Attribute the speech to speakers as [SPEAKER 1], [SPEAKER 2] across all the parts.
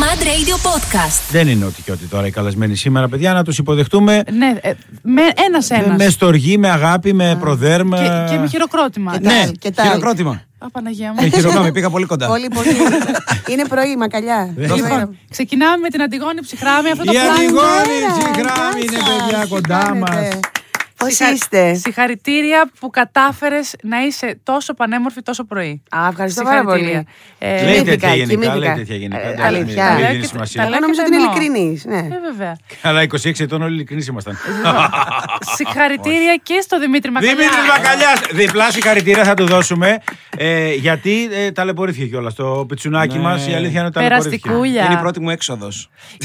[SPEAKER 1] Mad Radio Podcast.
[SPEAKER 2] Δεν είναι ότι και ότι τώρα οι καλεσμένοι σήμερα, παιδιά, να τους υποδεχτούμε.
[SPEAKER 3] Ναι, ε, με ένα-ένα.
[SPEAKER 2] Με στοργή, με αγάπη, με προδέρ, με.
[SPEAKER 3] Και, και με χειροκρότημα.
[SPEAKER 2] Ναι, Ε,
[SPEAKER 4] και τα-
[SPEAKER 2] χειροκρότημα.
[SPEAKER 3] Α, Παναγία μου.
[SPEAKER 2] Με χειροκρότημα, πήγα πολύ κοντά.
[SPEAKER 4] Πολύ, πολύ. είναι πρωί, μακαλιά.
[SPEAKER 3] Λοιπόν, ξεκινάμε με την Αντιγόνη Ψυχράμη. Αυτό το
[SPEAKER 2] Η
[SPEAKER 3] πράγμα.
[SPEAKER 2] Αντιγόνη Ψυχράμη είναι ναι, παιδιά κοντά μας.
[SPEAKER 4] Πώς
[SPEAKER 3] Συγχα-
[SPEAKER 4] είστε.
[SPEAKER 3] Συγχαρητήρια που κατάφερες να είσαι τόσο πανέμορφη τόσο πρωί.
[SPEAKER 4] Α, ευχαριστώ πάρα
[SPEAKER 3] Συγχαρητήρια.
[SPEAKER 4] πολύ.
[SPEAKER 3] Ε,
[SPEAKER 2] Λέει
[SPEAKER 4] κοιμήθηκα,
[SPEAKER 2] τέτοια γενικά.
[SPEAKER 4] κοιμήθηκα.
[SPEAKER 2] Λέει τέτοια γενικά.
[SPEAKER 4] Ε,
[SPEAKER 2] εντάξει, μην-
[SPEAKER 4] αλήθεια.
[SPEAKER 2] μην
[SPEAKER 4] Τα
[SPEAKER 2] δίνει
[SPEAKER 3] λέω και-
[SPEAKER 2] σημασία.
[SPEAKER 3] τα λέω-
[SPEAKER 4] Εγώ νομίζω ότι
[SPEAKER 3] και
[SPEAKER 4] είναι
[SPEAKER 3] εννοώ.
[SPEAKER 4] ειλικρινής. Ναι.
[SPEAKER 3] ε, βέβαια.
[SPEAKER 2] Αλλά 26 ετών όλοι ειλικρινεί ήμασταν.
[SPEAKER 3] Ε, Συγχαρητήρια και στο Δημήτρη Μακαλιάς.
[SPEAKER 2] Δημήτρη Μακαλιάς, διπλά συγχαρητήρια θα του δώσουμε. Ε, γιατί ε, ταλαιπωρήθηκε κιόλας. Το πιτσουνάκι μας η αλήθεια είναι ότι ταλαιπωρήθηκε.
[SPEAKER 3] Περαστικούλια.
[SPEAKER 5] Είναι η πρώτη μου έξοδος.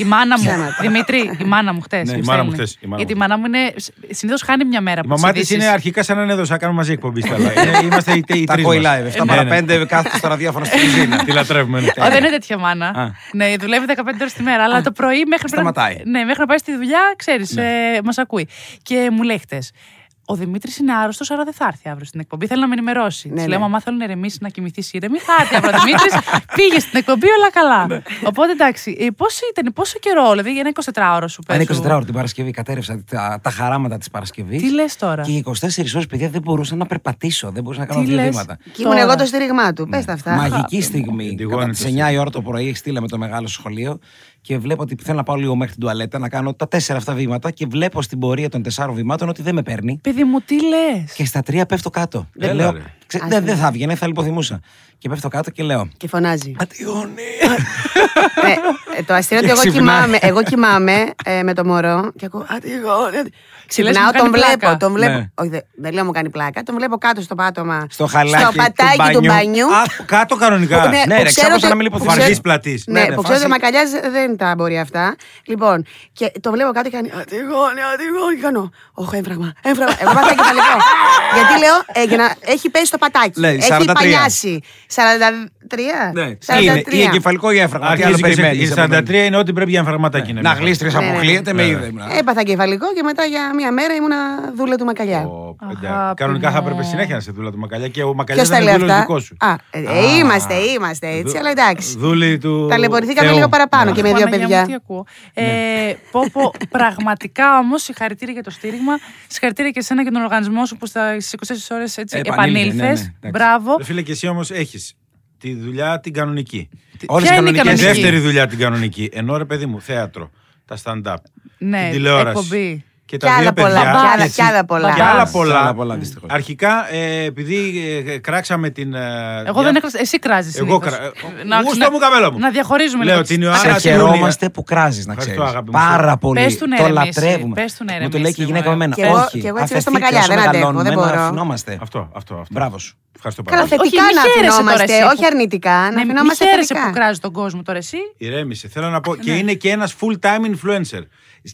[SPEAKER 3] Η μάνα μου. Δημήτρη, η μάνα μου χτε.
[SPEAKER 2] Ναι, η μάνα μου χτες, η μάνα
[SPEAKER 3] Γιατί η
[SPEAKER 2] μου.
[SPEAKER 3] μάνα μου είναι. Συνήθως χάνει μια μέρα.
[SPEAKER 2] Η
[SPEAKER 3] από τις
[SPEAKER 2] μαμά της
[SPEAKER 3] ειδήσεις.
[SPEAKER 2] είναι αρχικά σαν να είναι εδώ, σαν να κάνουμε μαζί εκπομπή. στα live. Ε, Είμαστε οι, τε- οι
[SPEAKER 5] Τα
[SPEAKER 2] τρεις
[SPEAKER 5] κόη
[SPEAKER 2] μας.
[SPEAKER 5] live. 7
[SPEAKER 2] Ναι, ναι.
[SPEAKER 5] παρα 5 κάθεται στο ραδιόφωνο στην κουζίνα.
[SPEAKER 2] Τη λατρεύουμε. ναι.
[SPEAKER 5] Ε.
[SPEAKER 3] Ω, δεν είναι τέτοια μάνα. ναι, δουλεύει 15 ώρες τη μέρα, αλλά το πρωί μέχρι, πρέπει να-
[SPEAKER 5] Σταματάει. Ναι.
[SPEAKER 3] ναι, μέχρι να πάει στη δουλειά, ξέρεις, ε, μας ακούει. Και μου λέει χτες. Ο Δημήτρης είναι άρρωστος, άρα δεν θα έρθει αύριο στην εκπομπή. Θέλει να με ενημερώσει. Ναι,
[SPEAKER 4] Ναι,
[SPEAKER 3] Τη λέω:
[SPEAKER 4] ναι.
[SPEAKER 3] Μαμά, θέλω να ερεμήσει, να κοιμηθείς ήρεμη. Θα έρθει αύριο ο Δημήτρης. Πήγε στην εκπομπή, όλα
[SPEAKER 5] Ναι.
[SPEAKER 3] καλά. Οπότε εντάξει, ε, πώς ήταν, πόσο καιρό, δηλαδή ένα 24ωρο σου
[SPEAKER 5] Αν
[SPEAKER 3] πέρασε.
[SPEAKER 5] 24 ώρα την Παρασκευή κατέρευσα τα, τα χαράματα της Παρασκευής.
[SPEAKER 3] Τι λες τώρα?
[SPEAKER 5] Και οι 24 ώρες, παιδιά, δεν μπορούσα να περπατήσω. Δεν μπορούσα να κάνω
[SPEAKER 3] Τι
[SPEAKER 5] δύο
[SPEAKER 3] λες?
[SPEAKER 5] βήματα.
[SPEAKER 4] Και ήμουν
[SPEAKER 3] Τώρα.
[SPEAKER 4] εγώ το στήριγμά του. Πες τα αυτά.
[SPEAKER 5] Μαγική στιγμή.
[SPEAKER 2] Αντιγόνη
[SPEAKER 5] Κατά
[SPEAKER 2] το
[SPEAKER 5] τι 9
[SPEAKER 2] στήριγμα.
[SPEAKER 5] η ώρα το πρωί στείλαμε το μεγάλο σχολείο και βλέπω ότι θέλω να πάω λίγο μέχρι την τουαλέτα να κάνω τα τέσσερα αυτά βήματα και βλέπω στην πορεία των τεσσάρων βημάτων ότι δεν με παίρνει.
[SPEAKER 3] Παιδί μου, τι λες.
[SPEAKER 5] Και στα τρία πέφτω κάτω.
[SPEAKER 2] Έλα,
[SPEAKER 5] Και λέω,
[SPEAKER 2] ρε.
[SPEAKER 5] «Ξε- δεν δεν θα βγαίνει, θα λιποθυμούσα. Και πέφτω κάτω και λέω.
[SPEAKER 4] Και φωνάζει.
[SPEAKER 5] Αντιγόνη!
[SPEAKER 4] Ναι, ε, το αστείο είναι ότι
[SPEAKER 5] Και
[SPEAKER 4] εγώ
[SPEAKER 5] ξυπνάει.
[SPEAKER 4] κοιμάμαι, εγώ κοιμάμαι ε, με το μωρό και ακούω. «Α, τι εγώ, ναι».
[SPEAKER 3] λες, μου
[SPEAKER 4] Ξυπνάω,
[SPEAKER 3] κάνει
[SPEAKER 4] τον βλέπω.
[SPEAKER 3] πλάκα.
[SPEAKER 4] Τον
[SPEAKER 5] Ναι.
[SPEAKER 4] βλέπω. Όχι, δεν- δεν λέω μου κάνει πλάκα. Τον βλέπω κάτω στο πάτωμα.
[SPEAKER 5] Στο χαλάκι
[SPEAKER 4] στο πατάκι του μπανιού.
[SPEAKER 2] Α, κάτω κανονικά.
[SPEAKER 4] Ναι,
[SPEAKER 5] ναι,
[SPEAKER 4] που
[SPEAKER 5] ρε,
[SPEAKER 4] ξέρω
[SPEAKER 5] ξάπλωσα
[SPEAKER 4] ότι-
[SPEAKER 5] να μην
[SPEAKER 4] που
[SPEAKER 5] λιποθυμήσω.
[SPEAKER 4] ξέρω-
[SPEAKER 2] Βαργής πλατής.
[SPEAKER 4] Ναι,
[SPEAKER 5] Ναι, ρε,
[SPEAKER 4] που ξέρω ότι ο
[SPEAKER 5] φάση-
[SPEAKER 4] Μακαλιά δεν τα μπορεί αυτά. Λοιπόν, και το βλέπω κάτω και κάνει. Αντιγόνη, αντιγόνη. Και κάνω. Όχι, έμφραγμα, έμφραγμα. Εγώ πάθα κεφαλικό. Γιατί λέω, ε, για να- έχει πέσει το πατάκι.
[SPEAKER 5] Λέει,
[SPEAKER 4] έχει
[SPEAKER 5] 43.
[SPEAKER 4] παλιάσει. 43.
[SPEAKER 5] Ναι, τι είναι,
[SPEAKER 4] 43.
[SPEAKER 5] ή εγκεφαλικό ή έφραγμα. Τι άλλο
[SPEAKER 2] Αρχίζει και ξε-
[SPEAKER 5] περιμένει.
[SPEAKER 2] η 43 είναι ό,τι πρέπει για εμφραγματάκι
[SPEAKER 5] Να γλίστρεις,
[SPEAKER 4] ναι.
[SPEAKER 5] αποκλείεται, με
[SPEAKER 2] Ναι.
[SPEAKER 5] είδε.
[SPEAKER 4] Έπαθα κεφαλικό και μετά για μία μέρα ήμουνα δούλα του Μακαλιά.
[SPEAKER 3] Αγάπη
[SPEAKER 2] Κανονικά θα
[SPEAKER 3] μου.
[SPEAKER 2] έπρεπε συνέχεια να σε δούλα του Μακαλιά και ο Μακαλιάς
[SPEAKER 4] Ποιος τα
[SPEAKER 2] δεν
[SPEAKER 4] λέει
[SPEAKER 2] είναι δούλος
[SPEAKER 4] αυτά.
[SPEAKER 2] δικός σου.
[SPEAKER 4] Α, ε, ε, είμαστε, είμαστε έτσι,
[SPEAKER 2] Δου-
[SPEAKER 4] αλλά εντάξει.
[SPEAKER 2] Δούλη του.
[SPEAKER 4] Ταλαιπωρηθήκαμε
[SPEAKER 2] Θεού. Ναι.
[SPEAKER 4] λίγο παραπάνω και με δύο
[SPEAKER 3] Παναγία μου,
[SPEAKER 4] παιδιά.
[SPEAKER 3] τι ακούω. Ε, πω, πω, πραγματικά όμως συγχαρητήρια για το στήριγμα. Συγχαρητήρια και εσένα και τον οργανισμό σου που στι 24 ώρες έτσι
[SPEAKER 5] Ε, επανήλθε,
[SPEAKER 3] επανήλθες.
[SPEAKER 5] ναι, ναι, εντάξει.
[SPEAKER 3] Μπράβο.
[SPEAKER 2] Ρε Φίλε, και εσύ όμως έχεις τη δουλειά την κανονική.
[SPEAKER 5] Όλες
[SPEAKER 3] Ποια
[SPEAKER 5] οι
[SPEAKER 3] είναι η
[SPEAKER 5] κανονικές
[SPEAKER 2] Και
[SPEAKER 3] κανονική.
[SPEAKER 2] δεύτερη δουλειά την κανονική. Ενώ ρε παιδί μου, θέατρο, τα stand-up,
[SPEAKER 3] Ναι,
[SPEAKER 2] την τηλεόραση.
[SPEAKER 3] εκπομπή.
[SPEAKER 2] Και
[SPEAKER 4] Κι
[SPEAKER 2] τα
[SPEAKER 4] άλλα
[SPEAKER 2] δύο
[SPEAKER 4] πολλά,
[SPEAKER 2] παιδιά.
[SPEAKER 4] κι άλλα-
[SPEAKER 2] και εσύ.
[SPEAKER 4] κι άλλα πολλά.
[SPEAKER 2] Κι άλλα
[SPEAKER 3] Μπαμπάς.
[SPEAKER 5] Κι
[SPEAKER 2] πολλά.
[SPEAKER 5] άλλα πολλά, δυστυχώς.
[SPEAKER 2] Αρχικά, ε, επειδή ε, κράξαμε την. ε,
[SPEAKER 3] Εγώ δεν έκρασα. Εσύ κράζεις.
[SPEAKER 2] Εγώ κρα- Γούστο μου, καπέλο μου.
[SPEAKER 3] Να διαχωρίζουμε
[SPEAKER 2] Λέω
[SPEAKER 3] λίγο.
[SPEAKER 2] ότι είναι ο
[SPEAKER 3] τις-
[SPEAKER 2] Άρα,
[SPEAKER 5] Σε
[SPEAKER 2] Ιωάννης.
[SPEAKER 3] Συγχαρητήρια.
[SPEAKER 5] χαιρόμαστε που κράζεις, να
[SPEAKER 2] Ευχαριστώ,
[SPEAKER 5] ξέρεις.
[SPEAKER 2] αγάπη μου.
[SPEAKER 5] Πάρα πολύ.
[SPEAKER 3] Πες του να
[SPEAKER 5] το
[SPEAKER 3] ηρεμήσει,
[SPEAKER 5] λατρεύουμε.
[SPEAKER 3] πες του να
[SPEAKER 5] Μου το
[SPEAKER 3] ηρεμήσει,
[SPEAKER 5] λέει και η γυναίκα με
[SPEAKER 3] Δημήτρη.
[SPEAKER 5] εμένα.
[SPEAKER 4] Κι εγώ-
[SPEAKER 5] Όχι,
[SPEAKER 4] κι εγώ έτσι
[SPEAKER 5] αφαιθείτε
[SPEAKER 4] στο μακαλιά,
[SPEAKER 5] όσο
[SPEAKER 4] δεν αντέχω, δεν
[SPEAKER 5] μεγαλώνουμε,
[SPEAKER 4] μπορώ.
[SPEAKER 5] να αφινόμαστε.
[SPEAKER 2] Αυτό, αυτό, αυτό.
[SPEAKER 5] Ε. Μπράβο σου.
[SPEAKER 2] Ευχαριστώ πάρα
[SPEAKER 4] Καλά,
[SPEAKER 2] πολύ.
[SPEAKER 4] θετικά
[SPEAKER 3] μη
[SPEAKER 4] να
[SPEAKER 3] χαίρεσαι τώρα εσύ
[SPEAKER 4] αφινόμαστε,
[SPEAKER 3] που-
[SPEAKER 4] όχι αρνητικά. Να
[SPEAKER 3] Ναι, μη
[SPEAKER 4] αφινόμαστε
[SPEAKER 3] χαίρεσαι που
[SPEAKER 4] θετικά.
[SPEAKER 3] κράζεις τον κόσμο τώρα εσύ.
[SPEAKER 2] Ηρέμησε. Θέλω να πω.
[SPEAKER 4] Ναι.
[SPEAKER 2] Και είναι και ένα full-time influencer.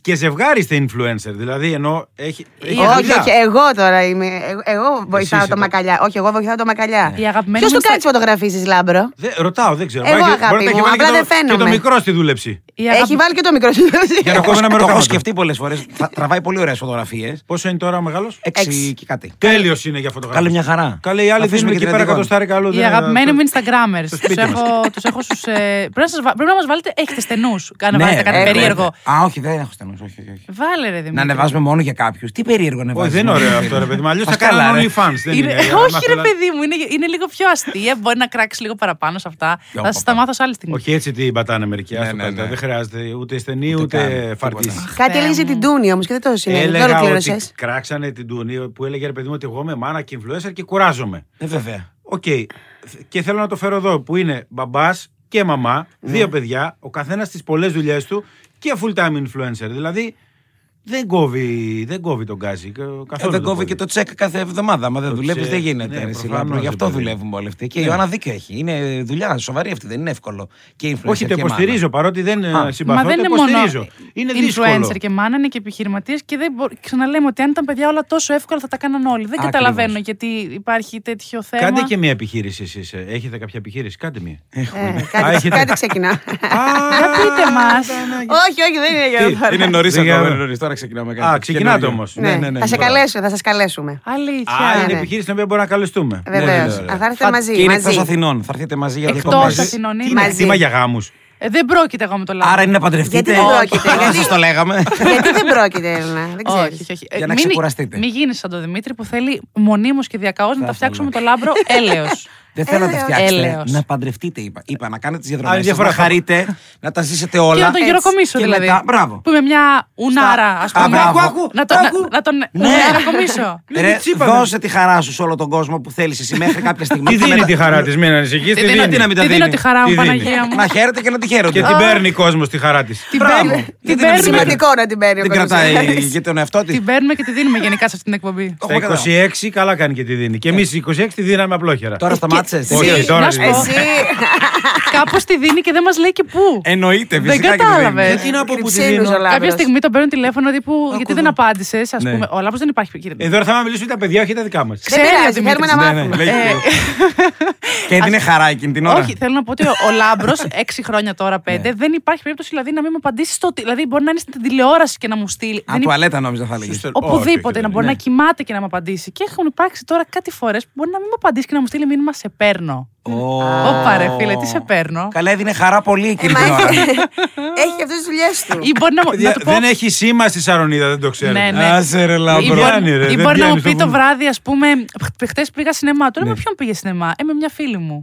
[SPEAKER 2] Και ζευγάριστε influencer. Δηλαδή, ενώ έχει. έχει
[SPEAKER 4] Ε, Όχι,
[SPEAKER 2] δουλειά.
[SPEAKER 4] όχι, εγώ τώρα είμαι. Εγώ, εγώ
[SPEAKER 2] είσαι
[SPEAKER 4] βοηθάω το
[SPEAKER 2] το- Ναι.
[SPEAKER 4] μακαλιά. Όχι, εγώ βοηθάω το μακαλιά.
[SPEAKER 3] Η αγαπημένη
[SPEAKER 4] Ποιος
[SPEAKER 3] μου
[SPEAKER 4] του κάνει
[SPEAKER 3] Insta-
[SPEAKER 4] τι φωτογραφίε, Λάμπρο.
[SPEAKER 2] Δε- ρωτάω, δεν ξέρω.
[SPEAKER 4] Εγώ,
[SPEAKER 2] Μπορεί να-
[SPEAKER 4] αγάπη
[SPEAKER 2] μπορεί να έχει
[SPEAKER 4] μου,
[SPEAKER 2] βάλει
[SPEAKER 4] απλά
[SPEAKER 2] και το-
[SPEAKER 4] δεν
[SPEAKER 2] Και το
[SPEAKER 4] φαίνομαι.
[SPEAKER 2] μικρό στη δούλεψη.
[SPEAKER 3] Η
[SPEAKER 4] Έχει
[SPEAKER 3] αγαπη-
[SPEAKER 4] βάλει και το μικρό σου.
[SPEAKER 2] Για να κόβουμε ένα
[SPEAKER 5] Το έχω- το
[SPEAKER 2] μεροκάματο.
[SPEAKER 5] έχω σκεφτεί πολλές φορές. Τραβάει πολύ ωραίες φωτογραφίες.
[SPEAKER 2] Πόσο είναι τώρα μεγάλος.
[SPEAKER 5] Έξι και κάτι.
[SPEAKER 2] Τέλειος είναι για φωτογραφία.
[SPEAKER 5] Ε, Καλή μια χαρά.
[SPEAKER 2] Καλή, οι άλλοι
[SPEAKER 5] Αφήσουμε
[SPEAKER 2] δίνουν
[SPEAKER 5] και
[SPEAKER 2] εκεί πέρα
[SPEAKER 5] 30
[SPEAKER 2] εκατοστάρικα άλλο.
[SPEAKER 3] Οι αγαπημένοι μου Instagrammers.
[SPEAKER 2] στο
[SPEAKER 3] Τους
[SPEAKER 2] σπίτι μας.
[SPEAKER 3] έχω, τους έχω στους, ε, πρέπει, να σας βα- πρέπει να μας βάλετε. Έχετε στενούς. Κάνε
[SPEAKER 5] Ναι,
[SPEAKER 3] βάλετε κάτι
[SPEAKER 5] έχω,
[SPEAKER 2] ε,
[SPEAKER 3] περίεργο.
[SPEAKER 5] έχω. Α, όχι, δεν έχω στενό. Όχι, όχι, όχι.
[SPEAKER 3] Βάλε ρε Δημήτρη.
[SPEAKER 5] Να ανεβάζουμε μόνο για κάποιους. Τι περίεργο να
[SPEAKER 2] Όχι,
[SPEAKER 5] βάζουμε.
[SPEAKER 2] δεν είναι ωραίο αυτό, ρε παιδί μου. Αλλιώς θα κάνανε OnlyFans. δεν
[SPEAKER 3] Είναι-
[SPEAKER 2] είναι, για να
[SPEAKER 3] όχι,
[SPEAKER 2] μάθω
[SPEAKER 3] ρε
[SPEAKER 2] να-
[SPEAKER 3] παιδί μου, είναι, είναι λίγο πιο αστεία. Μπορεί να κράξεις λίγο παραπάνω σε αυτά.
[SPEAKER 5] Ω,
[SPEAKER 3] θα
[SPEAKER 5] πα,
[SPEAKER 3] σας τα
[SPEAKER 5] πα.
[SPEAKER 3] μάθω σε άλλη στιγμή.
[SPEAKER 2] Όχι, έτσι την πατάνε μερικοί. άστο
[SPEAKER 5] ναι,
[SPEAKER 2] κάτω,
[SPEAKER 5] ναι.
[SPEAKER 2] Δεν χρειάζεται ούτε στενή
[SPEAKER 5] Ούτε
[SPEAKER 2] ούτε
[SPEAKER 5] καν,
[SPEAKER 2] φαρτίση.
[SPEAKER 5] τίποτα.
[SPEAKER 4] Κάτι
[SPEAKER 3] Θεέ
[SPEAKER 4] έλεγε
[SPEAKER 3] μου.
[SPEAKER 4] την Τούνη όμως και δεν το συνέβη. Δεν
[SPEAKER 2] Έλεγα ότι
[SPEAKER 4] ολοκλήρωσε.
[SPEAKER 2] κράξανε την Τούνη που έλεγε ρε παιδί μου ότι εγώ είμαι μάνα και influencer και κουράζομαι.
[SPEAKER 5] Ε, βέβαια.
[SPEAKER 2] Οκ. Και θέλω να το φέρω εδώ που είναι μπαμπάς και μαμά, δύο παιδιά, ο καθένας στι πολλές δουλειές του και full-time influencer. Δηλαδή δεν κόβει, δεν κόβει τον Γκάζι. κα-
[SPEAKER 5] Ε,
[SPEAKER 2] Καθόλου
[SPEAKER 5] δεν κόβει και το τσεκ κάθε εβδομάδα. Μα δεν
[SPEAKER 2] Το
[SPEAKER 5] δουλεύεις,
[SPEAKER 2] τσεκ,
[SPEAKER 5] δεν γίνεται.
[SPEAKER 2] ναι,
[SPEAKER 5] ρε,
[SPEAKER 2] προφανώς,
[SPEAKER 5] Λάμπρο. Γι' αυτό
[SPEAKER 2] ρε παιδί.
[SPEAKER 5] δουλεύουμε όλοι αυτοί. Και η
[SPEAKER 2] Ναι.
[SPEAKER 5] Ιωάννα δίκιο έχει. Είναι δουλειά σοβαρή αυτή, δεν είναι εύκολο. Και influencer
[SPEAKER 2] Όχι, το
[SPEAKER 5] και μάνα.
[SPEAKER 2] υποστηρίζω παρότι δεν ε,
[SPEAKER 5] Α.
[SPEAKER 2] συμπαθώ. το υποστηρίζω. Είναι δύσκολο.
[SPEAKER 3] influencer και μάνα, είναι και επιχειρηματίες και δεν μπο... ξαναλέμε ότι αν ήταν παιδιά όλα τόσο εύκολα θα τα κάναν όλοι. Δεν
[SPEAKER 5] Ακριβώς.
[SPEAKER 3] καταλαβαίνω γιατί υπάρχει τέτοιο θέμα.
[SPEAKER 2] Κάντε και μια επιχείρηση εσείς. ε. Έχετε κάποια επιχείρηση, κάντε μια.
[SPEAKER 4] Ε,
[SPEAKER 2] Α,
[SPEAKER 4] Κάτι
[SPEAKER 2] έχετε.
[SPEAKER 4] κάτι ξεκινά.
[SPEAKER 2] Για
[SPEAKER 3] πείτε
[SPEAKER 2] ναι,
[SPEAKER 3] μας.
[SPEAKER 4] Όχι, όχι, δεν είναι για
[SPEAKER 2] Τι,
[SPEAKER 4] να πάρω.
[SPEAKER 5] Είναι νωρίς
[SPEAKER 2] Δίκαιο.
[SPEAKER 5] ακόμα. είναι νωρίς. Τώρα ξεκινάμε κάτι.
[SPEAKER 2] Α, ξεκινάτε
[SPEAKER 5] Καινούριο.
[SPEAKER 2] όμως.
[SPEAKER 4] Ναι,
[SPEAKER 5] ναι, ναι,
[SPEAKER 4] Θα σε
[SPEAKER 5] ναι.
[SPEAKER 4] καλέσω, θα σας καλέσουμε.
[SPEAKER 3] Αλήθεια.
[SPEAKER 2] Α, είναι
[SPEAKER 4] ναι.
[SPEAKER 2] επιχείρηση την οποία μπορούμε να καλεστούμε.
[SPEAKER 4] Βεβαίως.
[SPEAKER 2] Ναι, ναι, ναι.
[SPEAKER 4] Θα έρθετε
[SPEAKER 5] Θα- Και
[SPEAKER 4] μαζί.
[SPEAKER 5] είναι
[SPEAKER 4] μαζί.
[SPEAKER 5] εκτός Αθηνών. Θα έρθετε μαζί για
[SPEAKER 3] Εκτός
[SPEAKER 5] διακοπές.
[SPEAKER 2] Τι
[SPEAKER 3] Αθηνών. είναι.
[SPEAKER 2] είναι
[SPEAKER 4] Μαζί.
[SPEAKER 2] κτήμα για γάμους.
[SPEAKER 3] Ε, δεν πρόκειται εγώ με το λαό.
[SPEAKER 5] Άρα είναι να παντρευτείτε.
[SPEAKER 4] Γιατί δεν πρόκειται,
[SPEAKER 5] Δεν
[SPEAKER 4] γιατί-
[SPEAKER 5] σας το λέγαμε.
[SPEAKER 4] Γιατί δεν πρόκειται, Έλληνα. Δεν
[SPEAKER 3] Όχι,
[SPEAKER 4] ξέρεις.
[SPEAKER 3] όχι, όχι. Ε,
[SPEAKER 5] Για να ξεκουραστείτε.
[SPEAKER 3] Μην γίνεις σαν τον Δημήτρη που θέλει μονίμως και διακαώς να
[SPEAKER 5] Θα
[SPEAKER 3] τα φτιάξουμε το
[SPEAKER 5] θέλω.
[SPEAKER 3] λάμπρο έλεος.
[SPEAKER 5] Δεν θέλω να τα
[SPEAKER 4] Έλεος.
[SPEAKER 5] φτιάξετε.
[SPEAKER 3] Έλεος.
[SPEAKER 5] Να παντρευτείτε, είπα. Είπα να κάνετε τις
[SPEAKER 2] Άλλη
[SPEAKER 5] διαδρομέ σα.
[SPEAKER 2] διαφορά
[SPEAKER 5] Να
[SPEAKER 2] θα-
[SPEAKER 5] χαρείτε, να τα ζήσετε
[SPEAKER 3] Και
[SPEAKER 5] όλα.
[SPEAKER 3] να τον γυροκομίσω
[SPEAKER 5] Και
[SPEAKER 3] δηλαδή.
[SPEAKER 5] μετά- Μπράβο.
[SPEAKER 3] Που είμαι μια ουνάρα, α
[SPEAKER 5] Ας,
[SPEAKER 3] πούμε.
[SPEAKER 5] μπράβο. Άκου,
[SPEAKER 3] να, τον,
[SPEAKER 5] άκου. Ναι.
[SPEAKER 3] να, να τον ουναρακομίσω.
[SPEAKER 2] Λίγο
[SPEAKER 5] Ρε,
[SPEAKER 2] τσίπα,
[SPEAKER 5] δώσε τη χαρά σου σε όλο τον κόσμο που θέλεις εσύ μέχρι κάποια στιγμή.
[SPEAKER 2] Τι
[SPEAKER 5] Και
[SPEAKER 2] δίνει
[SPEAKER 5] μετά-
[SPEAKER 2] τη χαρά της, μην ανησυχείς.
[SPEAKER 5] Τι δίνει, τι να μην τα
[SPEAKER 3] Τι Ε, δίνω
[SPEAKER 5] δίνει.
[SPEAKER 3] τη χαρά
[SPEAKER 2] Τι
[SPEAKER 3] μου,
[SPEAKER 2] δίνει.
[SPEAKER 3] Παναγία μου.
[SPEAKER 5] Να χαίρετε και να τη
[SPEAKER 2] Και
[SPEAKER 5] χαίρονται.
[SPEAKER 2] την παίρνει κόσμος τη χαρά της.
[SPEAKER 3] Την
[SPEAKER 5] Μπράβο.
[SPEAKER 3] παίρνουμε- την
[SPEAKER 5] Γιατί δεν
[SPEAKER 4] Είναι
[SPEAKER 5] παίρνουμε-
[SPEAKER 3] παίρνουμε-
[SPEAKER 4] σημαντικό να την παίρνει ο
[SPEAKER 5] Δεν
[SPEAKER 4] κόσμος.
[SPEAKER 5] κρατάει για τον εαυτό της.
[SPEAKER 3] την παίρνουμε και τη δίνουμε γενικά σε αυτή την εκπομπή.
[SPEAKER 5] Έχουμε
[SPEAKER 2] Στα 26 καλά κάνει και τη δίνει. Και εμείς 26 τη δίναμε απλόχερα.
[SPEAKER 5] Τώρα σταμάτησε.
[SPEAKER 2] Όχι,
[SPEAKER 3] Εσύ,
[SPEAKER 2] τώρα
[SPEAKER 3] να σου
[SPEAKER 2] δεν
[SPEAKER 3] πω,
[SPEAKER 2] δίνει.
[SPEAKER 4] Εσύ.
[SPEAKER 3] Κάπως τη δίνει και δεν μας λέει και πού.
[SPEAKER 5] Ε, Εννοείται,
[SPEAKER 3] Δεν
[SPEAKER 5] φυσικά. και τη
[SPEAKER 3] κατάλαβε.
[SPEAKER 5] δίνει.
[SPEAKER 2] Γιατί να πω που τη
[SPEAKER 4] Κρυψίνους
[SPEAKER 2] δίνω.
[SPEAKER 4] ο Λάμπρος.
[SPEAKER 3] Κάποια στιγμή τον παίρνουν τηλέφωνο τύπου γιατί δεν απάντησες. Ας
[SPEAKER 5] Ναι.
[SPEAKER 3] πούμε, ο λάπο δεν υπάρχει. κύριε.
[SPEAKER 2] Εδώ Ε, θα μα μιλήσουν τα παιδιά, όχι τα δικά μας.
[SPEAKER 4] Δεν
[SPEAKER 3] Ξέρει ο
[SPEAKER 4] πειράζει, θέλουμε
[SPEAKER 3] Δημήτρης.
[SPEAKER 4] να
[SPEAKER 5] Ναι, ναι,
[SPEAKER 4] μάθουμε.
[SPEAKER 5] λέει και Και έδινε χαρά εκείνη την ώρα. Ναι.
[SPEAKER 3] Όχι, θέλω να πω ότι ο, ο Λάμπρος, έξι χρόνια τώρα, πέντε, δεν υπάρχει περίπτωση δηλαδή, να μην μου απαντήσει στο. τι- Δηλαδή, μπορεί να είναι στην τηλεόραση και να μου στείλει.
[SPEAKER 5] Αν
[SPEAKER 3] Δεν υπά-
[SPEAKER 5] τουαλέτα νόμιζα θα έλεγες.
[SPEAKER 2] Σωστό. Όχι, όχι, ναι.
[SPEAKER 3] Οπουδήποτε,
[SPEAKER 2] δεν
[SPEAKER 3] να μπορεί
[SPEAKER 2] είναι.
[SPEAKER 3] να κοιμάται και να μου απαντήσει. Και έχουν υπάρξει τώρα κάτι φορές που μπορεί να μην μου απαντήσει και να μου στείλει μήνυμα σε παίρνω. Όπα, ρε, φίλε, τι σε παίρνω.
[SPEAKER 5] Καλά, έδινε χαρά πολύ
[SPEAKER 4] Ε,
[SPEAKER 5] εκείνη
[SPEAKER 4] μα
[SPEAKER 5] την ώρα.
[SPEAKER 4] έχει- Έχει και αυτές τις δουλειές του.
[SPEAKER 3] Ή μπορεί να, μου- να
[SPEAKER 2] Παιδιά,
[SPEAKER 3] του πω.
[SPEAKER 2] Δεν έχει σήμα στη Σαρονίδα, δεν το ξέρω.
[SPEAKER 3] Ναι, ναι.
[SPEAKER 5] Άσε ρε
[SPEAKER 3] Ή
[SPEAKER 5] λαμπρό.
[SPEAKER 2] Πιάνει, ρε,
[SPEAKER 3] μπορεί, ή
[SPEAKER 2] δεν
[SPEAKER 3] μπορεί να μου
[SPEAKER 2] πιάνει,
[SPEAKER 3] πει
[SPEAKER 2] το
[SPEAKER 3] το
[SPEAKER 2] πούμε.
[SPEAKER 3] βράδυ, ας πούμε, χτες πήγα σινεμά. Τώρα
[SPEAKER 2] Ναι.
[SPEAKER 3] με ποιον πήγε σινεμά. Ε, με μια φίλη μου.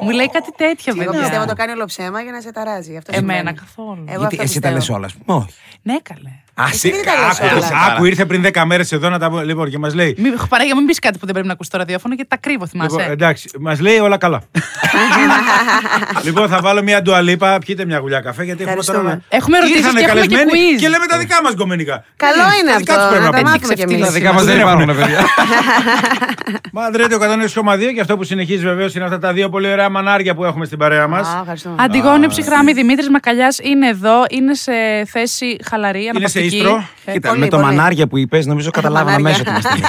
[SPEAKER 3] Μου λέει κάτι τέτοιο,
[SPEAKER 4] Εγώ πιστεύω το
[SPEAKER 3] βέβαια.
[SPEAKER 4] κάνει όλο ψέμα για να σε ταράζει. Αυτό
[SPEAKER 3] ναι. Εμένα
[SPEAKER 4] συμβαίνει.
[SPEAKER 3] καθόλου.
[SPEAKER 4] Εγώ
[SPEAKER 5] Γιατί
[SPEAKER 4] αυτό
[SPEAKER 5] εσύ τα λε
[SPEAKER 4] πιστεύω.
[SPEAKER 5] όλα, ας πούμε. Όχι.
[SPEAKER 3] Ναι, καλέ.
[SPEAKER 5] Άσε,
[SPEAKER 4] δεν τα λες
[SPEAKER 5] άκου,
[SPEAKER 4] όλα.
[SPEAKER 5] άσε,
[SPEAKER 2] Ε, Άκου, ήρθε πριν 10 μέρες εδώ να τα πω. Λοιπόν, και μας λέει.
[SPEAKER 3] Μη, παρά για να μην πεις κάτι που δεν πρέπει να ακούσει το ραδιόφωνο, γιατί τα κρύβω, θυμάσαι.
[SPEAKER 2] Λοιπόν, εντάξει, μας λέει όλα καλά. λοιπόν, θα βάλω μια ντουαλίπα. Πιείτε μια γουλιά καφέ, γιατί έχουμε τώρα.
[SPEAKER 4] Ευχαριστούμε.
[SPEAKER 2] να-
[SPEAKER 3] Έχουμε ερωτήσεις
[SPEAKER 2] Ήρθανε
[SPEAKER 3] και έχουμε και
[SPEAKER 2] καλεσμένοι
[SPEAKER 3] quiz.
[SPEAKER 2] και λέμε τα δικά μας γκομενικά.
[SPEAKER 4] Καλό
[SPEAKER 2] Ε,
[SPEAKER 4] είναι
[SPEAKER 2] τα δικά τους
[SPEAKER 4] αυτό.
[SPEAKER 2] πρέπει
[SPEAKER 4] Να
[SPEAKER 2] να
[SPEAKER 4] τα
[SPEAKER 2] πούμε.
[SPEAKER 4] μάθουμε κι εμεί.
[SPEAKER 3] ξεφτύλα,
[SPEAKER 5] Τα δικά μα
[SPEAKER 2] Δεν
[SPEAKER 5] δεν
[SPEAKER 2] έχουμε.
[SPEAKER 5] υπάρχουν, παιδιά.
[SPEAKER 2] Μα δρέτε ο 120 και αυτό που συνεχίζει βεβαίως είναι αυτά τα δύο πολύ ωραία μανάρια που έχουμε στην παρέα μας.
[SPEAKER 4] Ευχαριστούμε.
[SPEAKER 3] Αντιγόνη Ψυχράμη, Δημήτρης Μακαλιάς είναι εδώ, είναι σε θέση χαλαρή, αναπαυτική.
[SPEAKER 2] ίστρο.
[SPEAKER 3] Ε,
[SPEAKER 5] Κοίτα,
[SPEAKER 4] πολύ,
[SPEAKER 5] με το
[SPEAKER 4] πολύ.
[SPEAKER 5] μανάρια που είπες, νομίζω καταλάβαμε αμέσω
[SPEAKER 4] μανάρια.
[SPEAKER 5] τι μα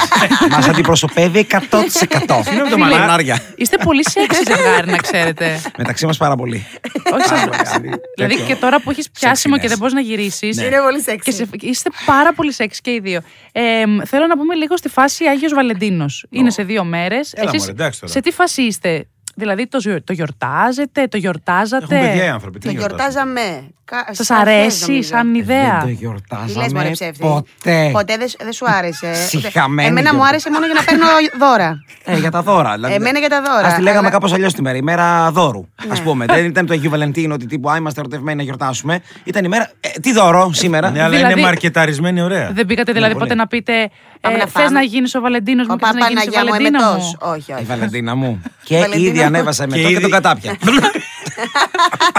[SPEAKER 5] Μα αντιπροσωπεύει 100%.
[SPEAKER 2] Συγγνώμη, το
[SPEAKER 3] φίλε,
[SPEAKER 2] μανάρια.
[SPEAKER 3] Είστε πολύ σεξι ζευγάρι, να ξέρετε.
[SPEAKER 5] Μεταξύ μας πάρα πολύ.
[SPEAKER 3] Όχι σαν Δηλαδή
[SPEAKER 5] Τέτοιο.
[SPEAKER 3] και τώρα που έχεις πιάσιμο
[SPEAKER 5] Σεξινess.
[SPEAKER 3] και δεν μπορείς να γυρίσεις.
[SPEAKER 5] Ναι.
[SPEAKER 4] Είναι πολύ σεξι.
[SPEAKER 3] Είστε πάρα πολύ σεξ και οι δύο. Ε, μ, θέλω να πούμε λίγο στη φάση Άγιος Βαλεντίνος. Είναι σε δύο μέρες.
[SPEAKER 2] Έλα, μωρέ, εντάξει τώρα.
[SPEAKER 3] σε τι φάση είστε, Δηλαδή το, ζυ- το γιορτάζετε, το γιορτάζατε.
[SPEAKER 2] Έχουν παιδιά οι άνθρωποι. τι
[SPEAKER 4] Το
[SPEAKER 2] γιορτάζουν.
[SPEAKER 4] γιορτάζαμε. Κα-
[SPEAKER 3] Σας
[SPEAKER 4] σαν χθες,
[SPEAKER 3] αρέσει
[SPEAKER 4] νομίζω.
[SPEAKER 3] σαν
[SPEAKER 5] Δεν το
[SPEAKER 3] ιδέα.
[SPEAKER 4] Τι λες
[SPEAKER 5] γιορτάζαμε
[SPEAKER 4] μωρέ ψεύτη.
[SPEAKER 5] ποτέ.
[SPEAKER 4] Ποτέ δεν σ- δεν σου άρεσε.
[SPEAKER 5] Συχαμένη
[SPEAKER 4] Εμένα μου
[SPEAKER 5] γιορτά.
[SPEAKER 4] άρεσε μόνο για να παίρνω δώρα.
[SPEAKER 5] Ε, για τα δώρα. Δηλαδή,
[SPEAKER 4] Εμένα για τα δώρα,
[SPEAKER 5] Ας τη λέγαμε
[SPEAKER 4] αλλά- Ναι.
[SPEAKER 5] κάπως αλλιώς τη μέρα. Η μέρα δώρου. Ας πούμε. δεν ήταν το Αγίου Βαλεντίνο ότι τύπου Α, είμαστε ερωτευμένοι να γιορτάσουμε. Ήταν η μέρα. Ε, τι δώρο σήμερα.
[SPEAKER 2] Ναι, αλλά
[SPEAKER 3] Δηλαδή-
[SPEAKER 2] είναι μαρκεταρισμένη ωραία.
[SPEAKER 3] Δεν πήγατε δηλαδή ποτέ να πείτε
[SPEAKER 4] Πάμε να
[SPEAKER 3] Θες
[SPEAKER 4] φάμε.
[SPEAKER 3] να γίνεις ο Βαλεντίνος μου,
[SPEAKER 4] Ο
[SPEAKER 3] και να γίνεις ο
[SPEAKER 4] Παπαναγιά μου
[SPEAKER 3] Βαλεντίνο
[SPEAKER 4] εμετός.
[SPEAKER 3] μου.
[SPEAKER 4] Όχι,
[SPEAKER 5] Ε, Η
[SPEAKER 4] όχι.
[SPEAKER 5] Βαλεντίνα μου. και
[SPEAKER 4] Βαλεντίνα
[SPEAKER 5] ήδη
[SPEAKER 4] μου.
[SPEAKER 5] ανέβασα με
[SPEAKER 2] Και
[SPEAKER 5] το και
[SPEAKER 2] ήδη- Ναι,
[SPEAKER 5] τον κατάπια.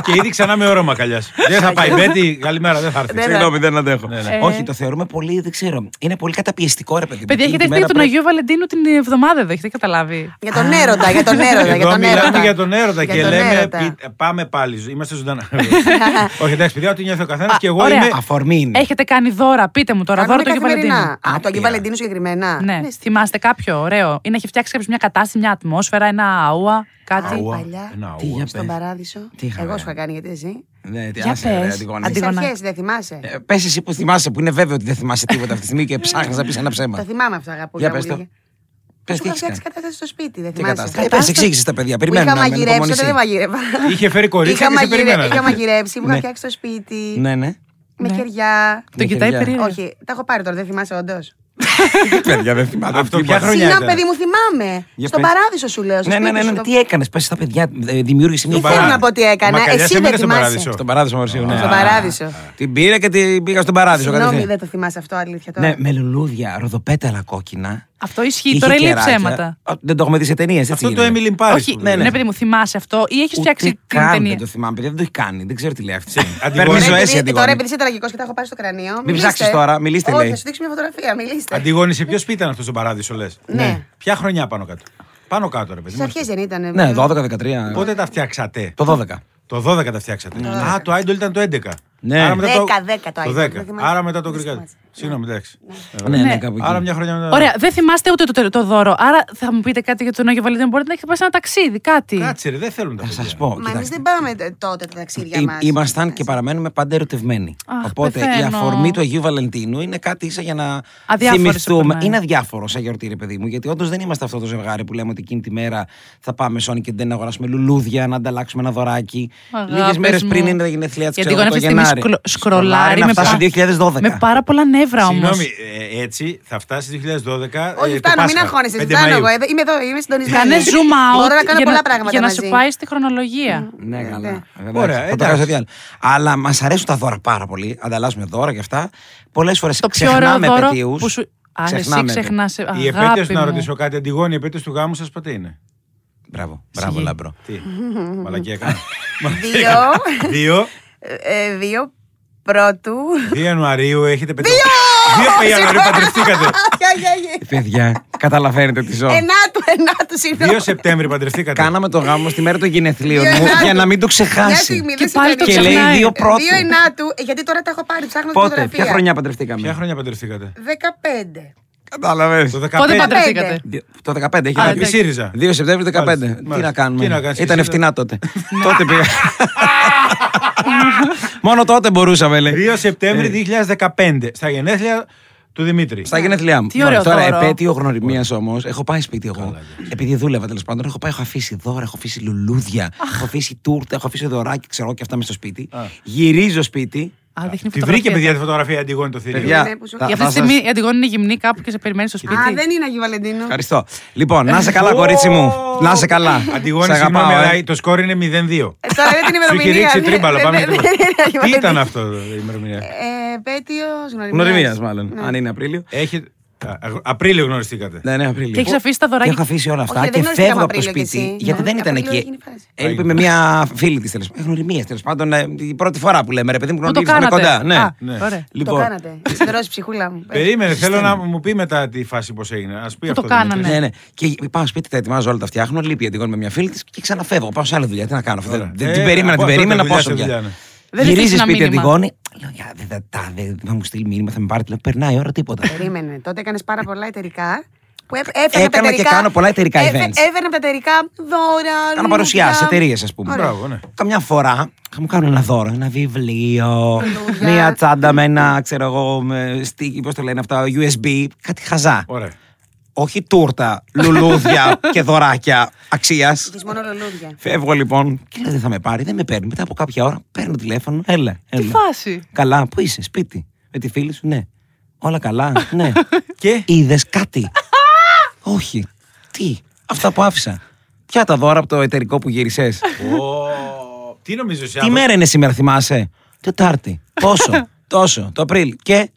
[SPEAKER 2] Και ήδη ξανά με όρο μακαλιά. δεν θα πάει. Μπέτη, καλημέρα, ναι. δεν θα έρθεις.
[SPEAKER 4] Δεν- Συγγνώμη,
[SPEAKER 5] δεν αντέχω.
[SPEAKER 3] ναι.
[SPEAKER 5] Ε. Όχι, το θεωρούμε πολύ, δεν ξέρω. Είναι πολύ καταπιεστικό ρε παιδί. μου.
[SPEAKER 3] Παιδιά,
[SPEAKER 5] Εκείνη
[SPEAKER 3] έχετε
[SPEAKER 5] τη
[SPEAKER 3] έρθει
[SPEAKER 5] μέρα
[SPEAKER 3] τον
[SPEAKER 5] πρέπει-
[SPEAKER 3] Αγίου Βαλεντίνο την εβδομάδα εδώ, έχετε καταλάβει.
[SPEAKER 4] Για τον έρωτα, για τον έρωτα. για
[SPEAKER 2] Εδώ
[SPEAKER 4] τον
[SPEAKER 2] μιλάμε
[SPEAKER 4] έρωτα.
[SPEAKER 2] για τον έρωτα
[SPEAKER 4] Για
[SPEAKER 2] και
[SPEAKER 4] τον
[SPEAKER 2] λέμε
[SPEAKER 4] έρωτα.
[SPEAKER 2] πι- πάμε πάλι. ζ- Είμαστε ζωντανά. Όχι εντάξει, παιδιά, ό,τι νιώθει ο καθένας
[SPEAKER 3] Α,
[SPEAKER 2] και εγώ
[SPEAKER 3] ωραία.
[SPEAKER 2] είμαι.
[SPEAKER 5] Ε, Αφορμή είναι.
[SPEAKER 3] Έχετε κάνει δώρα, πείτε μου τώρα, δώρα
[SPEAKER 4] Ναι. Κάνουμε
[SPEAKER 3] του Αγίου
[SPEAKER 4] καθημερινά.
[SPEAKER 3] Βαλεντίνου.
[SPEAKER 4] Α, το Αγίου Βαλεντίνου συγκεκριμένα.
[SPEAKER 3] Ναι,
[SPEAKER 4] Ναι, στη-
[SPEAKER 3] θυμάστε κάποιο ωραίο. Ή να έχει φτιάξει κάποιος μια κατάσταση, μια ατμόσφαιρα, ένα αούα, κάτι.
[SPEAKER 4] Αούα.
[SPEAKER 2] Παλιά.
[SPEAKER 4] παλιά.
[SPEAKER 2] Ένα αούα.
[SPEAKER 5] Τι για
[SPEAKER 4] Στον
[SPEAKER 5] πες.
[SPEAKER 4] παράδεισο.
[SPEAKER 5] Τι είχα
[SPEAKER 4] Εγώ
[SPEAKER 5] κάνει.
[SPEAKER 4] σου είχα κάνει γιατί εσύ.
[SPEAKER 5] Ναι, τι
[SPEAKER 3] Για
[SPEAKER 5] άσε, ρε,
[SPEAKER 3] πες.
[SPEAKER 5] Αντιγόνη.
[SPEAKER 3] Αντι-
[SPEAKER 4] Τις
[SPEAKER 3] Αντίγωνα.
[SPEAKER 4] αρχές δεν θυμάσαι.
[SPEAKER 5] Ε, Πες εσύ που θυμάσαι, που είναι βέβαιο ότι δεν θυμάσαι τίποτα αυτή τη στιγμή και ψάχνεις να πεις ένα
[SPEAKER 4] Τα
[SPEAKER 5] ψέμα.
[SPEAKER 4] θυμάμαι αυτά, αγαπούλα.
[SPEAKER 5] Για
[SPEAKER 4] μου,
[SPEAKER 5] πες το.
[SPEAKER 4] Λίγε.
[SPEAKER 5] Πε
[SPEAKER 4] Σου
[SPEAKER 5] τι
[SPEAKER 4] είχα
[SPEAKER 5] έχει κάνει.
[SPEAKER 4] φτιάξει κατάσταση στο σπίτι, δεν
[SPEAKER 5] Τι
[SPEAKER 4] θυμάσαι.
[SPEAKER 5] κατάσταση. Πες εξήγησες τα παιδιά.
[SPEAKER 4] Που είχα
[SPEAKER 5] Περιμένουμε. με
[SPEAKER 4] μαγειρέψει, όταν
[SPEAKER 5] ανυπομονησία.
[SPEAKER 4] δεν μαγειρεύα.
[SPEAKER 2] Είχε φέρει κορίτσια
[SPEAKER 4] Είχα,
[SPEAKER 2] και σε
[SPEAKER 4] μαγειρε- είχα
[SPEAKER 2] περίμενα.
[SPEAKER 4] μαγειρέψει, μου
[SPEAKER 5] Ναι.
[SPEAKER 4] είχα φτιάξει το σπίτι.
[SPEAKER 5] Ναι, ναι.
[SPEAKER 4] Με κεριά.
[SPEAKER 3] Το
[SPEAKER 5] Ναι,
[SPEAKER 3] κοιτάει
[SPEAKER 5] παιδιά.
[SPEAKER 3] περίεργα.
[SPEAKER 4] Όχι, τα έχω πάρει τώρα, δεν θυμάσαι όντως.
[SPEAKER 5] Παιδιά, δεν θυμάμαι.
[SPEAKER 2] Αυτό
[SPEAKER 5] τίποτα.
[SPEAKER 2] ποια χρονιά
[SPEAKER 4] Συγγνώμη,
[SPEAKER 2] ήταν.
[SPEAKER 4] παιδί μου, θυμάμαι.
[SPEAKER 5] Για
[SPEAKER 4] Στον
[SPEAKER 5] πες.
[SPEAKER 4] παράδεισο σου λέω. στο
[SPEAKER 5] Ναι, ναι,
[SPEAKER 4] σπίτι
[SPEAKER 5] ναι,
[SPEAKER 4] σου
[SPEAKER 5] ναι.
[SPEAKER 4] το-
[SPEAKER 5] Τι έκανες, πες στα παιδιά, ε, δημιούργησε μια
[SPEAKER 4] Τι
[SPEAKER 5] παρά-
[SPEAKER 4] θέλω να πω τι έκανα.
[SPEAKER 2] Ο Μακαριάς
[SPEAKER 4] Εσύ
[SPEAKER 2] έμενε
[SPEAKER 4] δεν
[SPEAKER 2] στον
[SPEAKER 4] θυμάσαι.
[SPEAKER 2] παράδεισο.
[SPEAKER 5] Στον παράδεισο Μαρσίου, ναι.
[SPEAKER 4] Στον παράδεισο.
[SPEAKER 5] Την πήρα και την πήγα στον παράδεισο.
[SPEAKER 4] Συγγνώμη,
[SPEAKER 5] κατευθείαν.
[SPEAKER 4] δεν το θυμάσαι αυτό, αλήθεια τώρα.
[SPEAKER 5] Ναι, με λουλούδια, ροδοπέταλα κόκκινα.
[SPEAKER 3] Αυτό ισχύει.
[SPEAKER 5] Είχε
[SPEAKER 3] Τώρα λέει
[SPEAKER 5] κεράκια.
[SPEAKER 3] ψέματα.
[SPEAKER 5] Α, Δεν το έχουμε δει σε ταινίες.
[SPEAKER 2] Αυτό το Emily in Paris.
[SPEAKER 3] Όχι,
[SPEAKER 2] που
[SPEAKER 3] ναι,
[SPEAKER 2] λέμε.
[SPEAKER 3] παιδί μου, θυμάσαι αυτό ή έχεις
[SPEAKER 5] Ούτε
[SPEAKER 3] φτιάξει την
[SPEAKER 5] καν
[SPEAKER 3] ταινία.
[SPEAKER 5] δεν το θυμάμαι, παιδιά, δεν το έχει κάνει. Δεν ξέρω τι λέει αυτή.
[SPEAKER 2] Αντιγόνη.
[SPEAKER 5] Παίρνει
[SPEAKER 2] Ρε,
[SPEAKER 5] ζωές
[SPEAKER 4] επειδή-
[SPEAKER 5] η
[SPEAKER 4] Τώρα
[SPEAKER 5] Αντιγόνη.
[SPEAKER 4] επειδή είσαι τραγικός και τα έχω πάρει στο κρανίο. Μην
[SPEAKER 5] ψάξεις τώρα, μιλήστε,
[SPEAKER 4] Όχι,
[SPEAKER 5] λέει.
[SPEAKER 4] θα σου δείξω μια φωτογραφία, μιλήστε.
[SPEAKER 2] Αντιγόνη, σε ποιο σπίτι ήταν αυτός στον παράδεισο, λες.
[SPEAKER 4] Ναι.
[SPEAKER 2] Ποια χρονιά πάνω κάτω. Πάνω κάτω, ρε παιδί.
[SPEAKER 4] Στις
[SPEAKER 2] μου.
[SPEAKER 4] αρχές δεν ήταν.
[SPEAKER 5] Ναι, 12-13.
[SPEAKER 2] Πότε τα φτιάξατε.
[SPEAKER 5] Το 12.
[SPEAKER 2] Το 12 τα φτιάξατε. Α, το Idol ήταν το 11.
[SPEAKER 5] Ναι.
[SPEAKER 2] Άρα μετά το-
[SPEAKER 4] 10, 10 το Idol,
[SPEAKER 2] Το 10.
[SPEAKER 4] δεν θυμάμαι.
[SPEAKER 2] Άρα μετά το
[SPEAKER 4] Δεν
[SPEAKER 2] Greek Idol.
[SPEAKER 4] θυμάσαι.
[SPEAKER 2] Συγγνώμη, εντάξει.
[SPEAKER 5] Ναι, ναι,
[SPEAKER 3] Ναι.
[SPEAKER 5] κάπου εκεί.
[SPEAKER 2] Άρα μια χρονιά μετά.
[SPEAKER 3] Ωραία, δεν θυμάστε ούτε το, το δώρο. Άρα θα μου πείτε κάτι για τον Άγιο Βαλεντίνο. Μπορείτε να έχετε πάει σε ένα ταξίδι, κάτι.
[SPEAKER 2] Κάτσε, ρε, δεν θέλουν τα
[SPEAKER 5] Θα
[SPEAKER 2] παιδιά.
[SPEAKER 5] σα πω.
[SPEAKER 4] Μα εμείς
[SPEAKER 5] κοιτάξτε.
[SPEAKER 4] δεν πάμε ε, τότε τα ταξίδια
[SPEAKER 5] Ή-
[SPEAKER 4] μας.
[SPEAKER 5] Ήμασταν και παραμένουμε πάντα ερωτευμένοι.
[SPEAKER 3] Αχ,
[SPEAKER 5] Οπότε η
[SPEAKER 3] πεθαίνω.
[SPEAKER 5] αφορμή του Αγίου Βαλεντίνου είναι κάτι ίσα για να
[SPEAKER 3] Αδιάφορο σε
[SPEAKER 5] θυμηθούμε.
[SPEAKER 3] περνάει.
[SPEAKER 5] Είναι αδιάφορο σαν γιορτή, ρε παιδί μου, γιατί όντως δεν είμαστε αυτό το ζευγάρι που λέμε ότι εκείνη τη μέρα θα πάμε σε και δεν αγοράσουμε λουλούδια, να ανταλλάξουμε ένα δωράκι.
[SPEAKER 3] Αγάπες
[SPEAKER 5] Λίγες μέρες
[SPEAKER 3] μου.
[SPEAKER 5] πριν είναι τα γενέθλιά της
[SPEAKER 3] Γιατί εγώ αυτή τη στιγμή σκρο- σκρολάρει
[SPEAKER 5] να
[SPEAKER 3] με,
[SPEAKER 5] φτάσει
[SPEAKER 3] πα-
[SPEAKER 5] 2012.
[SPEAKER 3] με πάρα πολλά νεύρα όμως.
[SPEAKER 2] Συγγνώμη, ε, έτσι θα φτάσει 2012.
[SPEAKER 4] Όχι,
[SPEAKER 2] ε, το
[SPEAKER 4] φτάνω, μην
[SPEAKER 2] Πάσχα,
[SPEAKER 4] αγχώνεσαι.
[SPEAKER 2] 5
[SPEAKER 4] Φτάνω
[SPEAKER 2] Μαΐου.
[SPEAKER 4] εγώ. ε. εδώ- Είμαι εδώ, είμαι συντονισμένη.
[SPEAKER 3] Κάνε zoom out
[SPEAKER 4] Μπορώ να κάνω
[SPEAKER 3] για
[SPEAKER 4] πολλά πράγματα.
[SPEAKER 3] για να
[SPEAKER 4] μαζί.
[SPEAKER 3] σου πάει στη χρονολογία.
[SPEAKER 5] Ναι, καλά. Εντάξει,
[SPEAKER 2] Ωραία,
[SPEAKER 5] θα το
[SPEAKER 2] εντάξει.
[SPEAKER 5] κάνω σε τι άλλο. Αλλά μας αρέσουν τα δώρα πάρα πολύ. Ανταλλάσσουμε δώρα και αυτά. Πολλές φορές
[SPEAKER 3] Το πιο ωραίο
[SPEAKER 5] ξεχνάμε
[SPEAKER 3] δώρο
[SPEAKER 5] επαιτίου.
[SPEAKER 3] που σου. Άρα εσύ ξεχνάς, ε,
[SPEAKER 2] Η
[SPEAKER 3] αγάπη
[SPEAKER 2] επέτειος, να
[SPEAKER 3] μου.
[SPEAKER 2] ρωτήσω κάτι, Αντιγόνη, η επέτειος του γάμου σας πότε είναι.
[SPEAKER 5] Μπράβο, μπράβο,
[SPEAKER 3] Σιγή.
[SPEAKER 5] λαμπρό.
[SPEAKER 2] Τι. Μαλακία κάνω.
[SPEAKER 4] Δύο.
[SPEAKER 2] Δύο.
[SPEAKER 4] ε, Δύο πρώτου.
[SPEAKER 2] 2 Ιανουαρίου έχετε πετύχει. 2 Ιανουαρίου παντρευτήκατε.
[SPEAKER 5] Παιδιά, καταλαβαίνετε τι ζω.
[SPEAKER 4] Ενάτου, ενάτου,
[SPEAKER 2] 2
[SPEAKER 4] συγγνώμη.
[SPEAKER 2] Σεπτέμβρη παντρευτήκατε.
[SPEAKER 5] Κάναμε το γάμο στη μέρα των γενεθλίων μου
[SPEAKER 4] Ενάτου.
[SPEAKER 5] για να μην το
[SPEAKER 4] Μια
[SPEAKER 5] ξεχάσει.
[SPEAKER 4] στιγμή,
[SPEAKER 3] Και
[SPEAKER 4] δεν
[SPEAKER 3] πάλι
[SPEAKER 4] συμφωνώ.
[SPEAKER 3] το
[SPEAKER 5] Και λέει
[SPEAKER 3] ξεχνάει.
[SPEAKER 5] δύο πρώτου.
[SPEAKER 4] Δύο ενάτου, ε, γιατί τώρα τα έχω πάρει, ψάχνω τη
[SPEAKER 5] Πότε, ποια
[SPEAKER 4] φωτογραφία.
[SPEAKER 5] χρονιά
[SPEAKER 2] Ποια
[SPEAKER 5] παντρευτήκαμε.
[SPEAKER 2] χρονιά παντρευτήκατε.
[SPEAKER 4] 15.
[SPEAKER 5] Κατάλαβες.
[SPEAKER 2] Το
[SPEAKER 3] Πότε
[SPEAKER 2] 15.
[SPEAKER 3] παντρευτήκατε.
[SPEAKER 5] Το 15 έχει
[SPEAKER 3] Α,
[SPEAKER 5] δίκιο.
[SPEAKER 2] Επί
[SPEAKER 3] εντάξει.
[SPEAKER 2] ΣΥΡΙΖΑ.
[SPEAKER 5] 2 Σεπτέμβρη 15.
[SPEAKER 2] Μάλιστα,
[SPEAKER 5] Τι
[SPEAKER 2] μάλιστα.
[SPEAKER 5] να κάνουμε.
[SPEAKER 2] Τι να κάνεις,
[SPEAKER 5] Ήταν
[SPEAKER 2] εσύ
[SPEAKER 5] ευθυνά τότε. τότε πήγα. Μόνο τότε μπορούσαμε, λέει.
[SPEAKER 2] 2 Σεπτέμβρη 2015. Στα γενέθλια του Δημήτρη.
[SPEAKER 5] Ε. Στα γενέθλιά μου.
[SPEAKER 3] Ναι.
[SPEAKER 5] Λοιπόν,
[SPEAKER 3] Τι ωραίο
[SPEAKER 5] Τώρα,
[SPEAKER 3] δώρο.
[SPEAKER 5] επέτειο γνωριμίας όμως, έχω πάει σπίτι εγώ. Επειδή δούλευα τέλος πάντων, έχω πάει, έχω αφήσει δώρα, έχω αφήσει λουλούδια, έχω αφήσει τούρτα, έχω αφήσει δωράκι, ξέρω εγώ, και αυτά με στο σπίτι. Γυρίζω σπίτι.
[SPEAKER 3] Α, δείχνει
[SPEAKER 2] Τη βρήκε,
[SPEAKER 3] φωτογραφία.
[SPEAKER 2] παιδιά, τη φωτογραφία η Αντιγόνη το θηρίο.
[SPEAKER 5] Παιδιά,
[SPEAKER 4] Ναι, που σου-
[SPEAKER 5] θα-
[SPEAKER 3] Για
[SPEAKER 5] θα
[SPEAKER 3] αυτή τη
[SPEAKER 5] σας-
[SPEAKER 3] στιγμή η Αντιγόνη είναι γυμνή κάπου και σε περιμένει στο σπίτι.
[SPEAKER 4] Α, δεν είναι Αγίου Βαλεντίνου.
[SPEAKER 5] Ευχαριστώ. Λοιπόν, να είσαι καλά, κορίτσι μου. Να είσαι καλά.
[SPEAKER 2] Αντιγόνη,
[SPEAKER 5] Σε αγαπάω,
[SPEAKER 2] συγγνώμη,
[SPEAKER 5] ε.
[SPEAKER 2] αλλά το σκόρ είναι 0-2.
[SPEAKER 4] Ε, Τώρα είναι την
[SPEAKER 2] Σου
[SPEAKER 4] ημερομηνία.
[SPEAKER 2] έχει ρίξει
[SPEAKER 4] ναι,
[SPEAKER 2] τρίμπαλα.
[SPEAKER 4] ναι,
[SPEAKER 2] Πάμε
[SPEAKER 4] ναι,
[SPEAKER 2] τρίμπαλα.
[SPEAKER 4] ναι, ναι, Αγίου
[SPEAKER 2] Τι ήταν
[SPEAKER 4] Βαλεντίνου.
[SPEAKER 2] αυτό η ημερομηνία.
[SPEAKER 4] Ε, Επέτειος
[SPEAKER 5] Γνωριμίας,
[SPEAKER 4] γνωριμίας. Ναι.
[SPEAKER 5] μάλλον. Αν είναι Απρίλιο.
[SPEAKER 2] Έχει. Α, Αγ- Απρίλιο γνωριστήκατε.
[SPEAKER 5] Ναι, ναι, Απρίλιο.
[SPEAKER 3] Και έχεις αφήσει τα δωράκια.
[SPEAKER 5] Και έχω αφήσει όλα αυτά
[SPEAKER 4] Όχι, δεν
[SPEAKER 5] και
[SPEAKER 4] γνωρίστηκαμε
[SPEAKER 5] φεύγω από το
[SPEAKER 4] Απρίλιο κι
[SPEAKER 5] σπίτι.
[SPEAKER 4] εσύ.
[SPEAKER 5] Γιατί
[SPEAKER 4] Ναι.
[SPEAKER 5] δεν ήταν
[SPEAKER 4] Απρίλιο
[SPEAKER 5] εκεί.
[SPEAKER 4] έγινε φάση.
[SPEAKER 5] Έλειπε με μια φίλη της τέλος πάντων. Γνωριμία τέλος πάντων. ε, Η πρώτη φορά που λέμε, ρε παιδί μου,
[SPEAKER 3] Που το
[SPEAKER 5] γνωρίζουμε
[SPEAKER 3] κάνατε.
[SPEAKER 5] κοντά. Ναι.
[SPEAKER 3] Α,
[SPEAKER 2] Ναι.
[SPEAKER 3] Ωραία.
[SPEAKER 4] Το
[SPEAKER 5] Λοιπόν,
[SPEAKER 4] κάνατε. Ξεντερώσει ψυχούλα μου.
[SPEAKER 2] Περίμενε, θέλω να μου πει μετά τη φάση πώς έγινε. Ας πει αυτό.
[SPEAKER 3] Πού το
[SPEAKER 2] Δημήτρη.
[SPEAKER 3] κάνανε.
[SPEAKER 5] Ναι, ναι. Και πάω σπίτι, τα ετοιμάζω όλα, τα φτιάχνω. Λείπει η Αντιγόνη με μια φίλη της και ξαναφεύγω. Πάω σε άλλη δουλειά. Τι να κάνω.
[SPEAKER 2] Ωραία.
[SPEAKER 5] Δεν, δεν
[SPEAKER 2] Ε,
[SPEAKER 5] την περίμενα,
[SPEAKER 2] από
[SPEAKER 5] την
[SPEAKER 2] αυτό
[SPEAKER 5] περίμενα.
[SPEAKER 2] το δουλειά
[SPEAKER 5] Πόσο
[SPEAKER 2] σε δουλειά ναι.
[SPEAKER 5] δουλειά.
[SPEAKER 2] είναι.
[SPEAKER 3] Δεν
[SPEAKER 5] Γυρίζει
[SPEAKER 3] έφτιαξε ένα
[SPEAKER 5] σπίτι η
[SPEAKER 3] μήνυμα.
[SPEAKER 5] Αντιγόνη. Λέω, «Για, δεν θα τα- δεν θα μου στείλει μήνυμα, θα με πάρει. τηλέφωνο». Περνάει η ώρα τίποτα.
[SPEAKER 4] Περίμενε. Τότε έκανες πάρα πολλά εταιρικά. Που έφ- έφερνα
[SPEAKER 5] Έκανα
[SPEAKER 4] τα
[SPEAKER 5] και
[SPEAKER 4] εταιρικά-
[SPEAKER 5] κάνω πολλά εταιρικά
[SPEAKER 4] έφε-
[SPEAKER 5] events.
[SPEAKER 4] Έφερνα από τα εταιρικά δώρα.
[SPEAKER 5] Κάνω παρουσιάσεις, εταιρείες, ας πούμε.
[SPEAKER 2] Ωραία. Μπράβο, ναι.
[SPEAKER 5] Καμιά φορά θα μου κάνουν ένα δώρο, ένα βιβλίο,
[SPEAKER 4] Λουλούδια.
[SPEAKER 5] μία τσάντα με ένα, ξέρω εγώ, με stick, πώς το λένε αυτά, USB, κάτι χαζά.
[SPEAKER 2] Ωραία.
[SPEAKER 5] Όχι τούρτα, λουλούδια και δωράκια αξίας.
[SPEAKER 4] Τη μόνο λουλούδια.
[SPEAKER 5] Φεύγω λοιπόν και λέω δεν θα με πάρει, δεν με παίρνει. Μετά από κάποια ώρα παίρνω τηλέφωνο, έλα.
[SPEAKER 3] Τι
[SPEAKER 5] έλα.
[SPEAKER 3] φάση.
[SPEAKER 5] Καλά, πού είσαι, σπίτι. Με τη φίλη σου, ναι. Όλα καλά, ναι.
[SPEAKER 2] Και?
[SPEAKER 5] Είδες κάτι. Όχι. Τι, αυτά που άφησα. Ποια τα δώρα από το εταιρικό που γύρισες.
[SPEAKER 2] Ω, Τι νομίζω εσύ.
[SPEAKER 5] Τι μέρα είναι σήμερα, θυμάσαι. Τετάρτη. Πόσο, τόσο, το Απρίλιο. Και.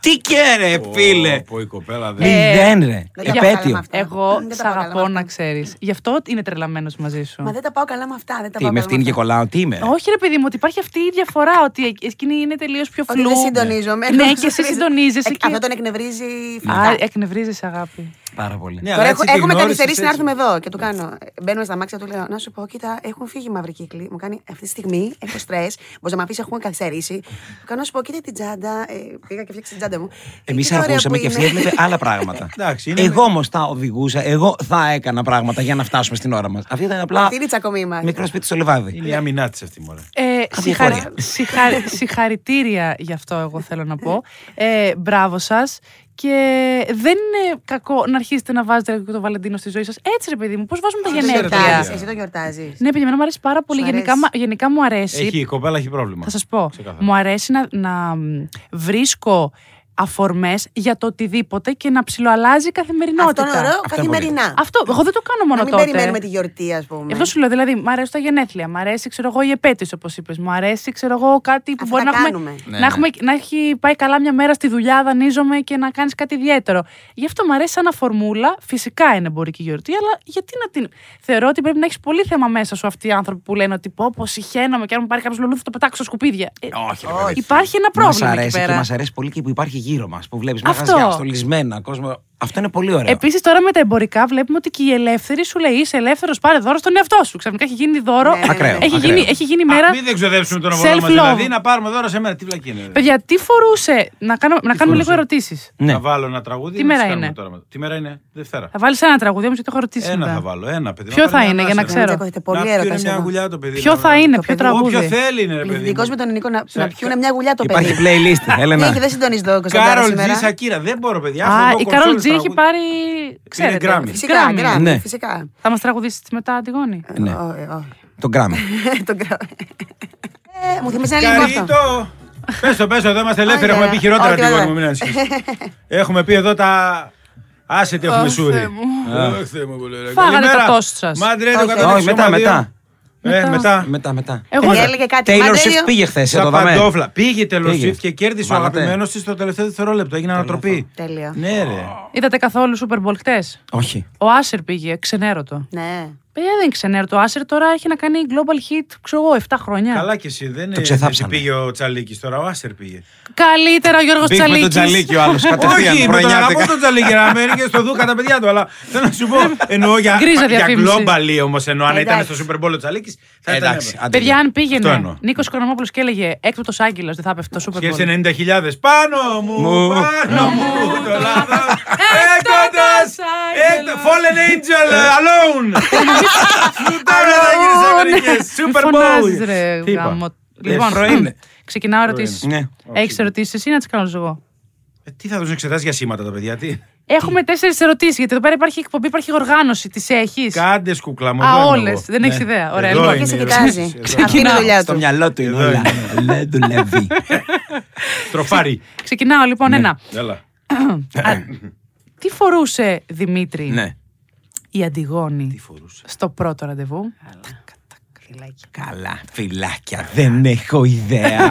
[SPEAKER 5] Τι και ρε, ε, φίλε.
[SPEAKER 2] Πω η κοπέλα Ε,
[SPEAKER 3] Ναι.
[SPEAKER 2] δεν.
[SPEAKER 5] Μηδέν ρε.
[SPEAKER 4] δεν τα
[SPEAKER 5] Επέτειο.
[SPEAKER 4] κατάλαβα. Ε,
[SPEAKER 3] Εγώ
[SPEAKER 4] δεν τα
[SPEAKER 3] σ'
[SPEAKER 4] πάω καλά με
[SPEAKER 3] αγαπώ
[SPEAKER 4] αυτά.
[SPEAKER 3] να ξέρεις. Γι' αυτό είναι τρελαμένος μαζί σου. Ε.
[SPEAKER 4] Μα δεν τα πάω καλά με αυτά. Δεν τα
[SPEAKER 5] Τι,
[SPEAKER 4] πάω
[SPEAKER 5] με
[SPEAKER 4] καλά με
[SPEAKER 5] αυτήν και
[SPEAKER 4] αυτά.
[SPEAKER 5] κολλάω, τι είμαι. ρε.
[SPEAKER 3] Όχι, ρε παιδί μου, ότι υπάρχει αυτή η διαφορά. Ότι ε- εκείνη είναι τελείως πιο
[SPEAKER 4] Ότι
[SPEAKER 3] φλού.
[SPEAKER 4] δεν συντονίζομαι.
[SPEAKER 3] Ναι, και εσύ συντονίζεσαι.
[SPEAKER 4] Ε,
[SPEAKER 3] και-
[SPEAKER 4] Αυτό τον εκνευρίζει.
[SPEAKER 3] Α,
[SPEAKER 5] ε,
[SPEAKER 4] φυσικά.
[SPEAKER 3] εκνευρίζει αγάπη.
[SPEAKER 5] Πάρα πολύ.
[SPEAKER 2] Ναι, αλλά
[SPEAKER 4] Τώρα
[SPEAKER 2] έτσι
[SPEAKER 4] έχω,
[SPEAKER 2] τη
[SPEAKER 4] έχουμε
[SPEAKER 2] γνώρισες
[SPEAKER 4] καθυστερήσει να
[SPEAKER 2] έτσι.
[SPEAKER 4] έρθουμε εδώ και του κάνω. Μπαίνουμε στα μάξια, του λέω να σου πω, κοίτα, έχουν φύγει οι μαύροι κύκλοι. Μου κάνει αυτή τη στιγμή, έχω στρες. Μπορείς να με αφήσεις, έχουμε καθυστερήσει. Του κάνω να σου πω, κοίτα την τσάντα. Ε, πήγα και φτιάξει την τσάντα μου. Ε,
[SPEAKER 5] Εμείς
[SPEAKER 4] κοίτα, ωραία
[SPEAKER 5] αργούσαμε
[SPEAKER 4] που
[SPEAKER 5] και αυτή
[SPEAKER 4] είναι.
[SPEAKER 5] έβλεπε άλλα πράγματα.
[SPEAKER 2] Εντάξει, είναι-
[SPEAKER 5] εγώ όμω τα οδηγούσα, εγώ θα έκανα πράγματα για να φτάσουμε στην ώρα μας. Αυτή ήταν απλά.
[SPEAKER 4] Αυτή είναι η τσακωμή μας.
[SPEAKER 5] Μικρό σπίτι στο λεβάδι.
[SPEAKER 2] Είναι η άμυνά της αυτή μωρέ.
[SPEAKER 3] Ε, συγχαρη-
[SPEAKER 5] χώρια.
[SPEAKER 3] συγχαρη- συγχαρητήρια γι' αυτό εγώ θέλω να πω. Ε, μπράβο σας. Και δεν είναι κακό να αρχίσετε να βάζετε λίγο το Βαλεντίνο στη ζωή σας. Έτσι ρε παιδί μου, πώς βάζουμε τα
[SPEAKER 4] Το
[SPEAKER 3] γενέθλια.
[SPEAKER 4] γιορτάζεις,
[SPEAKER 2] Γενέθλια.
[SPEAKER 4] Εσύ το γιορτάζεις.
[SPEAKER 3] Ναι, παιδιά, εμένα μου αρέσει πάρα πολύ.
[SPEAKER 4] Σου
[SPEAKER 3] Γενικά,
[SPEAKER 4] αρέσει.
[SPEAKER 3] μα- γενικά μου αρέσει.
[SPEAKER 2] Έχει, η κοπέλα έχει πρόβλημα.
[SPEAKER 3] Θα σας πω.
[SPEAKER 2] Ξεκάθαρα.
[SPEAKER 3] Μου αρέσει να, να μ, βρίσκω αφορμές για το οτιδήποτε και να ψιλοαλλάζει η
[SPEAKER 4] Αυτό
[SPEAKER 3] καθημερινότητα.
[SPEAKER 4] είναι ωραίο
[SPEAKER 5] είναι
[SPEAKER 4] καθημερινά.
[SPEAKER 3] Ναι, Αυτό, εγώ δεν το κάνω μόνο
[SPEAKER 4] Να μην
[SPEAKER 3] τότε.
[SPEAKER 4] περιμένουμε τη γιορτή, ας πούμε.
[SPEAKER 3] Γι' αυτό σου λέω, δηλαδή, μου αρέσει τα γενέθλια, μου αρέσει ξέρω εγώ, η επέτειος όπως είπες, μου αρέσει ξέρω εγώ, κάτι που
[SPEAKER 4] Αυτά
[SPEAKER 3] μπορεί
[SPEAKER 4] τα
[SPEAKER 3] να, έχουμε,
[SPEAKER 4] κάνουμε.
[SPEAKER 5] Ναι,
[SPEAKER 3] να, έχουμε, να έχει πάει καλά μια μέρα στη δουλειά, δανείζομαι και να κάνεις κάτι ιδιαίτερο. Γι' αυτό μου αρέσει σαν αφορμούλα, φυσικά είναι εμπορική γιορτή, αλλά γιατί να την. Θεωρώ ότι πρέπει να έχεις πολύ θέμα μέσα σου αυτοί οι άνθρωποι που λένε ότι πω, πω συχαίνομαι και αν μου πάρει κάποιος λουλούδι θα το πετάξω στα σκουπίδια. Ε,
[SPEAKER 5] Όχι, ρε παιδί.
[SPEAKER 3] Υπάρχει ένα
[SPEAKER 5] Μας
[SPEAKER 3] πρόβλημα εκεί
[SPEAKER 5] αρέσει και
[SPEAKER 3] πέρα.
[SPEAKER 5] μας αρέσει πολύ και που υπάρχει γύρω μας. Που βλέπεις
[SPEAKER 3] Αυτό.
[SPEAKER 5] μαγαζιά στολισμένα, κόσμο. Αυτό είναι πολύ ωραίο.
[SPEAKER 3] Επίσης, τώρα με τα εμπορικά βλέπουμε ότι και η ελεύθερη σου λέει: Είσαι ελεύθερος, πάρε δώρο στον εαυτό σου. Ξαφνικά έχει γίνει δώρο.
[SPEAKER 4] Ναι, ναι, ναι.
[SPEAKER 5] Ακραίο,
[SPEAKER 3] έχει,
[SPEAKER 5] ακραίο.
[SPEAKER 3] γίνει, έχει γίνει μέρα.
[SPEAKER 2] Α, μην δεν ξοδέψουμε τον απολό
[SPEAKER 3] self-love.
[SPEAKER 2] μας, δηλαδή, να πάρουμε δώρο σε μέρα. Τι βλακή είναι. ρε.
[SPEAKER 3] Παιδιά, τι φορούσε. Να, κάνω, να κάνουμε λίγο
[SPEAKER 2] φορούσε?
[SPEAKER 3] ερωτήσεις.
[SPEAKER 5] Ναι.
[SPEAKER 2] Να βάλω ένα τραγούδι.
[SPEAKER 3] Τι
[SPEAKER 2] ή να
[SPEAKER 3] μέρα
[SPEAKER 2] κάνουμε
[SPEAKER 3] είναι?
[SPEAKER 2] Τώρα. μετά? Τι μέρα είναι, Δευτέρα.
[SPEAKER 3] Θα βάλεις ένα τραγούδι όμως γιατί έχω ερωτήσει.
[SPEAKER 2] Ένα
[SPEAKER 3] μετά.
[SPEAKER 2] θα βάλω, ένα παιδί.
[SPEAKER 3] Ποιο
[SPEAKER 2] Να πάρει
[SPEAKER 3] θα είναι,
[SPEAKER 2] μια
[SPEAKER 3] για να
[SPEAKER 2] ανάσα.
[SPEAKER 3] ξέρω.
[SPEAKER 4] Εγώ έχετε πολύ
[SPEAKER 2] να
[SPEAKER 4] έρωτα
[SPEAKER 2] πιούνε
[SPEAKER 4] σε
[SPEAKER 2] μια
[SPEAKER 4] αυτό.
[SPEAKER 2] γουλιά το παιδί.
[SPEAKER 3] Ποιο
[SPEAKER 2] να-
[SPEAKER 3] θα είναι, ποιο
[SPEAKER 4] παιδί.
[SPEAKER 3] τραγούδι.
[SPEAKER 2] Όποιο θέλει είναι, ρε παιδί.
[SPEAKER 4] Πληθυντικό
[SPEAKER 2] μου.
[SPEAKER 4] με τον ελληνικό να,
[SPEAKER 2] Σε-
[SPEAKER 4] να πιούνε μια γουλιά το παιδί.
[SPEAKER 5] Υπάρχει playlist. Έλενα.
[SPEAKER 4] Έχει, δεν συντονίζει το
[SPEAKER 2] Κάρολ
[SPEAKER 4] σήμερα.
[SPEAKER 2] Τζι Σακύρα. Δεν μπορώ, παιδιά.
[SPEAKER 3] Α,
[SPEAKER 2] Αυτό το
[SPEAKER 3] η Κάρολ
[SPEAKER 2] κονσόλες
[SPEAKER 3] Τζι έχει
[SPEAKER 2] τραγούδι.
[SPEAKER 3] πάρει. Ξέρετε.
[SPEAKER 2] Grammy.
[SPEAKER 4] Φυσικά,
[SPEAKER 3] Grammy.
[SPEAKER 4] Grammy,
[SPEAKER 5] Ναι.
[SPEAKER 4] φυσικά.
[SPEAKER 3] Θα μας τραγουδήσει μετά, Αντιγόνη.
[SPEAKER 5] Ναι.
[SPEAKER 4] Ω, ε, όχι.
[SPEAKER 5] Τον Grammy.
[SPEAKER 4] Το Grammy. Ε, Μου θυμίζει ένα λίγο αυτό.
[SPEAKER 2] Καρύτο. Πες το, πες το, εδώ είμαστε ελεύθεροι.
[SPEAKER 4] Ωραία.
[SPEAKER 2] Έχουμε πει χειρότερα
[SPEAKER 4] Όχι,
[SPEAKER 2] την
[SPEAKER 4] βέβαια.
[SPEAKER 2] μου, μην ανησυχείς. Έχουμε πει εδώ τα. Άσε τι έχουμε
[SPEAKER 3] Ω, Θεέ
[SPEAKER 2] σούρι.
[SPEAKER 3] μου.
[SPEAKER 2] Ω, Θεέ μου, πολύ ωραία.
[SPEAKER 3] Φάγανε
[SPEAKER 2] Καλημέρα.
[SPEAKER 3] τα toast σας.
[SPEAKER 2] Μάντρε,
[SPEAKER 4] Όχι,
[SPEAKER 2] το
[SPEAKER 4] όχι.
[SPEAKER 2] κατάληξε
[SPEAKER 5] Όχι, μετά,
[SPEAKER 2] σώμα δύο.
[SPEAKER 5] μετά.
[SPEAKER 2] Ε, μετά.
[SPEAKER 5] Μετά, μετά.
[SPEAKER 3] Εγώ
[SPEAKER 4] Και έλεγε Ε, κάτι.
[SPEAKER 5] Taylor
[SPEAKER 4] Μαντέλιο.
[SPEAKER 5] Swift πήγε χθες,
[SPEAKER 2] Σαν
[SPEAKER 5] το δαμέ.
[SPEAKER 2] παντόφλα. Πήγε τέλο
[SPEAKER 5] Πήγε.
[SPEAKER 2] Swift και κέρδισε ο
[SPEAKER 5] Βάλατε.
[SPEAKER 2] αγαπημένος της στο τελευταίο δευτερόλεπτο. Έγινε ανατροπή.
[SPEAKER 4] Τέλεια.
[SPEAKER 2] Ναι, ρε.
[SPEAKER 3] Είδατε καθόλου Super Bowl χτες?
[SPEAKER 5] Όχι.
[SPEAKER 3] Ο Άσερ πήγε, ξενέρωτο.
[SPEAKER 4] Ναι.
[SPEAKER 3] Παιδιά δεν είναι ξενέρωτο. Ο Άσερ τώρα έχει να κάνει global hit, ξέρω εγώ, 7 χρόνια.
[SPEAKER 2] Καλά και εσύ, δεν είναι.
[SPEAKER 5] ξεθάψανε.
[SPEAKER 2] Πήγε ο Τσαλίκης τώρα, ο Άσερ πήγε.
[SPEAKER 3] Καλύτερα ο Γιώργος
[SPEAKER 5] Μπήκε με τον Τζαλίκη ο άλλος κατευθείαν.
[SPEAKER 2] Όχι, με τον
[SPEAKER 5] πρωινιάτικα.
[SPEAKER 2] αγαπώ τον Τζαλίκη να μένει και στο Δούκα τα παιδιά του. Αλλά θέλω να σου πω, εννοώ για,
[SPEAKER 3] Γκρίζα
[SPEAKER 2] για
[SPEAKER 3] διαφήμιση.
[SPEAKER 2] global όμως εννοώ. Αν ήταν
[SPEAKER 4] Εντάξει.
[SPEAKER 2] στο Super Bowl ο Τσαλίκης, θα ήταν.
[SPEAKER 5] Εντάξει,
[SPEAKER 2] Εντάξει.
[SPEAKER 5] άντε. ναι.
[SPEAKER 3] Παιδιά, αν
[SPEAKER 2] Αυτό
[SPEAKER 3] πήγαινε
[SPEAKER 2] εννοώ.
[SPEAKER 3] Νίκος Οικονομόπουλος και έλεγε Έκπτωτο Άγγελος, δεν θα πέφτει το Super Bowl.
[SPEAKER 2] Σκέψε 90.000 πάνω μου,
[SPEAKER 5] Μου.
[SPEAKER 2] πάνω μου το λάθο.
[SPEAKER 3] Έκτατας
[SPEAKER 2] Έκτοτα!
[SPEAKER 3] άγγελος.
[SPEAKER 2] Fallen angel
[SPEAKER 5] Ε.
[SPEAKER 2] alone! Σου τώρα θα γίνεις Αμερικές.
[SPEAKER 3] Μη
[SPEAKER 2] Super
[SPEAKER 3] ναι. φωνάζεις,
[SPEAKER 2] Bowl!
[SPEAKER 3] ρε,
[SPEAKER 2] Τι είπα?
[SPEAKER 3] γάμο.
[SPEAKER 2] Ε,
[SPEAKER 3] Λοιπόν,
[SPEAKER 2] πρωί είναι.
[SPEAKER 3] ξεκινάω ερωτήσεις.
[SPEAKER 5] Ναι.
[SPEAKER 3] Έχεις ερωτήσεις εσύ ή να τις κάνω εγώ.
[SPEAKER 2] Ε, Τι θα τους εξετάσεις για σήματα τα παιδιά, τι.
[SPEAKER 3] Έχουμε τέσσερις ερωτήσεις, γιατί εδώ πέρα υπάρχει εκπομπή, υπάρχει οργάνωση. Τις έχεις.
[SPEAKER 2] Κάντε σκούκλα μου.
[SPEAKER 3] Α,
[SPEAKER 2] εδώ είμαι
[SPEAKER 3] όλες.
[SPEAKER 2] εγώ.
[SPEAKER 3] Δεν έχεις ιδέα. Ωραία,
[SPEAKER 2] Ναι. Ε, Εδώ
[SPEAKER 3] λοιπόν.
[SPEAKER 2] είναι
[SPEAKER 4] Και σε
[SPEAKER 2] η
[SPEAKER 4] κοιτάζει.
[SPEAKER 2] ερώτηση. Εδώ.
[SPEAKER 4] Αυτή είναι η δουλειά
[SPEAKER 5] Στο
[SPEAKER 4] του.
[SPEAKER 5] μυαλό του είναι
[SPEAKER 2] Εδώ
[SPEAKER 5] όλα. Δεν δουλεύει.
[SPEAKER 2] Τροφάρι.
[SPEAKER 3] Ξεκινάω
[SPEAKER 5] Ναι.
[SPEAKER 3] λοιπόν ένα.
[SPEAKER 2] Έλα.
[SPEAKER 3] Α, Τι φορούσε Δημήτρη
[SPEAKER 5] Ναι.
[SPEAKER 3] η Αντιγόνη
[SPEAKER 2] φορούσε.
[SPEAKER 3] στο πρώτο ραντεβού.
[SPEAKER 5] Καλά, φυλάκια. Δεν έχω ιδέα.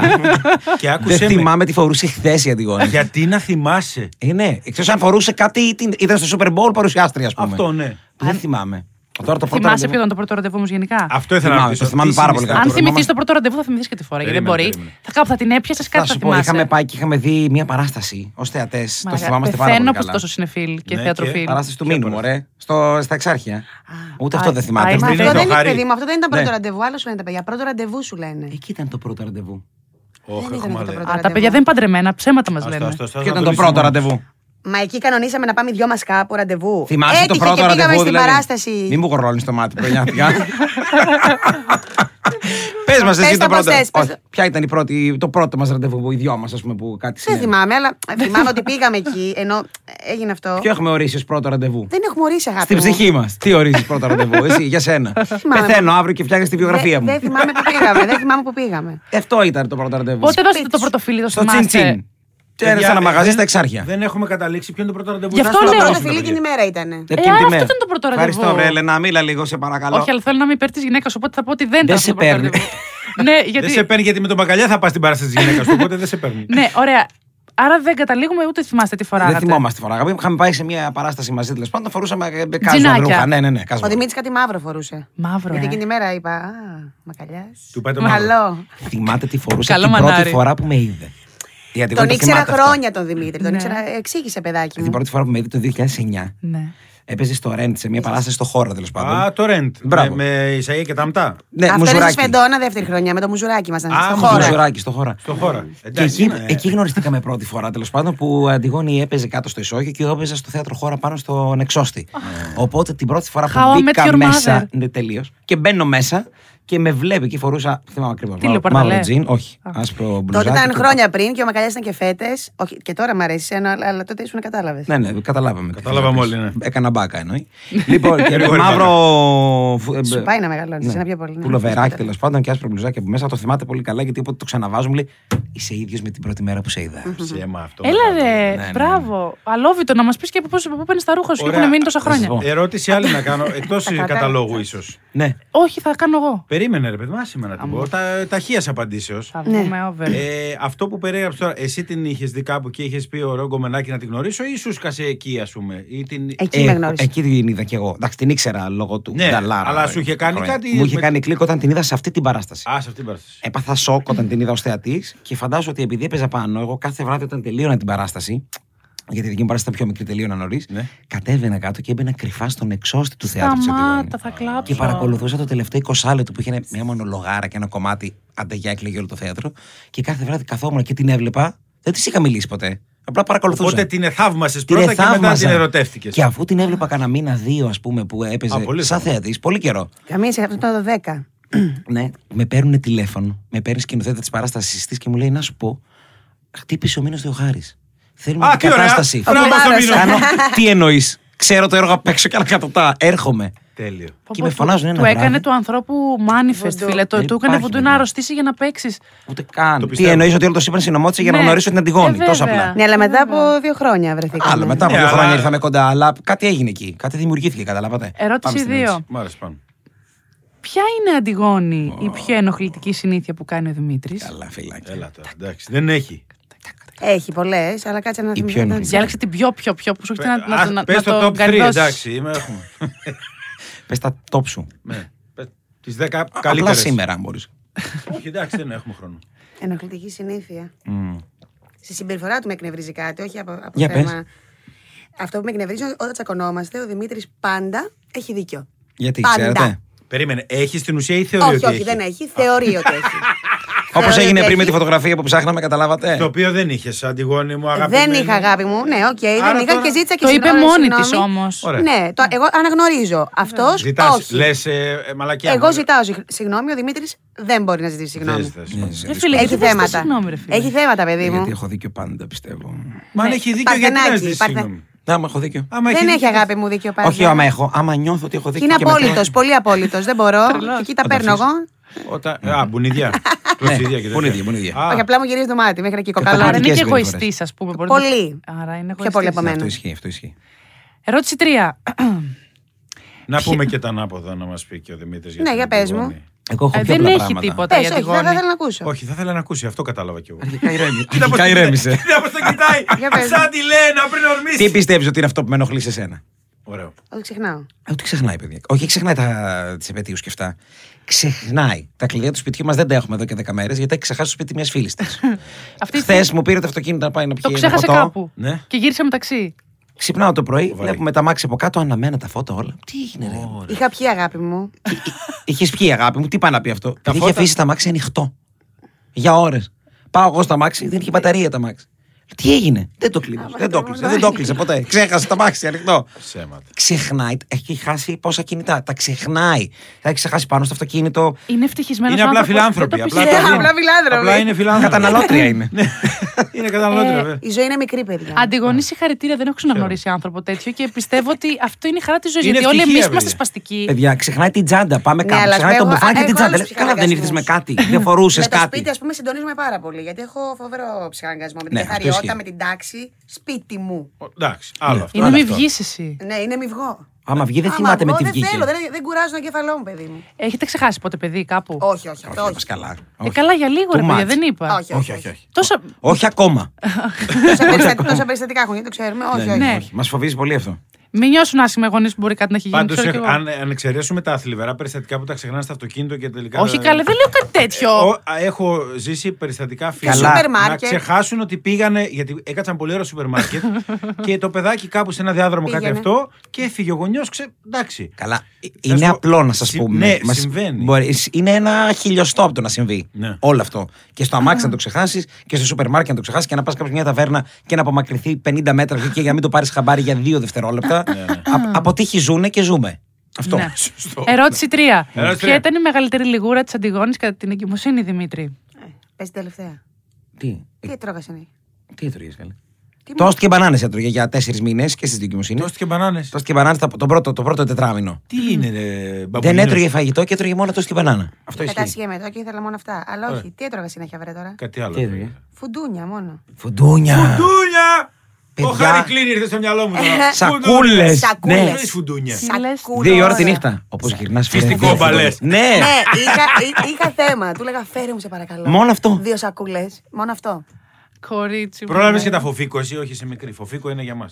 [SPEAKER 2] Και
[SPEAKER 5] Δεν
[SPEAKER 2] άκουσε με.
[SPEAKER 5] θυμάμαι τι φορούσε χθες η Αντιγόνη.
[SPEAKER 2] Γιατί να θυμάσαι.
[SPEAKER 5] Ε, ναι, εκτός αν φορούσε κάτι ή την- ήταν στο Super Bowl παρουσιάστρια, ας πούμε.
[SPEAKER 2] Αυτό, ναι.
[SPEAKER 5] Δεν θυμάμαι. Τώρα το πρώτο
[SPEAKER 3] Θυμάσαι
[SPEAKER 5] ραντεβού-
[SPEAKER 3] ποιο ήταν το πρώτο ραντεβού όμως γενικά.
[SPEAKER 2] Αυτό ήθελα να
[SPEAKER 5] Θυμάμαι,
[SPEAKER 2] ρωτήσω.
[SPEAKER 5] το θυμάμαι
[SPEAKER 2] Τι
[SPEAKER 5] πάρα πολύ
[SPEAKER 2] συνιστά
[SPEAKER 5] καλά.
[SPEAKER 3] Αν
[SPEAKER 2] τώρα.
[SPEAKER 5] τώρα,
[SPEAKER 3] θυμηθεί
[SPEAKER 5] μαμά-
[SPEAKER 3] το πρώτο ραντεβού, θα θυμηθείς και τη φορά. Γιατί δεν
[SPEAKER 2] Περίμενε,
[SPEAKER 3] μπορεί.
[SPEAKER 2] περίμενε.
[SPEAKER 3] Θα κάπου θα την έπιασες,
[SPEAKER 5] Θα
[SPEAKER 3] κάτι θα
[SPEAKER 5] σου πω, είχαμε
[SPEAKER 3] θυμάσαι.
[SPEAKER 5] πάει και είχαμε δει μια παράσταση ως θεατές. Το
[SPEAKER 3] Μαλάκα,
[SPEAKER 5] θυμάμαστε πάρα πολύ.
[SPEAKER 3] Πεθαίνω που είσαι
[SPEAKER 5] Καλά.
[SPEAKER 3] τόσο συνεφίλ και
[SPEAKER 2] Ναι, και-
[SPEAKER 3] θεατροφίλ.
[SPEAKER 5] Παράσταση του
[SPEAKER 2] Ποια
[SPEAKER 5] μήνυμου,
[SPEAKER 2] παράσταση?
[SPEAKER 5] ρε. Στο, στα εξάρχεια. Ούτε
[SPEAKER 3] α,
[SPEAKER 5] αυτό δεν θυμάται.
[SPEAKER 3] α,
[SPEAKER 5] Αυτή
[SPEAKER 4] Μα
[SPEAKER 5] είναι
[SPEAKER 4] αυτό
[SPEAKER 5] το-
[SPEAKER 4] δεν είναι
[SPEAKER 2] Χάρη.
[SPEAKER 4] παιδί μου, αυτό δεν ήταν
[SPEAKER 5] Ναι. Ε.
[SPEAKER 4] πρώτο ραντεβού. Άλλο σου λένε τα παιδιά. Πρώτο ραντεβού σου λένε.
[SPEAKER 5] Εκεί ήταν το πρώτο ραντεβού.
[SPEAKER 2] Όχι,
[SPEAKER 4] Δεν
[SPEAKER 2] έχουμε
[SPEAKER 4] ήταν
[SPEAKER 2] άλλα.
[SPEAKER 4] το πρώτο.
[SPEAKER 3] Α, τα
[SPEAKER 4] ραντεβού.
[SPEAKER 3] παιδιά δεν είναι παντρεμένα, ψέματα μας
[SPEAKER 2] Άστο,
[SPEAKER 3] λένε.
[SPEAKER 2] άστο, άστο,
[SPEAKER 5] Ποιο
[SPEAKER 2] να
[SPEAKER 5] ήταν
[SPEAKER 2] το
[SPEAKER 5] το πρώτο
[SPEAKER 2] λύσουμε.
[SPEAKER 5] ραντεβού.
[SPEAKER 4] Μα εκεί κανονίσαμε να πάμε δυο μας κάπου ραντεβού.
[SPEAKER 5] Θυμάσαι το
[SPEAKER 4] Έτυχε
[SPEAKER 5] πρώτο
[SPEAKER 4] και πήγαμε
[SPEAKER 5] ραντεβού,
[SPEAKER 4] στην
[SPEAKER 5] δηλαδή.
[SPEAKER 4] παράσταση.
[SPEAKER 5] Μην μου γορλώνει το μάτι, πρωινιάτικα. Πες μας,
[SPEAKER 4] Πες
[SPEAKER 5] εσύ
[SPEAKER 4] το
[SPEAKER 5] το
[SPEAKER 4] πώς
[SPEAKER 5] πρώτο.
[SPEAKER 4] θες, πες
[SPEAKER 5] Όχι,
[SPEAKER 4] το.
[SPEAKER 5] Ποια ήταν η πρώτη, το πρώτο μας ραντεβού που οι δυο μας, ας πούμε, που κάτι
[SPEAKER 4] Δεν
[SPEAKER 5] συνέβη.
[SPEAKER 4] θυμάμαι, αλλά θυμάμαι ότι πήγαμε εκεί, ενώ έγινε αυτό.
[SPEAKER 5] Ποιο έχουμε ορίσει ως πρώτο ραντεβού.
[SPEAKER 4] Δεν έχουμε ορίσει αγάπη.
[SPEAKER 5] Στην
[SPEAKER 4] μου.
[SPEAKER 5] ψυχή μας. Τι ορίζεις πρώτο ραντεβού, εσύ, για σένα.
[SPEAKER 4] θυμάμαι.
[SPEAKER 5] Πεθαίνω αύριο και φτιάχνεις τη βιογραφία
[SPEAKER 4] Δεν
[SPEAKER 5] μου.
[SPEAKER 4] δεν θυμάμαι που πήγαμε. Δεν θυμάμαι που πήγαμε.
[SPEAKER 5] Αυτό ήταν το πρώτο ραντεβού.
[SPEAKER 3] Πότε δώσετε
[SPEAKER 4] σπίτι
[SPEAKER 3] το
[SPEAKER 4] σου.
[SPEAKER 3] πρώτο φίλι, το ε,
[SPEAKER 5] Στο τσιν
[SPEAKER 3] θυμάστε.
[SPEAKER 5] τσιν. Και ένα
[SPEAKER 2] Παιδιά,
[SPEAKER 5] ένα μαγαζί
[SPEAKER 2] δεν-
[SPEAKER 5] στα εξάρχεια.
[SPEAKER 2] Δεν έχουμε καταλήξει ποιο είναι το πρώτο ραντεβού.
[SPEAKER 3] Γι'
[SPEAKER 2] Θα
[SPEAKER 3] αυτό
[SPEAKER 2] στο
[SPEAKER 3] λέω.
[SPEAKER 4] Το
[SPEAKER 2] απαντήσουμε,
[SPEAKER 4] πρώτο φίλι
[SPEAKER 2] παιδιά.
[SPEAKER 4] εκείνη η μέρα ήταν.
[SPEAKER 5] Εκείνη
[SPEAKER 3] άρα
[SPEAKER 5] τη
[SPEAKER 3] Ε, αυτό
[SPEAKER 5] μέρα.
[SPEAKER 3] ήταν το πρώτο
[SPEAKER 5] Ευχαριστώ,
[SPEAKER 3] ραντεβού.
[SPEAKER 5] ρε, Ελένα, μίλα λίγο, σε παρακαλώ.
[SPEAKER 3] Όχι, αλλά θέλω να είμαι υπέρ της γυναίκας, οπότε θα πω ότι δεν ήταν
[SPEAKER 5] σε
[SPEAKER 3] το πρώτο
[SPEAKER 5] παίρνει.
[SPEAKER 3] ραντεβού. Ναι, γιατί.
[SPEAKER 2] Δεν σε παίρνει γιατί με τον μπακαλιά θα πας στην παράσταση της γυναίκας σου. Οπότε δεν σε παίρνει.
[SPEAKER 3] Ναι, ωραία. Άρα δεν καταλήγουμε ούτε θυμάστε τι φοράγατε.
[SPEAKER 5] Δεν θυμόμαστε τη φορά. αγαπητοί μου. Είχαμε πάει σε μια παράσταση μαζί, τέλος πάντων, φορούσαμε ε, ε, casual
[SPEAKER 3] Τζινάκια.
[SPEAKER 5] ρούχα. Ναι, ναι, ναι. casual.
[SPEAKER 4] Ο Δημήτρης κάτι μαύρο φορούσε.
[SPEAKER 3] Μαύρο.
[SPEAKER 4] Γιατί
[SPEAKER 3] ε.
[SPEAKER 4] εκείνη η μέρα είπα. Α, μακαλιάς.
[SPEAKER 2] Του πάει το μαύρο.
[SPEAKER 4] Καλό.
[SPEAKER 5] Θυμάται τι φορούσε
[SPEAKER 3] Καλό
[SPEAKER 5] την πρώτη
[SPEAKER 3] μανάρι.
[SPEAKER 5] φορά που με είδε. Γιατί εγώ
[SPEAKER 4] Τον
[SPEAKER 5] το
[SPEAKER 4] ήξερα
[SPEAKER 5] θυμάται αυτό. Ε, λοιπόν,
[SPEAKER 4] χρόνια τον Δημήτρη. Τον
[SPEAKER 3] Ναι.
[SPEAKER 4] ήξερα. Εξήγησε παιδάκι
[SPEAKER 5] Την
[SPEAKER 4] μου.
[SPEAKER 5] πρώτη φορά που με είδε το 2009
[SPEAKER 3] Ναι.
[SPEAKER 5] έπαιζε στο Ρέντ σε μια παράσταση στο χώρο τέλος
[SPEAKER 2] Α,
[SPEAKER 5] πάντων.
[SPEAKER 2] το rent. Ναι,
[SPEAKER 5] Μπράβο.
[SPEAKER 2] Με, με Ισαία και τα μτά.
[SPEAKER 4] Αυτό
[SPEAKER 5] Ναι,
[SPEAKER 4] είναι στη
[SPEAKER 5] μουζουράκι.
[SPEAKER 4] Σφεντόνα δεύτερη χρονιά με το μουζουράκι μας. Στο
[SPEAKER 2] Α,
[SPEAKER 5] Στο
[SPEAKER 2] χώρα.
[SPEAKER 4] χώρο.
[SPEAKER 5] Μουζουράκι, στο χώρο.
[SPEAKER 2] Στο χώρα.
[SPEAKER 5] Και
[SPEAKER 2] Εντάξει,
[SPEAKER 5] εκεί,
[SPEAKER 2] είναι, ε.
[SPEAKER 5] εκεί γνωριστήκαμε πρώτη φορά τέλος πάντων που η Αντιγόνη έπαιζε κάτω στο ισόγειο και εγώ έπαιζα στο θέατρο χώρα πάνω στον εξώστη. Οπότε την πρώτη φορά
[SPEAKER 3] How I
[SPEAKER 5] που
[SPEAKER 3] Met Your
[SPEAKER 5] μπήκα
[SPEAKER 3] Mother.
[SPEAKER 5] μέσα. Ναι, τελείως. Και μπαίνω μέσα και με βλέπει και φορούσα. Θυμάμαι ακριβώς.
[SPEAKER 3] Τι λεοπαρδαλέ.
[SPEAKER 5] τζιν, όχι. Άσπρο
[SPEAKER 4] Τότε
[SPEAKER 5] μπλουζάκι.
[SPEAKER 4] ήταν
[SPEAKER 5] και-
[SPEAKER 4] χρόνια πριν και ο Μακαλιάς ήταν και φέτες. Όχι, και τώρα μ' αρέσει, ένα, αλλά, αλλά τότε ήσουν κατάλαβες.
[SPEAKER 5] Ναι, ναι, καταλάβαμε. τι
[SPEAKER 2] Καταλάβαμε
[SPEAKER 5] θέλεις.
[SPEAKER 2] όλοι, ναι.
[SPEAKER 5] Έκανα μπάκα εννοεί. λοιπόν, και με
[SPEAKER 2] Γρήγορη
[SPEAKER 5] μαύρο. φου- ε,
[SPEAKER 4] Σου
[SPEAKER 5] ε,
[SPEAKER 4] πάει να μεγαλώνεις,
[SPEAKER 5] ναι,
[SPEAKER 4] ένα πιο πολύ. ναι.
[SPEAKER 5] Πουλοβεράκι δηλαδή. τέλος πάντων και άσπρο μπλουζάκι από μέσα. Το θυμάται πολύ καλά γιατί όποτε το ξαναβάζω μου λέει Είσαι ίδιος με την πρώτη μέρα που σε είδα.
[SPEAKER 2] Ψέμα αυτό.
[SPEAKER 3] Έλα ρε,
[SPEAKER 5] ναι.
[SPEAKER 3] μπράβο. Αλόβητο να μας πεις και από πόσο- από πού παίρνεις τα ρούχα σου και
[SPEAKER 2] Ωραία.
[SPEAKER 3] έχουν μείνει τόσα
[SPEAKER 5] Θα σας
[SPEAKER 3] χρόνια.
[SPEAKER 5] πω.
[SPEAKER 2] Ερώτηση άλλη να κάνω, εκτός
[SPEAKER 4] κατάλαβα.
[SPEAKER 2] καταλόγου ίσως.
[SPEAKER 5] ναι.
[SPEAKER 3] Όχι, θα κάνω εγώ.
[SPEAKER 2] Περίμενε, ρε παιδί, μου, άσε με να την πω. Τα, ταχεία απαντήσεως.
[SPEAKER 3] Θα βγούμε over.
[SPEAKER 2] Ε, αυτό που περίγραψε τώρα, εσύ την είχες δει κάπου και είχες πει ο Ρόγκο Μενάκη να την γνωρίσω, ή σου σκάσε εκεί, ας πούμε. Ή την...
[SPEAKER 4] Εκεί με γνώρισε.
[SPEAKER 5] Ε, Εκεί την είδα κι εγώ. Εντάξει, την ήξερα λόγω του
[SPEAKER 2] Ναι,
[SPEAKER 5] Νταλάρα.
[SPEAKER 2] αλλά σου είχε κάνει
[SPEAKER 5] Χρόνια.
[SPEAKER 2] κάτι
[SPEAKER 5] Μου είχε
[SPEAKER 2] με-
[SPEAKER 5] κάνει κλικ όταν την είδα σε αυτή την παράσταση.
[SPEAKER 2] Α, σε αυτήν την παράσταση.
[SPEAKER 5] Έπαθα σοκ όταν την είδα ως θεατής και φαντάζομαι ότι επειδή έπαιζα πάνω, εγώ κάθε βράδυ όταν τελείωνα την παράσταση, γιατί η δική μου παράσταση ήταν πιο μικρή, τελείωνα νωρίς.
[SPEAKER 2] Ναι.
[SPEAKER 5] Κατέβαινα κάτω και έμπαινα κρυφά στον εξώστη του θεάτρου της
[SPEAKER 3] Σταμάτα, θα κλάψω.
[SPEAKER 5] Και παρακολουθούσα το τελευταίο 20 λεπτό που είχε μια μονολογάρα και ένα κομμάτι αντεγιά έκλαιγε όλο το θέατρο. Και κάθε βράδυ καθόμουν και την έβλεπα. Δεν της είχα μιλήσει ποτέ. Απλά παρακολουθούσα.
[SPEAKER 2] Οπότε την εθαύμασες
[SPEAKER 5] Την
[SPEAKER 2] πρώτα και μετά
[SPEAKER 5] εθαύμαζα.
[SPEAKER 2] την ερωτεύτηκες.
[SPEAKER 5] Και αφού την έβλεπα κανένα μήνα, δύο ας πούμε που έπαιζε.
[SPEAKER 2] Α, πολύ
[SPEAKER 5] σαν
[SPEAKER 2] καλά.
[SPEAKER 5] θέατη, πολύ καιρό.
[SPEAKER 4] Καμία σε αυτό το 10.
[SPEAKER 5] Ναι, με παίρνουν τηλέφωνο, με παίρνει σκηνοθέτη της παράστασης της και μου λέει να σου πω, χτύπησε ο μήνος Διοχάρη. Θέλουμε
[SPEAKER 2] Α,
[SPEAKER 5] την
[SPEAKER 2] τι ωραία.
[SPEAKER 5] κατάσταση.
[SPEAKER 2] Μπράβο
[SPEAKER 4] Όπου
[SPEAKER 2] στον
[SPEAKER 4] βάρεσα.
[SPEAKER 2] Μήνο.
[SPEAKER 5] Κάνω, τι εννοείς. Ξέρω το έργο απ' έξω και ανακατοτά. Έρχομαι.
[SPEAKER 2] Τέλειο.
[SPEAKER 3] Πω,
[SPEAKER 5] και
[SPEAKER 3] πω,
[SPEAKER 5] με
[SPEAKER 3] του-
[SPEAKER 5] φωνάζουν ένα
[SPEAKER 3] Του έκανε
[SPEAKER 5] βράδυ.
[SPEAKER 3] του ανθρώπου manifest,
[SPEAKER 4] Βουντού.
[SPEAKER 3] φίλε. Το,
[SPEAKER 5] Δεν
[SPEAKER 3] του έκανε
[SPEAKER 5] υπάρχει,
[SPEAKER 3] βουντού
[SPEAKER 5] παιδιά.
[SPEAKER 3] να αρρωστήσει για να παίξει.
[SPEAKER 5] Ούτε καν. Τι
[SPEAKER 2] πιστεύω.
[SPEAKER 5] εννοείς ότι όλο το σύμπαν συνομότησε για να
[SPEAKER 3] Ναι.
[SPEAKER 5] γνωρίσω την Αντιγόνη.
[SPEAKER 3] Ε,
[SPEAKER 5] Τόσο
[SPEAKER 3] βέβαια. Ε,
[SPEAKER 5] απλά.
[SPEAKER 4] Ναι, αλλά μετά από δύο χρόνια βρεθήκαμε.
[SPEAKER 5] Άλλο, μετά από
[SPEAKER 2] Ναι,
[SPEAKER 5] δύο
[SPEAKER 2] αλλά-
[SPEAKER 5] χρόνια ήρθαμε κοντά, αλλά κάτι έγινε εκεί. Κάτι δημιουργήθηκε, καταλάβατε. Πάμε
[SPEAKER 3] Ερώτηση
[SPEAKER 5] στην
[SPEAKER 3] 2.
[SPEAKER 2] Μ' άρεσε πάνω.
[SPEAKER 3] Ποια είναι αντιγόνη η πιο ενοχλητική συνήθεια που κάνει ο Δημήτρης.
[SPEAKER 5] Καλά, φιλάκια.
[SPEAKER 2] Έλα τώρα. Εντάξει, δεν έχει.
[SPEAKER 4] Έχει πολλές, αλλά κάτσε να
[SPEAKER 5] πιο
[SPEAKER 4] θυμηθώ.
[SPEAKER 5] ενοχλητική.
[SPEAKER 3] Διάλεξε την πιο πιο πιο που σου έρχεται να, να,
[SPEAKER 2] Ας,
[SPEAKER 3] να,
[SPEAKER 2] πες
[SPEAKER 3] να
[SPEAKER 2] το
[SPEAKER 3] το
[SPEAKER 2] top 3,
[SPEAKER 3] γκαριδώσεις.
[SPEAKER 2] εντάξει. Είμαι, έχουμε.
[SPEAKER 5] Πες τα τόπ σου.
[SPEAKER 2] ναι. Τι 10 καλύτερε.
[SPEAKER 5] Απλά σήμερα, αν μπορείς.
[SPEAKER 2] Όχι, εντάξει, δεν έχουμε χρόνο.
[SPEAKER 4] Ενοχλητική συνήθεια. Στη συμπεριφορά του με εκνευρίζει κάτι, όχι από, από
[SPEAKER 5] Για
[SPEAKER 4] θέμα. Αυτό που με εκνευρίζει είναι όταν τσακωνόμαστε, ο Δημήτρης πάντα έχει δίκιο.
[SPEAKER 5] Γιατί
[SPEAKER 4] Πάντα.
[SPEAKER 5] ξέρετε.
[SPEAKER 2] Περίμενε, έχει στην ουσία ή θεωρεί
[SPEAKER 4] Όχι,
[SPEAKER 2] ότι
[SPEAKER 4] όχι,
[SPEAKER 2] έχει.
[SPEAKER 4] δεν έχει. Θεωρεί ότι έχει.
[SPEAKER 5] Όπως
[SPEAKER 4] Θεωρεί
[SPEAKER 5] έγινε
[SPEAKER 4] ότι
[SPEAKER 5] πριν με τη
[SPEAKER 4] έχει.
[SPEAKER 5] φωτογραφία που ψάχναμε, καταλάβατε.
[SPEAKER 2] Το οποίο δεν είχε, Αντιγόνη μου, αγάπη.
[SPEAKER 4] Ε. Δεν είχα αγάπη μου. Ναι, οκ,
[SPEAKER 2] Άρα
[SPEAKER 4] δεν είχα
[SPEAKER 2] τώρα-
[SPEAKER 4] και ζήτησα και
[SPEAKER 3] Το είπε
[SPEAKER 4] συγγνώμη,
[SPEAKER 3] μόνη
[SPEAKER 4] συγγνώμη.
[SPEAKER 3] της όμως.
[SPEAKER 2] Ωραία.
[SPEAKER 4] Ναι, το, εγώ αναγνωρίζω. Αυτός.
[SPEAKER 2] Ζητάς,
[SPEAKER 4] Όχι.
[SPEAKER 2] λες ε, μαλακιά.
[SPEAKER 4] Εγώ
[SPEAKER 2] μου.
[SPEAKER 4] ζητάω συγ- συγγνώμη, ο Δημήτρης δεν μπορεί να ζητήσει
[SPEAKER 2] Δεν
[SPEAKER 4] συγγνώμη.
[SPEAKER 2] ζητάς.
[SPEAKER 5] Ναι, σε
[SPEAKER 3] Ρε φίλε,
[SPEAKER 4] Έχει
[SPEAKER 3] γιατί δεν ζητάς
[SPEAKER 4] θέματα.
[SPEAKER 3] συγγνώμη, ρε φίλε.
[SPEAKER 4] Έχει θέματα, παιδί Ε, μου.
[SPEAKER 5] Γιατί έχω δίκιο πάντα, πιστεύω.
[SPEAKER 2] Μα αν έχει δίκιο, γιατί να
[SPEAKER 4] Παρθενάκη,
[SPEAKER 2] ζητήσει
[SPEAKER 4] παρθε-
[SPEAKER 2] συγγνώμη.
[SPEAKER 5] Ναι, άμα έχω δίκιο.
[SPEAKER 2] Άμα
[SPEAKER 4] Ναι. Δεν έχει
[SPEAKER 2] δίκιο-
[SPEAKER 4] αγάπη μου δίκιο πάντα.
[SPEAKER 5] Όχι, άμα έχω. Άμα νιώθω ότι έχω
[SPEAKER 4] Και
[SPEAKER 5] δίκιο.
[SPEAKER 4] είναι
[SPEAKER 5] και μετά-
[SPEAKER 4] απόλυτο, πολύ απόλυτος. Δεν μπορώ.
[SPEAKER 3] Τρελός.
[SPEAKER 4] Εκεί τα
[SPEAKER 5] Θα τα
[SPEAKER 4] παίρνω εγώ.
[SPEAKER 2] Όταν... Α, μπουνιδιά. Κλωτσιδιά και
[SPEAKER 5] μπουνιδιά,
[SPEAKER 2] τέτοια.
[SPEAKER 5] μπουνιδιά.
[SPEAKER 2] Α,
[SPEAKER 4] Ναι. Όχι, απλά μου γυρίζει το μάτι μέχρι εκεί
[SPEAKER 5] Άρα
[SPEAKER 3] Άρα
[SPEAKER 4] κοκαλά.
[SPEAKER 5] Πραγματικές
[SPEAKER 3] είναι και
[SPEAKER 5] συμπεριφορές.
[SPEAKER 3] εγωιστή, ας πούμε. μπορεί
[SPEAKER 4] Πολύ.
[SPEAKER 3] να- Άρα είναι
[SPEAKER 4] Πιο πολύ από
[SPEAKER 3] εγωιστής.
[SPEAKER 4] μένα.
[SPEAKER 5] Ναι, Αυτό ισχύει, αυτό ισχύει.
[SPEAKER 3] Ερώτηση 3.
[SPEAKER 2] Να πούμε και τα ανάποδα να μας πει και ο Δημήτρης.
[SPEAKER 4] Ναι, για πες μου.
[SPEAKER 5] Εγώ έχω πιο
[SPEAKER 3] Ε, Δεν
[SPEAKER 5] απλά
[SPEAKER 3] έχει
[SPEAKER 5] πράγματα.
[SPEAKER 3] τίποτα
[SPEAKER 4] Πες,
[SPEAKER 3] η
[SPEAKER 4] όχι, δεν θα
[SPEAKER 3] αντιγόνη.
[SPEAKER 4] ήθελα να ακούσω.
[SPEAKER 2] Όχι, θα ήθελα να ακούσει, αυτό κατάλαβα κι εγώ.
[SPEAKER 5] Αρχικά ηρέμη-
[SPEAKER 2] Κοίτα πώς
[SPEAKER 5] Αρχικά
[SPEAKER 2] το
[SPEAKER 5] ηρέμησε.
[SPEAKER 2] κοιτάει. Κοίτα πώ το κοιτάει.
[SPEAKER 4] Για πες.
[SPEAKER 2] Σαν τη λέει να πριν
[SPEAKER 5] Τι
[SPEAKER 2] ορμήσει.
[SPEAKER 5] πιστεύεις ότι είναι αυτό που με ενοχλεί σε σένα.
[SPEAKER 2] Ωραίο.
[SPEAKER 4] Όχι, ξεχνάω.
[SPEAKER 5] Α, Ούτε ξεχνάει, παιδιά. Όχι, ξεχνάει τις επαιτίους και αυτά. Ξεχνάει. Τα κλειδιά του σπιτιού μας δεν τα έχουμε εδώ και 10 μέρες, γιατί τα έχει ξεχάσει στο σπίτι μιας φίλης της.
[SPEAKER 3] Αυτή
[SPEAKER 5] Χθε μου πήρε το αυτοκίνητο να πάει να πιει.
[SPEAKER 3] Το
[SPEAKER 5] ένα
[SPEAKER 3] ξέχασε
[SPEAKER 5] ποτό.
[SPEAKER 3] κάπου.
[SPEAKER 2] Ναι.
[SPEAKER 3] Και γύρισε μεταξύ.
[SPEAKER 5] Ξυπνάω το πρωί,
[SPEAKER 2] Βαρύ.
[SPEAKER 5] βλέπουμε τα μάξι από κάτω, αναμένα τα φώτα όλα. Τι έγινε, ρε.
[SPEAKER 4] Είχα πιει αγάπη μου.
[SPEAKER 5] Είχες πιει αγάπη μου, τι πάει να πει αυτό. Τα είχε
[SPEAKER 2] φώτα-
[SPEAKER 5] αφήσει τα μάξι ανοιχτό. Για ώρες. Πάω εγώ στα μάξι, δεν είχε μπαταρία τα μάξι. Τι έγινε, δεν το κλείνω. Δεν το κλείσε, δεν το κλείσε ποτέ. Ξέχασε τα μάξι ανοιχτό.
[SPEAKER 2] Ψέματα.
[SPEAKER 5] Ξεχνάει, έχει χάσει πόσα κινητά. Τα ξεχνάει. Τα έχει ξεχάσει πάνω στο αυτοκίνητο.
[SPEAKER 3] Είναι ευτυχισμένος.
[SPEAKER 2] Είναι απλά φιλάνθρωποι. Απλά, τα δίνουν.
[SPEAKER 4] Απλά φιλάνθρωποι.
[SPEAKER 2] Απλά είναι φιλάνθρωποι. Ναι,
[SPEAKER 5] Καταναλώτρια είναι.
[SPEAKER 2] είναι καταναλώτρια, βέβαια.
[SPEAKER 4] Η ζωή είναι μικρή, παιδιά.
[SPEAKER 2] Ναι.
[SPEAKER 3] Αντιγονή συγχαρητήρια, δεν έχω ξαναγνωρίσει άνθρωπο τέτοιο και πιστεύω ότι αυτό είναι η χαρά της ζωής.
[SPEAKER 2] Είναι
[SPEAKER 3] Γιατί όλοι
[SPEAKER 2] ευτυχία,
[SPEAKER 3] εμείς
[SPEAKER 2] παιδιά.
[SPEAKER 3] είμαστε σπαστικοί.
[SPEAKER 5] Παιδιά, ξεχνάει την τσάντα. Πάμε
[SPEAKER 4] Ναι,
[SPEAKER 5] κάπου.
[SPEAKER 4] αλλά
[SPEAKER 5] Ξεχνάει
[SPEAKER 4] σου
[SPEAKER 5] το
[SPEAKER 4] έχω-
[SPEAKER 5] μπουφάν και
[SPEAKER 4] έχω
[SPEAKER 5] την τσάντα.
[SPEAKER 4] άλλους
[SPEAKER 5] Λέει, Καλά, δεν ήρθες με κάτι.
[SPEAKER 4] ψυχαναγκασμούς.
[SPEAKER 5] Δεν φορούσες
[SPEAKER 4] Με το
[SPEAKER 5] κάτι.
[SPEAKER 4] σπίτι, ας πούμε, συντονίζουμε πάρα πολύ. Γιατί έχω φοβερό ψυχαναγκασμό με την
[SPEAKER 5] Ναι, αυτό
[SPEAKER 4] καθαριότητα,
[SPEAKER 5] ισχύει.
[SPEAKER 4] με την τάξη. Σπίτι μου.
[SPEAKER 2] Ο, Εντάξει,
[SPEAKER 5] Ναι.
[SPEAKER 2] άλλο αυτό.
[SPEAKER 3] Είναι
[SPEAKER 2] άλλο
[SPEAKER 3] μη
[SPEAKER 2] αυτό.
[SPEAKER 3] βγεις εσύ.
[SPEAKER 4] Ναι, είναι μυβγό.
[SPEAKER 5] Άμα βγει, Ε, δεν
[SPEAKER 4] Άμα
[SPEAKER 5] θυμάται με
[SPEAKER 4] βγω,
[SPEAKER 5] τι
[SPEAKER 4] δεν
[SPEAKER 5] βγήκε.
[SPEAKER 4] θέλω, δεν, δεν κουράζω τον εγκεφαλό μου, παιδί μου.
[SPEAKER 3] Έχετε ξεχάσει ποτέ παιδί κάπου.
[SPEAKER 4] Όχι, όχι, αυτό
[SPEAKER 5] Όχι,
[SPEAKER 4] όχι.
[SPEAKER 5] καλά.
[SPEAKER 3] Ε,
[SPEAKER 5] Όχι.
[SPEAKER 3] καλά για λίγο,
[SPEAKER 5] Too
[SPEAKER 3] ρε παιδιά,
[SPEAKER 5] much.
[SPEAKER 3] δεν είπα.
[SPEAKER 4] Όχι, όχι, όχι.
[SPEAKER 3] Τόσα.
[SPEAKER 5] Όχι ακόμα.
[SPEAKER 4] Τόσα περιστα- Τόσα περιστατικά έχουν, γιατί το ξέρουμε. Όχι, όχι.
[SPEAKER 3] ναι.
[SPEAKER 5] Μας φοβίζει πολύ αυτό.
[SPEAKER 3] Μην νιώσουν άσχημα γονείς που μπορεί κάτι να έχει γίνει.
[SPEAKER 2] Πάντως,
[SPEAKER 3] ξέρω κι εγώ.
[SPEAKER 2] αν, αν εξαιρέσουμε τα θλιβερά περιστατικά που τα ξεχνάνε στο αυτοκίνητο και τελικά. Ε,
[SPEAKER 3] Όχι, καλέ, δεν λέω κάτι τέτοιο.
[SPEAKER 2] Ο- α, έχω ζήσει περιστατικά φίλων.
[SPEAKER 5] Καλά.
[SPEAKER 4] σούπερ
[SPEAKER 2] Να
[SPEAKER 4] μάρκετ.
[SPEAKER 2] ξεχάσουν ότι πήγανε. Γιατί έκατσαν πολύ ώρα σούπερ μάρκετ και το παιδάκι κάπου σε ένα διάδρομο κάτι
[SPEAKER 4] Πήγαινε.
[SPEAKER 2] αυτό και έφυγε ο γονιός. Ξε... Εντάξει.
[SPEAKER 5] Καλά. ε,
[SPEAKER 2] Να σου
[SPEAKER 5] Είναι
[SPEAKER 2] πω-
[SPEAKER 5] απλό να σας
[SPEAKER 2] Συ-
[SPEAKER 5] πούμε.
[SPEAKER 2] ναι, συμβαίνει.
[SPEAKER 5] μπορεί- σ- είναι ένα χιλιοστό από το να συμβεί.
[SPEAKER 2] Ναι.
[SPEAKER 5] Όλο αυτό. Και στο αμάξι να το ξεχάσεις και στο σούπερ μάρκετ να το ξεχάσεις και να πας κάπου σε μια ταβέρνα και να απομακρυνθεί 50 μέτρα εκεί και για να μην το πάρεις χαμπάρι για δύο δευτερόλεπτα.
[SPEAKER 2] Ναι,
[SPEAKER 5] Α- Από τύχη ζούνε και ζούμε. Αυτό.
[SPEAKER 3] Ναι. Ερώτηση 3.
[SPEAKER 2] Ερώτηση
[SPEAKER 3] Ποια
[SPEAKER 2] τρία.
[SPEAKER 3] ήταν η μεγαλύτερη λιγούρα της Αντιγόνης κατά την εγκυμοσύνη, Δημήτρη.
[SPEAKER 4] Πε Ε, την τελευταία.
[SPEAKER 5] Τι, ε,
[SPEAKER 4] Τι τρώγα συνέχεια.
[SPEAKER 5] τι έτρωγες, καλέ.
[SPEAKER 4] Τι
[SPEAKER 5] Τόστ και μπανάνες έτρωγε για τέσσερις μήνες και στις δικαιοσύνη.
[SPEAKER 2] Τόστ και μπανάνες.
[SPEAKER 5] Τόστ και μπανάνες το πρώτο, το πρώτο τετράμινο.
[SPEAKER 2] Τι είναι, ρε,
[SPEAKER 5] Δεν
[SPEAKER 2] μπαμπουλίνος?
[SPEAKER 5] έτρωγε φαγητό και έτρωγε μόνο τόστ και μπανάνα. Αυτό ισχύει.
[SPEAKER 4] Κατάσχε με το και ήθελα μόνο αυτά. Αλλά όχι, τι έτρωγα συνέχεια, βρε τώρα.
[SPEAKER 2] Κάτι άλλο.
[SPEAKER 5] Τι έτρωγε.
[SPEAKER 4] Φουντούνια μόνο.
[SPEAKER 5] Φουντούνια!
[SPEAKER 2] Φουντούνια! Ο
[SPEAKER 5] Παιδιά.
[SPEAKER 2] Χάρη Κλίν ήρθε στο μυαλό μου. τώρα.
[SPEAKER 5] Σακούλε!
[SPEAKER 4] Σακούλες.
[SPEAKER 5] Ναι,
[SPEAKER 2] Φουντούνια. Τις φουντούνια.
[SPEAKER 3] λες.
[SPEAKER 4] Σακούλα.
[SPEAKER 5] Δύο ώρα τη νύχτα. Όπως γυρνά
[SPEAKER 2] Φυστικό μπαλέ.
[SPEAKER 5] Ναι,
[SPEAKER 4] Ναι, είχα, εί- είχα θέμα. Του λέγα φέρε μου σε παρακαλώ.
[SPEAKER 5] Μόνο αυτό.
[SPEAKER 4] Δύο σακούλες. Μόνο αυτό.
[SPEAKER 3] Κορίτσι μου. ναι.
[SPEAKER 2] Πρόλαβες και τα φοφίκο, εσύ όχι σε μικρή. Φοφίκο είναι για μας.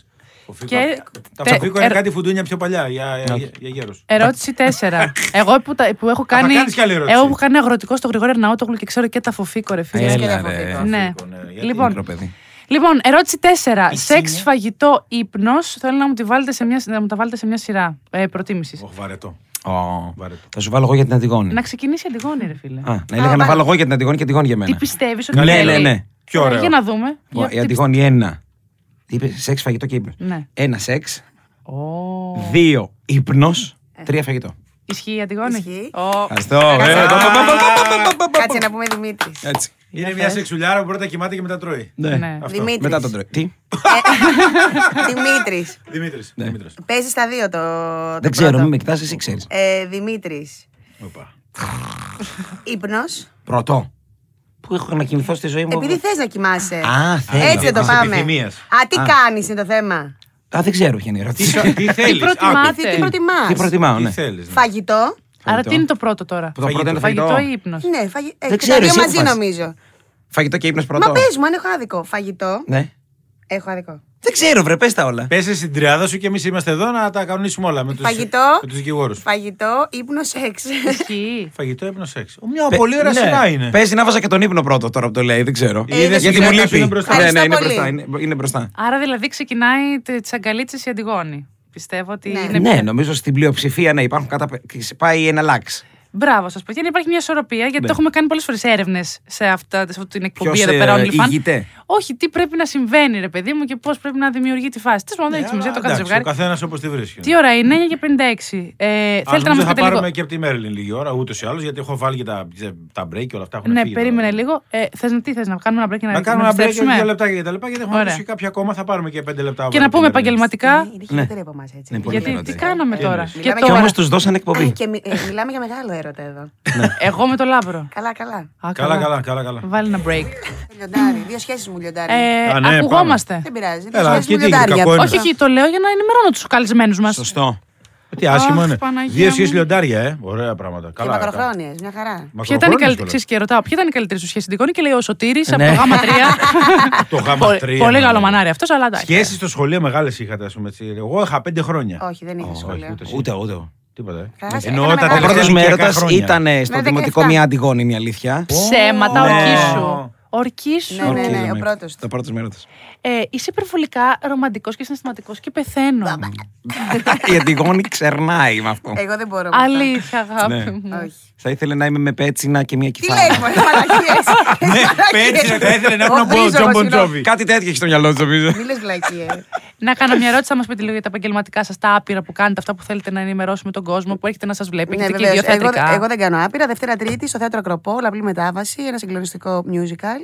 [SPEAKER 3] Και-
[SPEAKER 2] Τα
[SPEAKER 3] τε-
[SPEAKER 2] φοφίκο είναι
[SPEAKER 3] ερω-
[SPEAKER 2] κάτι φουντούνια πιο παλιά, για, για, για γέρος.
[SPEAKER 3] Ερώτηση 4. Εγώ που, τα, που έχω κάνει.
[SPEAKER 2] κάνεις κι άλλη ερώτηση.
[SPEAKER 3] Εγώ που έχω κάνει αγροτικό στον Γρηγόρη Ερναούτογλου και ξέρω και τα φοφίκο, ρε φίλε.
[SPEAKER 5] Έλα,
[SPEAKER 4] ρε.
[SPEAKER 3] Ναι.
[SPEAKER 2] Φοφίκο, ναι. Γιατί
[SPEAKER 3] Λοιπόν,
[SPEAKER 5] Μικρό παιδί.
[SPEAKER 3] Λοιπόν, ερώτηση 4.
[SPEAKER 5] Πισίνια.
[SPEAKER 3] Σεξ, φαγητό, ύπνος. Θέλω να μου, τη βάλετε σε μια, να μου τα βάλετε σε μια σειρά ε, προτίμησης.
[SPEAKER 2] Ωχ, βαρετό.
[SPEAKER 5] Ω,
[SPEAKER 2] Βαρετό.
[SPEAKER 5] Θα σου βάλω εγώ για την Αντιγόνη.
[SPEAKER 3] Να ξεκινήσει η Αντιγόνη, ρε φίλε.
[SPEAKER 5] ναι. Α, να έλεγα να
[SPEAKER 4] βάλε.
[SPEAKER 5] βάλω εγώ για την Αντιγόνη και Αντιγόνη για
[SPEAKER 3] Τι
[SPEAKER 5] μένα.
[SPEAKER 3] πιστεύεις ότι.
[SPEAKER 5] Ναι, ναι,
[SPEAKER 3] θέλει? Ε,
[SPEAKER 5] ναι.
[SPEAKER 2] Πιο ωραίο.
[SPEAKER 3] Για να δούμε.
[SPEAKER 5] Ω,
[SPEAKER 3] Για-
[SPEAKER 5] Η
[SPEAKER 3] τι
[SPEAKER 5] Αντιγόνη ένα. Είπε σεξ, φαγητό και ύπνος.
[SPEAKER 3] πιστεύεις? Ναι.
[SPEAKER 5] Ένα σεξ,
[SPEAKER 3] Ω,
[SPEAKER 5] δύο ύπνος,
[SPEAKER 3] Ε.
[SPEAKER 5] τρία φαγητό.
[SPEAKER 3] Ισχύει η Αντιγόνη.
[SPEAKER 4] Ισχύει.
[SPEAKER 3] Ω,
[SPEAKER 5] Ευχαριστώ. ε, πα, πα, πα, πα, πα, πα, πα.
[SPEAKER 4] Κάτσε να πούμε Δημήτρης.
[SPEAKER 5] Έτσι.
[SPEAKER 2] Είναι μια σεξουλιάρα που πρώτα κοιμάται και μετά τρώει.
[SPEAKER 5] Ναι.
[SPEAKER 3] ναι.
[SPEAKER 4] Δημήτρης.
[SPEAKER 5] Μετά τον τρώει. Τι.
[SPEAKER 4] Ε, Δημήτρης.
[SPEAKER 2] Δημήτρης.
[SPEAKER 5] Ναι.
[SPEAKER 2] Δημήτρης.
[SPEAKER 4] Παίζεις στα δύο το. το
[SPEAKER 5] Δεν ξέρω,
[SPEAKER 4] πρώτο.
[SPEAKER 5] μην με κοιτάς, εσύ ξέρεις.
[SPEAKER 4] Ε, Δημήτρης.
[SPEAKER 2] Οπα.
[SPEAKER 4] Ύπνο.
[SPEAKER 5] Πρωτό. Πού έχω να κοιμηθώ στη ζωή μου.
[SPEAKER 4] Επειδή θες να κοιμάσαι.
[SPEAKER 5] Α, θέλω.
[SPEAKER 4] Έτσι δεν το
[SPEAKER 2] Της
[SPEAKER 4] πάμε.
[SPEAKER 2] επιθυμίας.
[SPEAKER 4] Α, τι κάνεις είναι το θέμα.
[SPEAKER 5] Α, δεν ξέρω ποια είναι η
[SPEAKER 2] Τι,
[SPEAKER 5] ερώτηση.
[SPEAKER 2] σα- τι θέλεις.
[SPEAKER 3] προτιμάτε?
[SPEAKER 4] Τι, τι προτιμάς.
[SPEAKER 5] Τι προτιμάω,
[SPEAKER 2] Τι
[SPEAKER 5] ναι.
[SPEAKER 2] θέλεις.
[SPEAKER 4] Φαγητό.
[SPEAKER 3] Άρα τι είναι το πρώτο τώρα.
[SPEAKER 5] Που το πρώτο είναι το
[SPEAKER 3] Φαγητό ή
[SPEAKER 5] φαγητό.
[SPEAKER 3] ύπνος.
[SPEAKER 4] Ναι, φαγη... ε,
[SPEAKER 5] Δεν
[SPEAKER 4] και
[SPEAKER 5] ξέρω,
[SPEAKER 4] τα δύο
[SPEAKER 5] εσύ
[SPEAKER 4] μαζί
[SPEAKER 5] αποφάσισε.
[SPEAKER 4] νομίζω.
[SPEAKER 5] Φαγητό και ύπνος
[SPEAKER 4] Μα
[SPEAKER 5] πρώτο.
[SPEAKER 4] πες μου, αν έχω άδικο. Φαγητό.
[SPEAKER 5] Ναι.
[SPEAKER 4] Έχω άδικο.
[SPEAKER 5] Δεν ξέρω, βρε, πες τα όλα.
[SPEAKER 2] Πέσει στην τριάδα σου και εμείς είμαστε εδώ να τα κανονίσουμε όλα με τους
[SPEAKER 4] Φαγητό.
[SPEAKER 2] δικηγόρους.
[SPEAKER 4] Φαγητό, ύπνο, σεξ.
[SPEAKER 3] Ισχύει.
[SPEAKER 2] Φαγητό, ύπνο, σεξ. Μια πολύ ωραία σειρά είναι.
[SPEAKER 5] ναι. Πες να βάζα και τον ύπνο πρώτο τώρα που το λέει, δεν ξέρω.
[SPEAKER 2] Ε, είδες,
[SPEAKER 5] Γιατί
[SPEAKER 2] η
[SPEAKER 5] μου
[SPEAKER 2] σειρά σου
[SPEAKER 5] λείπει.
[SPEAKER 2] είναι μπροστά.
[SPEAKER 5] Ναι, ναι, είναι
[SPEAKER 4] Ευχαριστώ
[SPEAKER 5] μπροστά.
[SPEAKER 4] πολύ.
[SPEAKER 5] Είναι, είναι μπροστά.
[SPEAKER 3] Άρα δηλαδή ξεκινάει τις αγκαλίτσες η Αντιγόνη. Πιστεύω ότι
[SPEAKER 4] Ναι.
[SPEAKER 3] είναι.
[SPEAKER 5] Ναι, νομίζω στην πλειοψηφία ναι, υπάρχουν κατά. Πάει ένα λαξ.
[SPEAKER 3] Μπράβο σας, παιδιά. Υπάρχει μια ισορροπία γιατί το έχουμε κάνει πολλές φορές έρευνες σε, αυτά- σε αυτή την εκπομπή
[SPEAKER 5] Ποιος,
[SPEAKER 3] εδώ πέρα.
[SPEAKER 5] ε,
[SPEAKER 3] OnlyFans.
[SPEAKER 5] ηγείται?
[SPEAKER 3] Όχι, τι πρέπει να συμβαίνει, ρε παιδί μου, και πώς πρέπει να δημιουργεί τη φάση. Τι πάντων,
[SPEAKER 2] Ναι,
[SPEAKER 3] δεν έχει σημασία το κάθε Ναι, ζευγάρι.
[SPEAKER 2] Ε, Ο καθένας όπως τη βρίσκει.
[SPEAKER 3] Τι ώρα είναι, 9 και 56. Ε,
[SPEAKER 2] Αν
[SPEAKER 3] θέλετε να
[SPEAKER 2] νομίζω
[SPEAKER 3] μας
[SPEAKER 2] θα
[SPEAKER 3] πείτε λίγο.
[SPEAKER 2] πάρουμε και από τη Μέρλιν λίγη ώρα, ούτως ή άλλως, γιατί έχω βάλει και τα, τα break και όλα αυτά. Έχουν
[SPEAKER 3] Ναι,
[SPEAKER 2] φύγει
[SPEAKER 3] περίμενε
[SPEAKER 2] τώρα.
[SPEAKER 3] λίγο. Ε, θες να τι θες, να κάνουμε ένα break και να,
[SPEAKER 2] Να κάνουμε ένα break για
[SPEAKER 3] επιστρέψουμε?
[SPEAKER 2] δύο λεπτά και τα λοιπά, γιατί έχουμε
[SPEAKER 3] Ωραία.
[SPEAKER 2] ακούσει κάποια ακόμα. Θα πάρουμε και πέντε λεπτά. από
[SPEAKER 3] Και να
[SPEAKER 2] την
[SPEAKER 3] πούμε
[SPEAKER 2] Μέρλιν.
[SPEAKER 3] επαγγελματικά.
[SPEAKER 4] Ναι, Είναι χειρότερη από εμάς, έτσι.
[SPEAKER 5] Ναι, πολύ
[SPEAKER 3] Γιατί τι
[SPEAKER 5] χειρότερη.
[SPEAKER 3] κάναμε τώρα.
[SPEAKER 2] εννοείς?
[SPEAKER 3] Και
[SPEAKER 4] Μιλάμε
[SPEAKER 5] Και
[SPEAKER 4] Τώρα.
[SPEAKER 5] όμω
[SPEAKER 3] τώρα.
[SPEAKER 5] του δώσαν εκπομπή.
[SPEAKER 4] Α, και μι- ε, μιλάμε για μεγάλο έρωτα εδώ.
[SPEAKER 3] Εγώ με το λάβρο.
[SPEAKER 4] Καλά, καλά.
[SPEAKER 3] Α,
[SPEAKER 2] Καλά, καλά, καλά. καλά.
[SPEAKER 3] Βάλει ένα break.
[SPEAKER 4] Ε, Λιοντάρι. Δύο σχέσεις μου λιοντάρι.
[SPEAKER 3] Ε,
[SPEAKER 2] Α, ναι, πάμε.
[SPEAKER 3] ακουγόμαστε.
[SPEAKER 4] Δεν πειράζει. Δύο
[SPEAKER 2] Έλα,
[SPEAKER 4] σχέσεις
[SPEAKER 2] και
[SPEAKER 4] μου
[SPEAKER 2] τι είναι,
[SPEAKER 4] λιοντάρια.
[SPEAKER 2] κακό είναι.
[SPEAKER 3] Όχι, όχι, το λέω για να ενημερώνω τους καλεσμένους μας.
[SPEAKER 5] Σωστό.
[SPEAKER 2] Τι άσχημο
[SPEAKER 3] Αχ,
[SPEAKER 2] είναι.
[SPEAKER 3] Παναγία
[SPEAKER 2] Δύο σχέσει
[SPEAKER 3] μου.
[SPEAKER 2] λιοντάρια, ε. Ωραία πράγματα.
[SPEAKER 4] Και
[SPEAKER 2] Καλά. Ναι. καλά.
[SPEAKER 4] μακροχρόνιες, μια χαρά.
[SPEAKER 3] Ποια ήταν η
[SPEAKER 2] Μακροχρόνιες
[SPEAKER 3] καλύτερη,
[SPEAKER 2] όλα.
[SPEAKER 3] ξέρεις και ρωτάω, ποια ήταν η καλύτερη σου σχέση Αντιγόνη και λέει ο Σωτήρης από
[SPEAKER 5] Ναι.
[SPEAKER 3] το γάμα 3.
[SPEAKER 2] Το γάμα
[SPEAKER 3] Πολύ-
[SPEAKER 2] τρία,
[SPEAKER 3] Πολύ
[SPEAKER 2] ναι.
[SPEAKER 3] γαλομανάρι αυτός, αλλά εντάξει.
[SPEAKER 2] Σχέσεις στο σχολείο μεγάλες είχατε, ας πούμε. έτσι. Εγώ είχα πέντε χρόνια.
[SPEAKER 4] Όχι, δεν είχα σχολείο.
[SPEAKER 2] ούτε εσύ.
[SPEAKER 5] Ούτε, ούτε. Ο
[SPEAKER 2] Τίποτα. ε.
[SPEAKER 4] Καλά, σε-
[SPEAKER 2] Εννοώ
[SPEAKER 4] έκανα
[SPEAKER 2] τα
[SPEAKER 4] μεγάλη
[SPEAKER 2] τελευταία
[SPEAKER 5] πρώτο μου
[SPEAKER 2] ηλικιακά
[SPEAKER 5] έρωτα
[SPEAKER 2] χρόνια.
[SPEAKER 5] ήταν στο
[SPEAKER 4] Με
[SPEAKER 5] δημοτικό
[SPEAKER 4] 17.
[SPEAKER 5] μια Αντιγόνη, μια αλήθεια.
[SPEAKER 3] Ψέματα,
[SPEAKER 2] Ναι.
[SPEAKER 3] ορκή σου. Ορκή σου.
[SPEAKER 4] Ναι, ναι, ναι, ο
[SPEAKER 5] Ορκίζομαι.
[SPEAKER 4] πρώτο.
[SPEAKER 5] Το πρώτο μου έρωτα.
[SPEAKER 3] Ε, είσαι υπερβολικά ρομαντικός και συναισθηματικός και πεθαίνω.
[SPEAKER 5] Η Αντιγόνη ξερνάει με αυτό.
[SPEAKER 4] Εγώ δεν μπορώ. με αυτά.
[SPEAKER 3] Αλήθεια, αγάπη
[SPEAKER 5] Ναι.
[SPEAKER 3] μου.
[SPEAKER 4] Όχι.
[SPEAKER 5] Θα ήθελε να είμαι με πέτσινα και μια
[SPEAKER 4] Τι λέει,
[SPEAKER 5] κεφάλα.
[SPEAKER 4] Μωρέ, μαλακίες.
[SPEAKER 2] Πέτυχε, Ναι, θα ήθελε να έχουν
[SPEAKER 4] Ο
[SPEAKER 2] από
[SPEAKER 4] Βρίζος,
[SPEAKER 2] Τζον
[SPEAKER 4] συγγνώμη.
[SPEAKER 2] Μποντζόβι.
[SPEAKER 5] Κάτι τέτοιο έχει στο μυαλό του, νομίζω.
[SPEAKER 4] Μη λες βλακίες.
[SPEAKER 3] Να κάνω μια ερώτηση, θα μα πείτε λίγο για τα επαγγελματικά σας, τα άπειρα που κάνετε, αυτά που θέλετε να ενημερώσουμε τον κόσμο, που έχετε να σας βλέπει.
[SPEAKER 4] Ναι,
[SPEAKER 3] έχετε και
[SPEAKER 4] βεβαίως.
[SPEAKER 3] δύο
[SPEAKER 4] εγώ,
[SPEAKER 3] θεατρικά.
[SPEAKER 4] εγώ δεν κάνω άπειρα. Δευτέρα Τρίτη στο θέατρο Ακροπόλ, απλή μετάβαση, ένα συγκλονιστικό musical.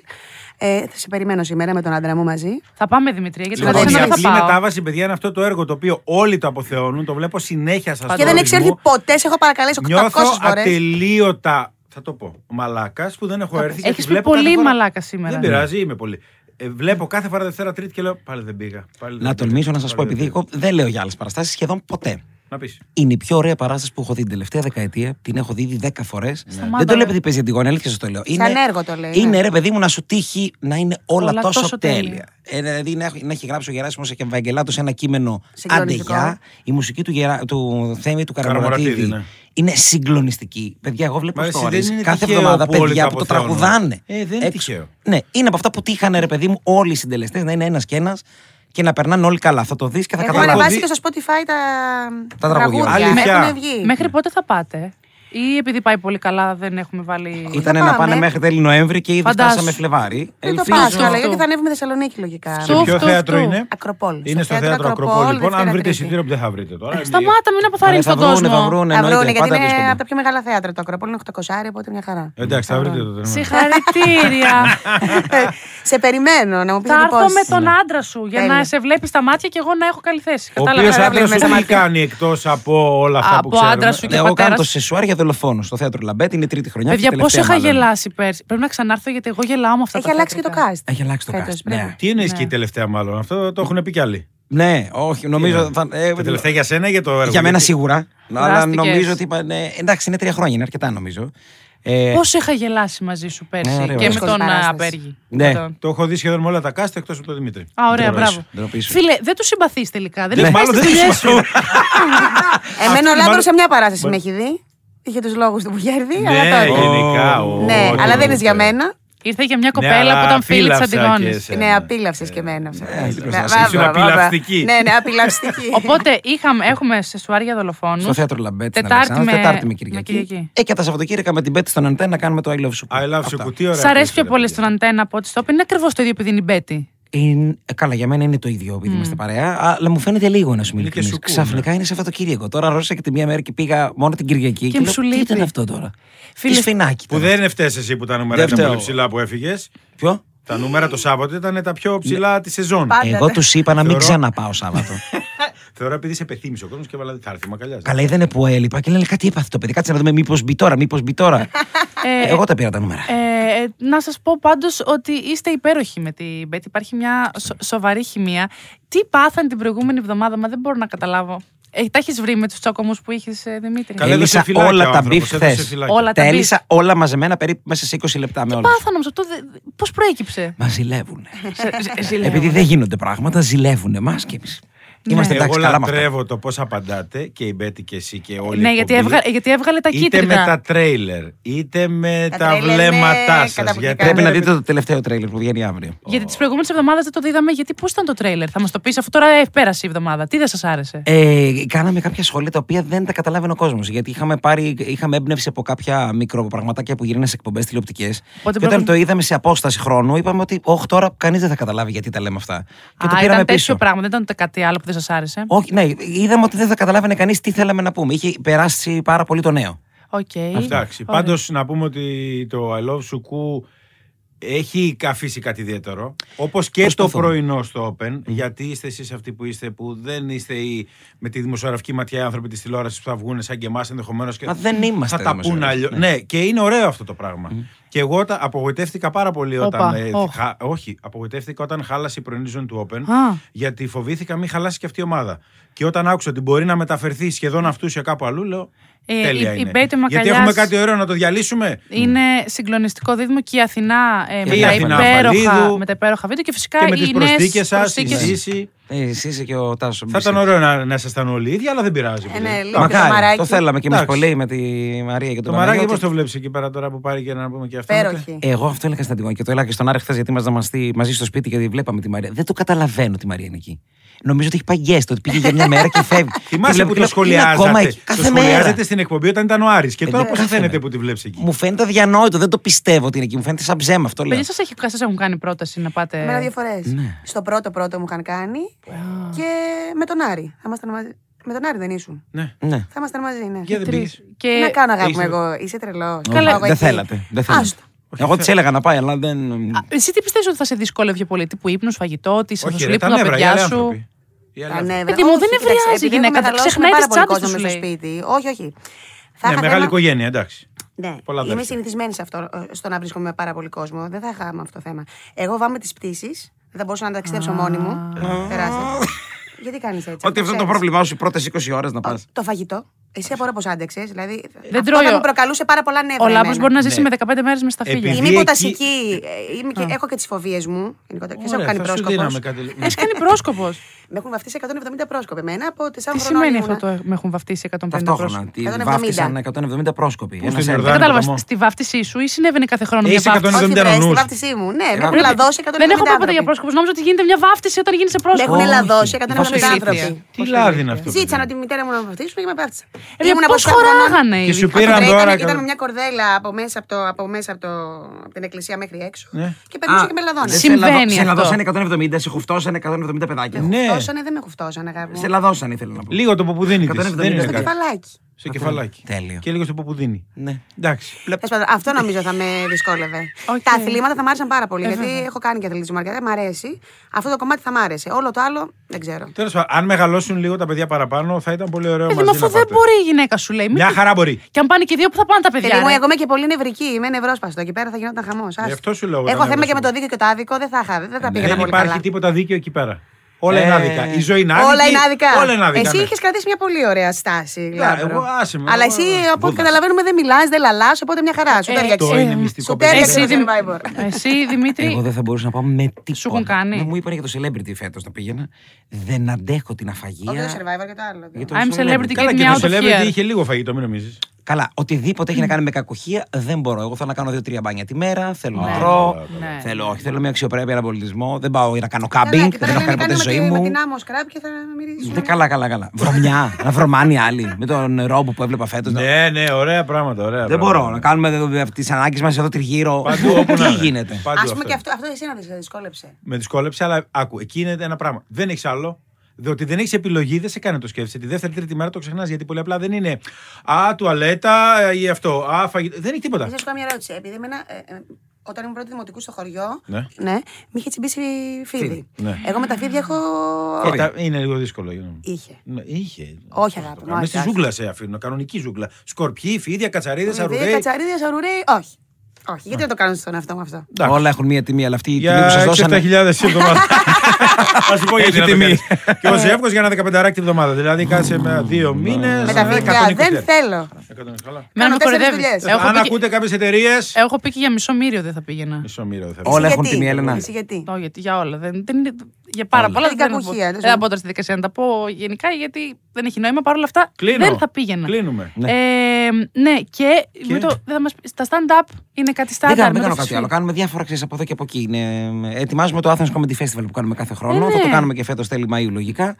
[SPEAKER 4] Ε, θα σε περιμένω σήμερα με τον άντρα μου μαζί.
[SPEAKER 3] Θα πάμε, Δημητρία, γιατί
[SPEAKER 2] Λοιπόν,
[SPEAKER 3] χωρίς
[SPEAKER 2] η
[SPEAKER 3] εσένα δεν
[SPEAKER 2] απλή
[SPEAKER 3] θα πάω.
[SPEAKER 2] μετάβαση, παιδιά, είναι αυτό το έργο το οποίο όλοι το αποθεώνουν. Το βλέπω συνέχεια σας.
[SPEAKER 4] και δεν έχει έρθει ποτέ, σε έχω παρακαλέσει 800
[SPEAKER 2] Νιώθω
[SPEAKER 4] φορές.
[SPEAKER 2] ατελείωτα. Θα το πω. Μαλάκας που δεν έχω έρθει. γιατί
[SPEAKER 3] Έχεις πει
[SPEAKER 2] βλέπω κάθε
[SPEAKER 3] πολύ
[SPEAKER 2] φορά-
[SPEAKER 3] μαλάκα σήμερα.
[SPEAKER 2] Δεν πειράζει, είμαι πολύ. Ε, βλέπω κάθε φορά Δευτέρα Τρίτη και λέω πάλι δεν πήγα. Πάλι δεν πήγα,
[SPEAKER 5] Να τολμήσω να σας
[SPEAKER 2] πάλι
[SPEAKER 5] πω,
[SPEAKER 2] δεν
[SPEAKER 5] επειδή
[SPEAKER 2] πήγα».
[SPEAKER 5] εγώ δεν λέω για άλλες παραστάσεις σχεδόν ποτέ.
[SPEAKER 2] Να πεις.
[SPEAKER 5] Είναι η πιο ωραία παράσταση που έχω δει την τελευταία δεκαετία. Την έχω δει ήδη 10 φορές.
[SPEAKER 2] Ναι.
[SPEAKER 5] Δεν το λέω επειδή παίζει αντιγόνη, αλήθεια σας το λέω. Είναι,
[SPEAKER 4] έργο το λέει,
[SPEAKER 5] Είναι
[SPEAKER 4] ναι.
[SPEAKER 5] ρε παιδί μου να σου τύχει να είναι όλα,
[SPEAKER 3] Όλα
[SPEAKER 5] τόσο,
[SPEAKER 3] τόσο τέλεια.
[SPEAKER 5] τέλεια. Ε, δηλαδή να, έχει- να έχει γράψει ο Γεράσιμος και Ευαγγελάτος ένα κείμενο
[SPEAKER 4] Συγκλονιστικό.
[SPEAKER 5] αντεγιά. Η μουσική του, Γερα... του Θέμη του
[SPEAKER 2] Καραμορατίδη,
[SPEAKER 5] Καραμορατίδη
[SPEAKER 2] ναι.
[SPEAKER 5] είναι συγκλονιστική. Παιδιά, εγώ βλέπω
[SPEAKER 2] Μα εσύ
[SPEAKER 5] stories
[SPEAKER 2] δεν είναι
[SPEAKER 5] κάθε
[SPEAKER 2] τυχαίο
[SPEAKER 5] εβδομάδα
[SPEAKER 2] που όλοι
[SPEAKER 5] παιδιά
[SPEAKER 2] τα
[SPEAKER 5] που το
[SPEAKER 2] αποθεώνουν.
[SPEAKER 5] τραγουδάνε.
[SPEAKER 2] Ε, δεν είναι
[SPEAKER 5] Έξω.
[SPEAKER 2] τυχαίο.
[SPEAKER 5] Ναι, είναι από αυτά που τύχανε ρε παιδί μου όλοι οι συντελεστές να είναι ένας και ένας και να περνάνε όλοι καλά. Θα το δεις και θα
[SPEAKER 4] Έχουμε
[SPEAKER 5] καταλάβεις.
[SPEAKER 4] ανεβάσει και στο Spotify τα,
[SPEAKER 5] Τα τραγούδια.
[SPEAKER 4] Με
[SPEAKER 2] Αλήθεια.
[SPEAKER 4] έχουν βγει.
[SPEAKER 3] Μέχρι πότε θα πάτε, ή επειδή πάει πολύ καλά, δεν έχουμε βάλει.
[SPEAKER 5] Ήταν
[SPEAKER 4] πάμε.
[SPEAKER 5] να πάνε μέχρι τέλη Νοέμβρη και ήδη
[SPEAKER 3] Φαντάσου.
[SPEAKER 5] φτάσαμε Φλεβάρι.
[SPEAKER 4] Δεν το
[SPEAKER 5] Ελπίζω-
[SPEAKER 4] Πάσχα,
[SPEAKER 3] αυτό.
[SPEAKER 4] λέει, ότι θα ανέβουμε Θεσσαλονίκη λογικά.
[SPEAKER 3] Αυτό.
[SPEAKER 2] Σε ποιο
[SPEAKER 3] αυτό,
[SPEAKER 2] θέατρο
[SPEAKER 3] αυτό.
[SPEAKER 2] είναι.
[SPEAKER 4] Ακροπόλ.
[SPEAKER 2] Είναι στο θέατρο Ακροπόλ. Λοιπόν, αν βρείτε εισιτήριο που δεν θα βρείτε τώρα.
[SPEAKER 3] Σταμάτα, μην αποθαρρύνει
[SPEAKER 5] θα
[SPEAKER 3] τον
[SPEAKER 5] βρούνε, θα
[SPEAKER 3] κόσμο.
[SPEAKER 5] βρούνε.
[SPEAKER 4] Θα
[SPEAKER 5] εννοείται,
[SPEAKER 4] βρούνε, γιατί
[SPEAKER 5] πάντα
[SPEAKER 4] είναι
[SPEAKER 5] βρίσκονται.
[SPEAKER 4] από τα πιο μεγάλα θέατρα το Ακροπόλ. Είναι 800, οπότε μια χαρά.
[SPEAKER 2] Εντάξει, θα βρείτε το τερμα.
[SPEAKER 3] Συγχαρητήρια.
[SPEAKER 4] σε περιμένω να μου πεις
[SPEAKER 3] Θα έρθω
[SPEAKER 4] πώς.
[SPEAKER 3] με τον άντρα σου για να
[SPEAKER 4] Τέλεια.
[SPEAKER 3] σε βλέπει στα μάτια και εγώ να έχω καλή θέση.
[SPEAKER 2] Ο οποίο
[SPEAKER 3] Κατάλαβα.
[SPEAKER 4] να
[SPEAKER 2] άντρα
[SPEAKER 4] βλέπουμε
[SPEAKER 2] σου
[SPEAKER 4] στα
[SPEAKER 2] τι έχει
[SPEAKER 4] μάτια.
[SPEAKER 2] κάνει εκτός από όλα αυτά
[SPEAKER 3] Από
[SPEAKER 2] που ξέρουμε.
[SPEAKER 3] άντρα σου
[SPEAKER 5] Ναι,
[SPEAKER 3] και
[SPEAKER 5] εγώ κάνω το
[SPEAKER 3] πατέρα.
[SPEAKER 5] σεσουάρ για δολοφόνο στο θέατρο Λαμπέτ. Είναι η τρίτη χρονιά. και
[SPEAKER 3] Παιδιά,
[SPEAKER 5] η
[SPEAKER 3] πώ
[SPEAKER 5] τελευταία
[SPEAKER 3] είχα
[SPEAKER 5] μάλλον.
[SPEAKER 3] γελάσει πέρσι. Πρέπει να ξανάρθω γιατί εγώ γελάω με αυτά
[SPEAKER 4] Έχει
[SPEAKER 3] τα
[SPEAKER 4] αλλάξει και το
[SPEAKER 3] θεατρικά.
[SPEAKER 4] cast.
[SPEAKER 5] Έχει αλλάξει το
[SPEAKER 4] Φέτος,
[SPEAKER 5] cast. Ναι.
[SPEAKER 2] Τι εννοείς και η τελευταία, μάλλον. Αυτό το έχουν πει κι άλλοι.
[SPEAKER 5] ναι, όχι, νομίζω. Θα, ε,
[SPEAKER 2] Τα τελευταία για σένα ή για το έργο.
[SPEAKER 5] για μένα
[SPEAKER 2] Γιατί-
[SPEAKER 5] σίγουρα. Αλλά
[SPEAKER 3] Κουράστηκες.
[SPEAKER 5] νομίζω ότι είπαν. ε, εντάξει, είναι τρία χρόνια, είναι αρκετά νομίζω. Ε,
[SPEAKER 3] Πώ είχα γελάσει μαζί σου
[SPEAKER 5] Ναι,
[SPEAKER 3] πέρσι
[SPEAKER 5] ωραία,
[SPEAKER 3] και με
[SPEAKER 5] ωραία.
[SPEAKER 3] τον
[SPEAKER 4] Παράσταση.
[SPEAKER 3] α, Απέργη.
[SPEAKER 5] Ναι.
[SPEAKER 3] Με τον-
[SPEAKER 2] Το έχω δει σχεδόν με όλα τα κάστα εκτός από τον Δημήτρη.
[SPEAKER 3] Α, ωραία,
[SPEAKER 5] Ντροπή σου,
[SPEAKER 3] μπράβο. Ε,
[SPEAKER 5] ντροπή σου.
[SPEAKER 3] Φίλε, δεν τους συμπαθείς τελικά. Δεν
[SPEAKER 5] Ναι,
[SPEAKER 3] έχεις πάει
[SPEAKER 5] μάλλον
[SPEAKER 3] στις
[SPEAKER 5] δεν τους
[SPEAKER 3] δουλειές σου.
[SPEAKER 4] Εμένα ο Λάμπρος
[SPEAKER 2] μάλλον-
[SPEAKER 4] σε μια παράσταση
[SPEAKER 2] Μα-
[SPEAKER 4] με έχει δει. Είχε τους λόγους του που είχε έρθει, αλλά
[SPEAKER 2] Ναι,
[SPEAKER 4] τώρα.
[SPEAKER 2] γενικά.
[SPEAKER 4] Ναι,
[SPEAKER 2] όχι,
[SPEAKER 4] αλλά δεν
[SPEAKER 2] όχι.
[SPEAKER 4] είναι για μένα.
[SPEAKER 3] Ήρθε και
[SPEAKER 5] Ναι,
[SPEAKER 3] μια κοπέλα που ήταν φίλη τη Αντιγόνη.
[SPEAKER 4] Ναι, απίλαυσε και εμένα. αυτό.
[SPEAKER 5] ναι,
[SPEAKER 4] Ναι,
[SPEAKER 5] ναι,
[SPEAKER 4] μπράβο,
[SPEAKER 2] Ε, ήσουν
[SPEAKER 4] μπράβο, μπράβο.
[SPEAKER 2] απειλαυστική.
[SPEAKER 4] Ναι, ναι, απειλαυστική.
[SPEAKER 3] Οπότε είχαμε, έχουμε σε σουάρια δολοφόνους.
[SPEAKER 5] Στο θέατρο Λαμπέτ. στην
[SPEAKER 3] Τετάρτη
[SPEAKER 5] Αλεξάνδρα,
[SPEAKER 3] με-
[SPEAKER 5] Τετάρτη με
[SPEAKER 3] με
[SPEAKER 5] Κυριακή.
[SPEAKER 3] Κυριακή.
[SPEAKER 5] Ε, και από τα Σαββατοκύριακα με την Πέτη στον Αντένα να κάνουμε το I love you.
[SPEAKER 2] I love you,
[SPEAKER 5] Αυτά.
[SPEAKER 2] κουτί, ωραία.
[SPEAKER 3] Σ' αρέσει πιο
[SPEAKER 2] κουτί,
[SPEAKER 3] πολύ
[SPEAKER 2] ρε,
[SPEAKER 3] στον αντένα από ό,τι στο Open. Είναι ακριβώς το ίδιο επειδή είναι η Μπέτη.
[SPEAKER 5] Είναι- ε, καλά, για μένα είναι το ίδιο επειδή είμαστε παρέα, αλλά μου φαίνεται λίγο να σου
[SPEAKER 2] Είναι και
[SPEAKER 5] μιλήσεις.
[SPEAKER 2] σουκού,
[SPEAKER 5] Ξαφνικά είναι Σαββατοκύριακο. Τώρα ρώσα και τη μία μέρα και πήγα μόνο την Κυριακή.
[SPEAKER 3] Και μου
[SPEAKER 5] λέω,
[SPEAKER 3] σου
[SPEAKER 5] Τι
[SPEAKER 3] λείπει.
[SPEAKER 5] ήταν αυτό τώρα.
[SPEAKER 3] Φίλε,
[SPEAKER 5] Τι σφινάκι.
[SPEAKER 2] Που
[SPEAKER 5] ήταν
[SPEAKER 2] δεν είναι φταίς εσύ που τα νούμερα
[SPEAKER 5] Δεν
[SPEAKER 2] ήταν πολύ
[SPEAKER 5] φταίω.
[SPEAKER 2] ψηλά που έφυγες.
[SPEAKER 5] αυτό. Ποιο?
[SPEAKER 2] Τα νούμερα το Σάββατο ήταν τα πιο
[SPEAKER 5] Ναι.
[SPEAKER 2] ψηλά τη σεζόν.
[SPEAKER 4] Πάντα.
[SPEAKER 5] Εγώ τους είπα να μην
[SPEAKER 2] Θεωρώ-
[SPEAKER 5] ξαναπάω Σάββατο.
[SPEAKER 2] Θεωρώ επειδή σε πεθύμησε ο κόσμος και έβαλα θα έρθει μακαλιά.
[SPEAKER 5] Καλά, είδανε που έλειπα και λένε κάτι έπαθε το παιδί. Κάτσε να δούμε μήπως μπει τώρα, μήπως μπει τώρα.
[SPEAKER 3] Ε,
[SPEAKER 5] Εγώ τα πήρα τα νούμερα.
[SPEAKER 3] Ε, ε, να σας πω πάντως ότι είστε υπέροχοι με την Μπέτη. Υπάρχει μια σο- σοβαρή χημεία. Τι πάθαν την προηγούμενη εβδομάδα, μα δεν μπορώ να καταλάβω. Ε, τα έχεις βρει με τους τσακωμούς που είχες, ε, Δημήτρη.
[SPEAKER 2] Καλά, έδωσε
[SPEAKER 5] Έλυσα
[SPEAKER 2] φυλάκια
[SPEAKER 5] όλα
[SPEAKER 2] ο
[SPEAKER 5] τα
[SPEAKER 2] άνθρωπος,
[SPEAKER 5] beef
[SPEAKER 2] έδωσε
[SPEAKER 5] χθες.
[SPEAKER 2] φυλάκια.
[SPEAKER 3] Όλα τα
[SPEAKER 5] τα έλυσα όλα μαζεμένα περίπου μέσα σε 20 λεπτά με όλα.
[SPEAKER 3] Πάθαν όμως αυτό. δε- Πώς προέκυψε.
[SPEAKER 5] Μα ζηλεύουν.
[SPEAKER 3] ζηλεύουν.
[SPEAKER 5] Επειδή δεν γίνονται πράγματα, ζηλεύουν εμά και εμείς.
[SPEAKER 3] Ναι.
[SPEAKER 5] Είμαστε
[SPEAKER 2] Ε, Εγώ
[SPEAKER 5] εντάξει, καλά με αυτά.
[SPEAKER 2] λατρεύω το πώς απαντάτε και η Μπέτη και εσύ και όλοι.
[SPEAKER 3] ναι,
[SPEAKER 2] οι
[SPEAKER 3] γιατί,
[SPEAKER 2] εκπομπή.
[SPEAKER 3] έβγα- γιατί έβγαλε τα
[SPEAKER 2] Είτε με
[SPEAKER 3] κίτρινα. ναι,
[SPEAKER 2] τα τρέιλερ, είτε με
[SPEAKER 4] Τα
[SPEAKER 2] τα,
[SPEAKER 4] τρέιλερ είναι
[SPEAKER 2] βλέμματά σας.
[SPEAKER 4] καταπληκτικά.
[SPEAKER 5] Πρέπει να δείτε το τελευταίο τρέιλερ που βγαίνει αύριο.
[SPEAKER 3] Γιατί τις προηγούμενες εβδομάδες δεν το είδαμε, γιατί πώς ήταν το τρέιλερ. Θα μας το πεις, αφού τώρα ε, πέρασε η εβδομάδα. Τι δεν σας άρεσε.
[SPEAKER 5] Ε, κάναμε κάποια σχόλια τα οποία δεν τα καταλάβαινε ο κόσμος. Γιατί είχαμε, πάρει, είχαμε έμπνευση από κάποια μικροπραγματάκια που γίνανε σε εκπομπές τηλεοπτικές. Και
[SPEAKER 3] Οπότε
[SPEAKER 5] όταν
[SPEAKER 3] πρέπει-
[SPEAKER 5] το είδαμε σε απόσταση χρόνου, είπαμε ότι όχι τώρα κανείς δεν θα καταλάβει γιατί τα λέμε αυτά. Και το
[SPEAKER 3] Α,
[SPEAKER 5] πήραμε
[SPEAKER 3] ήταν
[SPEAKER 5] πίσω.
[SPEAKER 3] τέτοιο πράγμα, δεν ήταν ούτε κάτι άλλο που δεν σας άρεσε.
[SPEAKER 5] Όχι, ναι, είδαμε ότι δεν θα καταλάβαινε κανείς τι θέλαμε να πούμε. Είχε περάσει πάρα πολύ το νέο.
[SPEAKER 3] Οκ.
[SPEAKER 2] Εντάξει.
[SPEAKER 3] Ωραία.
[SPEAKER 2] Πάντως να πούμε ότι το I love Suku έχει αφήσει κάτι ιδιαίτερο. Όπως και το
[SPEAKER 5] Προσπαθούμε.
[SPEAKER 2] πρωινό στο Open, γιατί είστε εσείς αυτοί που είστε, που δεν είστε οι, με τη δημοσιογραφική ματιά οι άνθρωποι της τηλεόρασης που θα βγουν σαν και εμάς ενδεχομένως.
[SPEAKER 5] Μα δεν είμαστε
[SPEAKER 2] Θα τα πούν
[SPEAKER 5] δημοσιογράφοι,
[SPEAKER 2] αλλιώς. Ναι.
[SPEAKER 5] ναι.
[SPEAKER 2] και είναι ωραίο αυτό το πράγμα. Και εγώ τα- απογοητεύτηκα πάρα πολύ όταν.
[SPEAKER 3] Όπα,
[SPEAKER 2] ε,
[SPEAKER 3] όχ.
[SPEAKER 2] χα- όχι, απογοητεύτηκα όταν χάλασε η πρωινή ζώνη του Open.
[SPEAKER 3] Α.
[SPEAKER 2] Γιατί φοβήθηκα μην χαλάσει και αυτή η ομάδα. Και όταν άκουσα ότι μπορεί να μεταφερθεί σχεδόν αυτούσια κάπου αλλού, λέω.
[SPEAKER 3] Ε,
[SPEAKER 2] τέλεια
[SPEAKER 3] η- η
[SPEAKER 2] είναι.
[SPEAKER 3] Μπέτη
[SPEAKER 2] Γιατί
[SPEAKER 3] Μακαλιάς-
[SPEAKER 2] έχουμε κάτι ωραίο να το διαλύσουμε.
[SPEAKER 3] Είναι συγκλονιστικό δίδυμο και η Αθηνά ε, με,
[SPEAKER 5] η
[SPEAKER 3] τα
[SPEAKER 5] Αθηνά
[SPEAKER 3] υπέροχα,
[SPEAKER 2] Βαλίδου.
[SPEAKER 3] με τα υπέροχα βίντεο και φυσικά
[SPEAKER 2] Και με
[SPEAKER 3] οι
[SPEAKER 2] τι
[SPEAKER 3] νέες
[SPEAKER 2] προσθήκες σας, η
[SPEAKER 3] προσθήκες.
[SPEAKER 2] Ζήση.
[SPEAKER 5] Ε, Εσύ είσαι και ο Τάσος.
[SPEAKER 2] Θα ήταν ωραίο να, να ήσασταν όλοι οι ίδιοι, αλλά δεν πειράζει.
[SPEAKER 4] Ε,
[SPEAKER 2] παιδί.
[SPEAKER 4] ναι, λίγο
[SPEAKER 5] Μακάρι.
[SPEAKER 4] το μαράκι.
[SPEAKER 5] Το θέλαμε και εμείς
[SPEAKER 2] Εντάξει.
[SPEAKER 5] πολύ με τη Μαρία και τον
[SPEAKER 2] το μαράκι,
[SPEAKER 5] Παναγιώτη.
[SPEAKER 2] πώς το βλέπεις εκεί πέρα τώρα που πάρει και να πούμε και αυτό.
[SPEAKER 4] Υπέροχη.
[SPEAKER 5] Εγώ αυτό έλεγα στην Αντιγόνη και το έλεγα και στον Άρη χθες γιατί ήμασταν μαζί, μαζί στο σπίτι και τη βλέπαμε τη Μαρία. Δεν το καταλαβαίνω τη Μαρία είναι εκεί. Νομίζω ότι έχει πάει γκέστο, ότι πήγε για μια μέρα και φεύγει. Τη
[SPEAKER 2] Θυμάσαι
[SPEAKER 5] βλέπω
[SPEAKER 2] που
[SPEAKER 5] και
[SPEAKER 2] το
[SPEAKER 5] λέω, «Είναι ακόμα
[SPEAKER 2] σχολιάζατε.
[SPEAKER 5] εκεί,
[SPEAKER 2] Το
[SPEAKER 5] Κάθε μέρα.
[SPEAKER 2] σχολιάζατε στην εκπομπή όταν ήταν ο Άρης Και
[SPEAKER 5] Ε,
[SPEAKER 2] τώρα
[SPEAKER 5] ναι,
[SPEAKER 2] πώς
[SPEAKER 5] κάθε
[SPEAKER 2] φαίνεται
[SPEAKER 5] μέρα.
[SPEAKER 2] που τη βλέπεις εκεί.
[SPEAKER 5] Μου φαίνεται αδιανόητο, δεν το πιστεύω ότι είναι εκεί. Μου φαίνεται σαν ψέμα αυτό. Λέω.
[SPEAKER 3] Παιδιά σας έχει σας έχουν κάνει πρόταση να πάτε...
[SPEAKER 4] Εμένα δύο φορές.
[SPEAKER 3] ναι.
[SPEAKER 4] Στο πρώτο πρώτο μου είχαν κάνει και με τον Άρη. Θα ήμασταν μαζί. Με τον Άρη δεν ήσουν.
[SPEAKER 2] Ναι.
[SPEAKER 5] Ναι.
[SPEAKER 4] Θα ήμασταν μαζί, ναι.
[SPEAKER 2] Για δεν
[SPEAKER 3] Τρεις.
[SPEAKER 2] πήγες.
[SPEAKER 3] Και... Ε,
[SPEAKER 4] Τι να κάνω, αγάπη μου,
[SPEAKER 2] έχεις-
[SPEAKER 4] εγώ. Είσαι τρελός.
[SPEAKER 5] Όχι, Δεν θέλατε. Δεν θέλατε.
[SPEAKER 4] Άστο.
[SPEAKER 5] Εγώ τη έλεγα να πάει, αλλά δεν.
[SPEAKER 3] Εσύ τι πιστεύεις ότι θα σε δυσκόλευε πολύ, τύπου ύπνος, φαγητό, τι θα
[SPEAKER 2] Όχι,
[SPEAKER 3] σου
[SPEAKER 2] ρε, τα
[SPEAKER 3] λείπουν τα
[SPEAKER 2] νεύρα, οι άλλοι
[SPEAKER 3] παιδιά σου.
[SPEAKER 2] άνθρωποι. Οι άλλοι άνθρωποι.
[SPEAKER 3] Παιδί μου, δεν ευριάζει η γυναίκα, ξεχνάει τις τσάντες
[SPEAKER 4] του
[SPEAKER 3] τους,
[SPEAKER 4] στο
[SPEAKER 3] σου λέει.
[SPEAKER 4] σπίτι. Όχι, όχι. Θα
[SPEAKER 2] Ναι,
[SPEAKER 4] είχα
[SPEAKER 2] μεγάλη
[SPEAKER 4] θέμα-
[SPEAKER 2] οικογένεια, εντάξει.
[SPEAKER 4] Ναι,
[SPEAKER 2] Πολλά
[SPEAKER 4] είμαι
[SPEAKER 2] αδέρφια.
[SPEAKER 4] συνηθισμένη σε αυτό, ε, στο να βρίσκομαι με πάρα πολύ κόσμο. Δεν θα είχαμε αυτό το θέμα. Εγώ βάμε τις πτήσεις. Δεν θα μπορούσα να ταξιδέψω μόνη μου. Τεράστια. Γιατί κάνεις έτσι.
[SPEAKER 5] Ότι αυτό το
[SPEAKER 4] ξέρεις.
[SPEAKER 5] πρόβλημά σου πρώτε 20 ώρες να πας.
[SPEAKER 4] Το φαγητό. Εσύ απορώ πώ άντεξες. Δηλαδή, αυτό
[SPEAKER 3] τρώει
[SPEAKER 4] θα
[SPEAKER 3] ο-
[SPEAKER 4] μου προκαλούσε πάρα πολλά νεύρα.
[SPEAKER 3] Ο Λάμπος
[SPEAKER 4] εμένα.
[SPEAKER 3] μπορεί να ζήσει
[SPEAKER 2] Ναι.
[SPEAKER 3] με 15 μέρες με στα
[SPEAKER 2] Επειδή-
[SPEAKER 3] φίλια.
[SPEAKER 4] Είμαι
[SPEAKER 2] εκεί-
[SPEAKER 4] υποτασική. ε, Είμαι και... Έχω και τις φοβίες μου. Γενικότερα. Και σε έχω
[SPEAKER 2] Ωραία,
[SPEAKER 4] κάνει
[SPEAKER 2] θα σου
[SPEAKER 4] πρόσκοπος.
[SPEAKER 2] δίναμε κάτι λίγο. Ναι.
[SPEAKER 3] Έχεις κάνει πρόσκοπος.
[SPEAKER 4] Με έχουν βαφτίσει 170 πρόσκοποι εμένα από 4
[SPEAKER 3] Τι
[SPEAKER 4] χρόνια.
[SPEAKER 3] σημαίνει αυτό το με έχουν βαφτίσει 150
[SPEAKER 5] Ταυτόχρονα.
[SPEAKER 3] πρόσωπα?
[SPEAKER 5] Τη
[SPEAKER 4] 170.
[SPEAKER 5] βάφτισαν 170 πρόσκοποι.
[SPEAKER 2] Πού
[SPEAKER 5] Ένας
[SPEAKER 2] στην
[SPEAKER 5] έλεγε.
[SPEAKER 2] Ιορδανία.
[SPEAKER 3] Δεν κατάλαβα
[SPEAKER 2] Δρόμο.
[SPEAKER 3] στη βάφτισή σου ή συνέβαινε κάθε χρόνο μια
[SPEAKER 2] Ε, Είσαι
[SPEAKER 3] βάφτιση.
[SPEAKER 2] 170.
[SPEAKER 4] Όχι,
[SPEAKER 2] Δεν
[SPEAKER 4] βρε, στη
[SPEAKER 2] νους.
[SPEAKER 4] βάφτισή μου. Ναι, με έχουν
[SPEAKER 5] βέβαια.
[SPEAKER 4] λαδώσει 170
[SPEAKER 3] Δεν έχω πάτε για
[SPEAKER 4] άνθρωποι.
[SPEAKER 3] πρόσκοπος. Νόμιζα ότι γίνεται μια βάφτιση όταν γίνεσαι
[SPEAKER 4] Με
[SPEAKER 3] πρόσκοπο.
[SPEAKER 4] έχουν λαδώσει 170
[SPEAKER 5] Πόσο ηλίθεια.
[SPEAKER 4] άνθρωποι.
[SPEAKER 2] Τι λάδι είναι αυτό.
[SPEAKER 4] Ζήτησαν
[SPEAKER 2] παιδί.
[SPEAKER 4] ότι η μητέρα μου Ε, να με βαφτίσουν και με βάφτισαν.
[SPEAKER 3] Ρε, Ε, πώς
[SPEAKER 4] από τέσσερα χρονών.
[SPEAKER 3] χωράγανε
[SPEAKER 2] Και
[SPEAKER 3] οι
[SPEAKER 2] σου
[SPEAKER 4] Από
[SPEAKER 2] πήραν
[SPEAKER 4] τρία
[SPEAKER 2] τώρα.
[SPEAKER 4] Ήταν,
[SPEAKER 2] κα-
[SPEAKER 4] ήταν μια κορδέλα από μέσα από, το, από, μέσα από, το, από την εκκλησία μέχρι έξω.
[SPEAKER 2] Ναι.
[SPEAKER 4] Και περνούσε
[SPEAKER 5] Α,
[SPEAKER 4] και με λαδώνε.
[SPEAKER 5] δεν
[SPEAKER 3] Συμβαίνει
[SPEAKER 5] Σε
[SPEAKER 3] αυτό.
[SPEAKER 5] λαδώσανε 170, σε χουφτώσανε 170 παιδάκια.
[SPEAKER 2] Ναι,
[SPEAKER 4] Φτώσανε, δεν με χουφτώσανε, αγάπη μου.
[SPEAKER 5] Σε λαδώσανε, ήθελα να πω.
[SPEAKER 2] λίγο το ποπουδίνι της.
[SPEAKER 5] 170
[SPEAKER 2] Δεν είναι
[SPEAKER 4] Στο
[SPEAKER 5] κάτι.
[SPEAKER 2] κάτι.
[SPEAKER 4] κεφαλάκι.
[SPEAKER 2] Σε κεφαλάκι.
[SPEAKER 5] Τέλειο.
[SPEAKER 2] Και λίγο στο ποπουδίνι.
[SPEAKER 5] Ναι.
[SPEAKER 2] Εντάξει.
[SPEAKER 4] Τέλος πάντων, Αυτό νομίζω θα με δυσκόλευε.
[SPEAKER 3] Οκ. Ε,
[SPEAKER 4] Τα αθλήματα θα μ' άρεσαν πάρα πολύ. γιατί έχω κάνει και αθλητισμό αρκετά. Μ' αρέσει. Αυτό το κομμάτι θα μ' άρεσε. Όλο το άλλο δεν ξέρω.
[SPEAKER 2] Τέλος πάντων, αν μεγαλώσουν λίγο τα παιδιά παραπάνω, θα ήταν πολύ
[SPEAKER 4] Ε,
[SPEAKER 2] ωραίο
[SPEAKER 3] Παιδί
[SPEAKER 2] μαζί
[SPEAKER 3] μου,
[SPEAKER 2] να
[SPEAKER 3] αφού δεν
[SPEAKER 2] πάτε.
[SPEAKER 3] μπορεί η γυναίκα σου, λέει. Μην
[SPEAKER 2] Μια χαρά μπορεί.
[SPEAKER 3] Και αν πάνε και δύο, που θα πάνε τα παιδιά.
[SPEAKER 4] Φίλοι μου,
[SPEAKER 3] ρε.
[SPEAKER 4] εγώ είμαι και πολύ νευρική. Είμαι νευρόσπαστο. Εκεί πέρα θα γινόταν χαμός.
[SPEAKER 2] Γι' αυτό σου λέω, ήταν
[SPEAKER 4] Έχω θέμα και με
[SPEAKER 2] νευρόσπαστο.
[SPEAKER 4] το δίκιο και το άδικο. Δεν θα είχα. Δεν τα πήγαινα
[SPEAKER 2] Δεν
[SPEAKER 4] πολύ
[SPEAKER 2] υπάρχει
[SPEAKER 4] καλά.
[SPEAKER 2] τίποτα δίκαιο εκεί πέρα. Όλα είναι
[SPEAKER 5] Ε,
[SPEAKER 2] άδικα. Η ζωή είναι άδικη.
[SPEAKER 4] Όλα είναι άδικα.
[SPEAKER 2] Όλα είναι άδικα.
[SPEAKER 4] Εσύ
[SPEAKER 2] ναι.
[SPEAKER 4] είχες κρατήσει μια πολύ ωραία στάση. Λάμπρο.
[SPEAKER 2] εγώ, άσε με,
[SPEAKER 4] Αλλά
[SPEAKER 2] εγώ-
[SPEAKER 4] εσύ, από ό,τι καταλαβαίνουμε, δεν μιλάς, δεν λαλάς, οπότε μια χαρά. Σου
[SPEAKER 3] Ε,
[SPEAKER 4] τέριαξε.
[SPEAKER 2] Το είναι μυστικό,
[SPEAKER 4] Σου
[SPEAKER 2] παιδιά.
[SPEAKER 4] τέριαξε
[SPEAKER 3] Εσύ,
[SPEAKER 4] το
[SPEAKER 3] Δημ-
[SPEAKER 4] survivor.
[SPEAKER 3] Εσύ, Δημήτρη.
[SPEAKER 5] Εγώ δεν θα μπορούσα να πάω με τίποτα.
[SPEAKER 3] Σου έχουν κάνει?
[SPEAKER 5] Ναι, μου είπαν για το celebrity φέτος να πήγαινα. Δεν αντέχω την
[SPEAKER 4] Όχι το
[SPEAKER 5] αφαγία.
[SPEAKER 4] survivor και το άλλο.
[SPEAKER 5] Για το
[SPEAKER 3] I'm
[SPEAKER 5] celebrity.
[SPEAKER 3] celebrity
[SPEAKER 5] Καλά,
[SPEAKER 3] και
[SPEAKER 2] Καλά,
[SPEAKER 3] μια
[SPEAKER 2] και το
[SPEAKER 3] out of
[SPEAKER 2] celebrity
[SPEAKER 3] here.
[SPEAKER 2] είχε λίγο φαγητό, μην νομίζεις.
[SPEAKER 5] Καλά, οτιδήποτε έχει να κάνει με κακοχία δεν μπορώ. Εγώ θέλω να κάνω δύο-τρία μπάνια τη μέρα, θέλω να
[SPEAKER 3] Ναι.
[SPEAKER 5] τρώω.
[SPEAKER 3] Ναι.
[SPEAKER 5] Θέλω, όχι, θέλω μια αξιοπρέπεια, ένα πολιτισμό. Δεν πάω να κάνω κάμπινγκ,
[SPEAKER 4] Καλά, και
[SPEAKER 5] δεν
[SPEAKER 4] θα
[SPEAKER 5] έχω κάνει ποτέ
[SPEAKER 4] κάνουμε
[SPEAKER 5] στη ζωή
[SPEAKER 4] τη- Με
[SPEAKER 5] μου.
[SPEAKER 4] την άμμο σκράπ και θα μυρίσουμε.
[SPEAKER 5] Δεν καλά, καλά, καλά. Βρωμιά, να βρωμάνει άλλοι. Με τον ρόμπο που έβλεπα φέτος.
[SPEAKER 2] Ναι, ναι, ωραία πράγματα. Ωραία
[SPEAKER 5] Δεν μπορώ να κάνουμε εδώ τις ανάγκες μας εδώ τριγύρω.
[SPEAKER 2] Παντού όπου να
[SPEAKER 5] Τι
[SPEAKER 2] είναι.
[SPEAKER 5] γίνεται.
[SPEAKER 2] Παντού
[SPEAKER 4] Ας πούμε
[SPEAKER 2] αυτό.
[SPEAKER 4] και αυτό, αυτό εσένα δεν σε δυσκόλεψε.
[SPEAKER 2] Με δυσκόλεψε, αλλά άκου, εκεί είναι ένα πράγμα. Δεν έχεις άλλο. Διότι δεν έχεις επιλογή, δεν σε κάνει να το σκέφτεσαι. Τη δεύτερη, τρίτη μέρα το ξεχνάς. Γιατί πολύ απλά δεν είναι Α, τουαλέτα ε, ή αυτό. Α, φαγητό. Δεν έχει τίποτα.
[SPEAKER 4] Θα σου κάνω μια ερώτηση. Επειδή εμένα, ε, ε, όταν ήμουν πρώτη δημοτικού στο χωριό,
[SPEAKER 2] Ναι.
[SPEAKER 4] ναι, με είχε τσιμπήσει φίδι.
[SPEAKER 2] Ναι.
[SPEAKER 4] Εγώ με τα φίδια έχω.
[SPEAKER 2] Ε, τα- Είναι λίγο δύσκολο. ε.
[SPEAKER 4] Είχε.
[SPEAKER 2] Ναι, Είχε.
[SPEAKER 4] Όχι,
[SPEAKER 2] Να
[SPEAKER 4] αγάπη
[SPEAKER 2] το
[SPEAKER 4] μου,
[SPEAKER 2] κάνουμε.
[SPEAKER 4] όχι,
[SPEAKER 2] Στη
[SPEAKER 4] όχι.
[SPEAKER 2] ζούγκλα σε αφήνω. Κανονική ζούγκλα. Σκορπιοί, φίδια, κατσαρίδες, αρουρέι.
[SPEAKER 4] Κατσαρίδια, σαρουρέι, όχι. Όχι, γιατί δεν το κάνω στον εαυτό μου αυτό.
[SPEAKER 2] Εντάξει.
[SPEAKER 5] Όλα έχουν μία τιμή, αλλά αυτή η τιμή που σας
[SPEAKER 2] Για
[SPEAKER 5] δώσανε.
[SPEAKER 2] 6-7.000 η εβδομάδα. Ας σου πω
[SPEAKER 5] Έχει
[SPEAKER 2] γιατί να το
[SPEAKER 5] τιμή.
[SPEAKER 2] κάνεις. Και ο Ζεύκος για ένα 15 τη εβδομάδα. Δηλαδή κάτσε με δύο ε, μήνες.
[SPEAKER 4] Με τα φίδια δεν θέλω.
[SPEAKER 3] Εμένα
[SPEAKER 4] Κάνω
[SPEAKER 3] με
[SPEAKER 4] τέσσερις
[SPEAKER 3] κοροϊδεύεις.
[SPEAKER 4] δουλειές.
[SPEAKER 3] Έχω
[SPEAKER 2] Αν
[SPEAKER 3] πει και- Ε,
[SPEAKER 2] ακούτε κάποιες εταιρείες.
[SPEAKER 3] Έχω πει και για μισό μύριο δεν θα πήγαινα.
[SPEAKER 2] Μισό μοίρα θα πει.
[SPEAKER 5] Όλα
[SPEAKER 4] Εσύ
[SPEAKER 5] έχουν
[SPEAKER 4] γιατί?
[SPEAKER 5] τιμή, Έλενα.
[SPEAKER 4] Εσύ γιατί.
[SPEAKER 3] Όχι, γιατί για όλα. Δεν, δεν είναι, για πάρα πολλά
[SPEAKER 4] Την
[SPEAKER 3] δεν μπορώ-
[SPEAKER 4] κακουχία, δεν
[SPEAKER 3] δεν
[SPEAKER 4] σου-
[SPEAKER 3] θα μπω τώρα στη δικασία να τα πω γενικά γιατί δεν έχει νόημα. Παρ' όλα αυτά
[SPEAKER 2] Κλείνω.
[SPEAKER 3] δεν θα πήγαινα.
[SPEAKER 2] Κλείνουμε.
[SPEAKER 5] Ναι.
[SPEAKER 3] Ε, ναι, και, μην το, δεν θα μας, πει- τα stand-up είναι κάτι
[SPEAKER 5] Δεν
[SPEAKER 3] στάνταρ. μετά
[SPEAKER 5] κάνουμε, δεν κάνουμε
[SPEAKER 3] φυσικά.
[SPEAKER 5] κάτι άλλο. Κάνουμε διάφορα ξέρεις από εδώ και από εκεί. Είναι, ε, Ετοιμάζουμε το Athens Comedy Festival που κάνουμε κάθε χρόνο.
[SPEAKER 3] Ε,
[SPEAKER 5] Θα το
[SPEAKER 3] ναι.
[SPEAKER 5] κάνουμε και φέτος τέλη Μαΐου λογικά.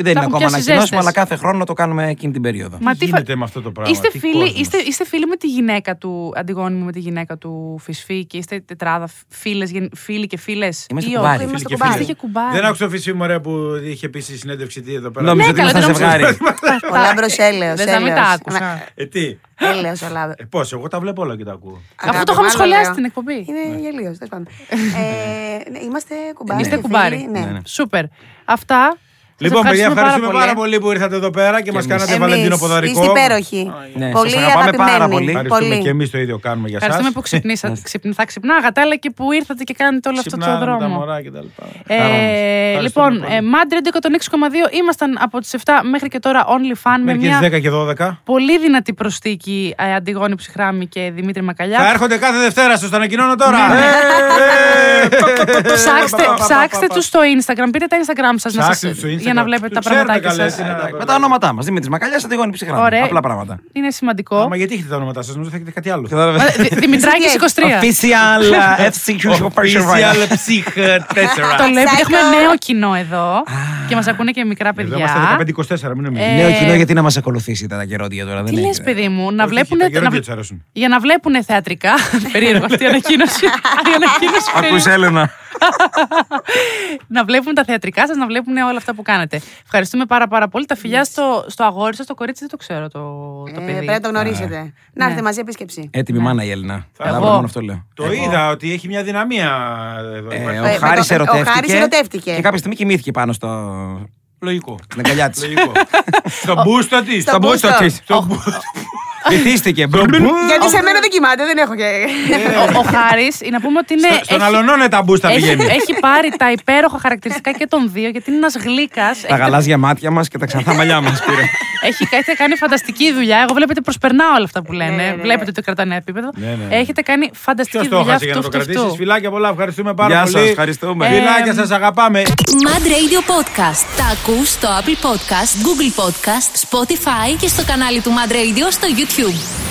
[SPEAKER 5] Δεν είναι
[SPEAKER 3] έχουν
[SPEAKER 5] ακόμα
[SPEAKER 3] πιάσει
[SPEAKER 5] ανακοινώσιμο,
[SPEAKER 3] ζέστες.
[SPEAKER 5] αλλά κάθε χρόνο το κάνουμε εκείνη την περίοδο.
[SPEAKER 3] Μα
[SPEAKER 2] Τι
[SPEAKER 3] τι φα-
[SPEAKER 2] γίνεται με αυτό το πράγμα.
[SPEAKER 3] Είστε
[SPEAKER 2] τι
[SPEAKER 3] φίλοι,
[SPEAKER 2] κόσμος.
[SPEAKER 3] είστε, είστε φίλοι με τη γυναίκα του Αντιγόνη μου, με τη γυναίκα του Φυσφή και είστε τετράδα φίλες, γεν- φίλοι και φίλες.
[SPEAKER 5] Είμαστε
[SPEAKER 3] ή
[SPEAKER 5] κουμπάρι.
[SPEAKER 3] όχι?
[SPEAKER 4] Είμαστε
[SPEAKER 2] Φίλοι και
[SPEAKER 4] κουμπάρι.
[SPEAKER 2] φίλοι.
[SPEAKER 3] Είστε και κουμπάρι.
[SPEAKER 2] Δεν άκουσα το φυσί μου ωραία που είχε πει στη συνέντευξη τι εδώ πέρα.
[SPEAKER 5] Νόμιζα
[SPEAKER 3] Ναι,
[SPEAKER 5] ότι
[SPEAKER 3] καλά,
[SPEAKER 5] ήμασταν
[SPEAKER 3] δεν νομίζω-
[SPEAKER 5] ζευγάρι.
[SPEAKER 4] Ο Λάμπρος έλεος.
[SPEAKER 3] Ε, Δεν θα μην τα
[SPEAKER 4] έλεος.
[SPEAKER 3] άκουσα.
[SPEAKER 2] Ε, τι.
[SPEAKER 4] Έλεος ο Λάμπρος.
[SPEAKER 2] Ε, Πώς, εγώ τα βλέπω όλα και τα ακούω.
[SPEAKER 3] Αφού
[SPEAKER 4] Αγάπη
[SPEAKER 3] το
[SPEAKER 4] μου, άλλο
[SPEAKER 3] είχαμε σχολιάσει
[SPEAKER 4] λέω.
[SPEAKER 3] στην εκπομπή.
[SPEAKER 5] Ναι.
[SPEAKER 4] Είναι γελίο, τέλο πάντων. Ε, ναι, Είμαστε κουμπάρι.
[SPEAKER 3] Είστε
[SPEAKER 4] φίλοι,
[SPEAKER 3] κουμπάρι.
[SPEAKER 5] Ναι, ναι.
[SPEAKER 4] Ναι.
[SPEAKER 3] Σούπερ. Αυτά. Σας
[SPEAKER 2] Λοιπόν, παιδιά,
[SPEAKER 3] ευχαριστούμε
[SPEAKER 2] ευχαριστούμε πάρα, πολύ που ήρθατε εδώ πέρα και, μας μα
[SPEAKER 5] εμείς.
[SPEAKER 2] κάνατε
[SPEAKER 4] Εμείς,
[SPEAKER 2] Βαλεντίνο Ποδαρικό.
[SPEAKER 4] Είστε υπέροχοι.
[SPEAKER 5] Ναι,
[SPEAKER 4] Πολύ
[SPEAKER 5] σας αγαπάμε πάρα πολύ.
[SPEAKER 4] αγαπημένοι.
[SPEAKER 2] Ευχαριστούμε και
[SPEAKER 4] Πολύ.
[SPEAKER 2] εμείς το ίδιο κάνουμε για
[SPEAKER 3] Ευχαριστούμε
[SPEAKER 2] σας
[SPEAKER 3] που ξυπνήσατε. Ξυπν, θα ξυπνάγατε, αλλά και που ήρθατε και κάνετε όλο αυτό το
[SPEAKER 2] Ξυπνάμε με τα
[SPEAKER 3] δρόμο.
[SPEAKER 2] μωρά και τα λοιπά.
[SPEAKER 3] Ε,
[SPEAKER 2] Ευχαριστούμε
[SPEAKER 3] λοιπόν,
[SPEAKER 2] πολύ.
[SPEAKER 3] ε, Mad Radio 106,2 ήμασταν από τις 7 μέχρι και τώρα OnlyFan με
[SPEAKER 2] Μέχρι
[SPEAKER 3] μια
[SPEAKER 2] και τι 10 και 12.
[SPEAKER 3] πολύ δυνατή προστίκη ε, Αντιγόνη Ψυχράμη και Δημήτρη Μακαλιά.
[SPEAKER 2] Θα έρχονται κάθε Δευτέρα, σας το ανακοινώνω τώρα.
[SPEAKER 3] Ναι, ναι.
[SPEAKER 2] Ε, ε,
[SPEAKER 3] Ψάξτε,
[SPEAKER 2] πα, πα, πα,
[SPEAKER 3] ψάξτε
[SPEAKER 2] πα,
[SPEAKER 3] του στο Instagram. Πείτε τα Instagram σα
[SPEAKER 2] Ψάξτε τους στο Instagram.
[SPEAKER 3] για να βλέπετε τα
[SPEAKER 2] Τους ξέρετε
[SPEAKER 3] πραγματάκια Ε,
[SPEAKER 2] καλέ,
[SPEAKER 3] σα.
[SPEAKER 2] τι να-
[SPEAKER 5] Με τα ονόματά μας. Δημήτρης Μακαλιάς, Αντιγόνη Ψυχρά.
[SPEAKER 3] Ωραία.
[SPEAKER 5] Απλά πράγματα.
[SPEAKER 3] Είναι
[SPEAKER 2] πα.
[SPEAKER 3] σημαντικό.
[SPEAKER 2] Μα γιατί έχετε τα ονόματά σας, νομίζω θα έχετε κάτι άλλο.
[SPEAKER 3] Μα, Δη- Δημητράκης 23.
[SPEAKER 5] Official ε, FCQ Official.
[SPEAKER 2] ψυχ 4.
[SPEAKER 3] Το λέω επειδή
[SPEAKER 4] Psycho.
[SPEAKER 3] έχουμε νέο κοινό εδώ και μας ακούνε και μικρά
[SPEAKER 2] Ε, Εδώ
[SPEAKER 3] παιδιά. Ε,
[SPEAKER 2] είμαστε 15-24, μην νομίζετε.
[SPEAKER 5] Νέο κοινό γιατί να μας ακολουθήσει τα καιρότια τώρα.
[SPEAKER 3] Τι
[SPEAKER 5] δεν
[SPEAKER 3] λε,
[SPEAKER 5] έχει.
[SPEAKER 3] παιδί μου, να
[SPEAKER 2] Όχι,
[SPEAKER 3] βλέπουν.
[SPEAKER 2] τα γερόντια τους αρέσουν.
[SPEAKER 3] Για να βλέπουν θεατρικά. Περίεργο αυτή η ανακοίνωση. Η ανακοίνωση
[SPEAKER 5] Ακούς
[SPEAKER 3] περίεργη.
[SPEAKER 5] Έλενα.
[SPEAKER 3] να βλέπουν τα θεατρικά σας, να βλέπουν όλα αυτά που κάνετε. Ευχαριστούμε πάρα πάρα πολύ. Τα φιλιά στο, στο αγόρι σας, το κορίτσι δεν το ξέρω το, το
[SPEAKER 4] Ε,
[SPEAKER 3] παιδί.
[SPEAKER 4] Πρέπει να το γνωρίσετε. Να έρθετε
[SPEAKER 3] Ναι.
[SPEAKER 4] μαζί επίσκεψη.
[SPEAKER 5] Έτοιμη μάνα η Έλληνα. Καλά,
[SPEAKER 3] Εγώ.
[SPEAKER 5] μόνο αυτό λέω.
[SPEAKER 2] Το είδα ότι έχει μια δυναμία εδώ.
[SPEAKER 5] Ε,
[SPEAKER 2] Υπάρχει-
[SPEAKER 5] ο
[SPEAKER 4] Ε,
[SPEAKER 5] Χάρης
[SPEAKER 4] με το- ο Χάρης
[SPEAKER 5] ερωτεύτηκε,
[SPEAKER 4] ερωτεύτηκε.
[SPEAKER 5] Και κάποια στιγμή κοιμήθηκε πάνω στο.
[SPEAKER 2] Λογικό.
[SPEAKER 5] στην αγκαλιά της.
[SPEAKER 2] Λογικό. Στον μπούστο τη.
[SPEAKER 4] Στον μπούστο.
[SPEAKER 3] Ναι,
[SPEAKER 5] Βυθίστηκε.
[SPEAKER 4] Γιατί σε μένα δεν κοιμάται, δεν έχω και.
[SPEAKER 3] Ο, ο Χάρης, να πούμε ότι είναι.
[SPEAKER 2] Στον αλωνώνε τα μπούστα
[SPEAKER 3] έχει,
[SPEAKER 2] πηγαίνει.
[SPEAKER 3] έχει πάρει τα υπέροχα χαρακτηριστικά και των δύο, γιατί είναι ένας γλύκας.
[SPEAKER 5] Τα γαλάζια μάτια μας και τα ξανθά μαλλιά μας πήρε.
[SPEAKER 3] Έχει, έχετε κάνει φανταστική δουλειά. Εγώ βλέπετε προσπερνάω όλα αυτά που λένε.
[SPEAKER 4] ναι, ναι.
[SPEAKER 3] Βλέπετε ότι κρατάνε επίπεδο.
[SPEAKER 2] Ναι, ναι, ναι.
[SPEAKER 3] Έχετε κάνει φανταστική
[SPEAKER 2] Ποιος το
[SPEAKER 3] δουλειά
[SPEAKER 2] έχασε για
[SPEAKER 3] αυτού
[SPEAKER 2] να το
[SPEAKER 3] του
[SPEAKER 2] κρατήσει.
[SPEAKER 3] αυτού.
[SPEAKER 2] Φιλάκια πολλά, ευχαριστούμε πάρα
[SPEAKER 5] Γεια
[SPEAKER 2] πολύ.
[SPEAKER 5] σας, ευχαριστούμε.
[SPEAKER 3] Ε,
[SPEAKER 2] Φιλάκια, σας αγαπάμε.
[SPEAKER 1] Mad Radio Podcast. Τα ακούς στο Apple Podcast, Google Podcast, Spotify και στο κανάλι του Mad Radio στο YouTube.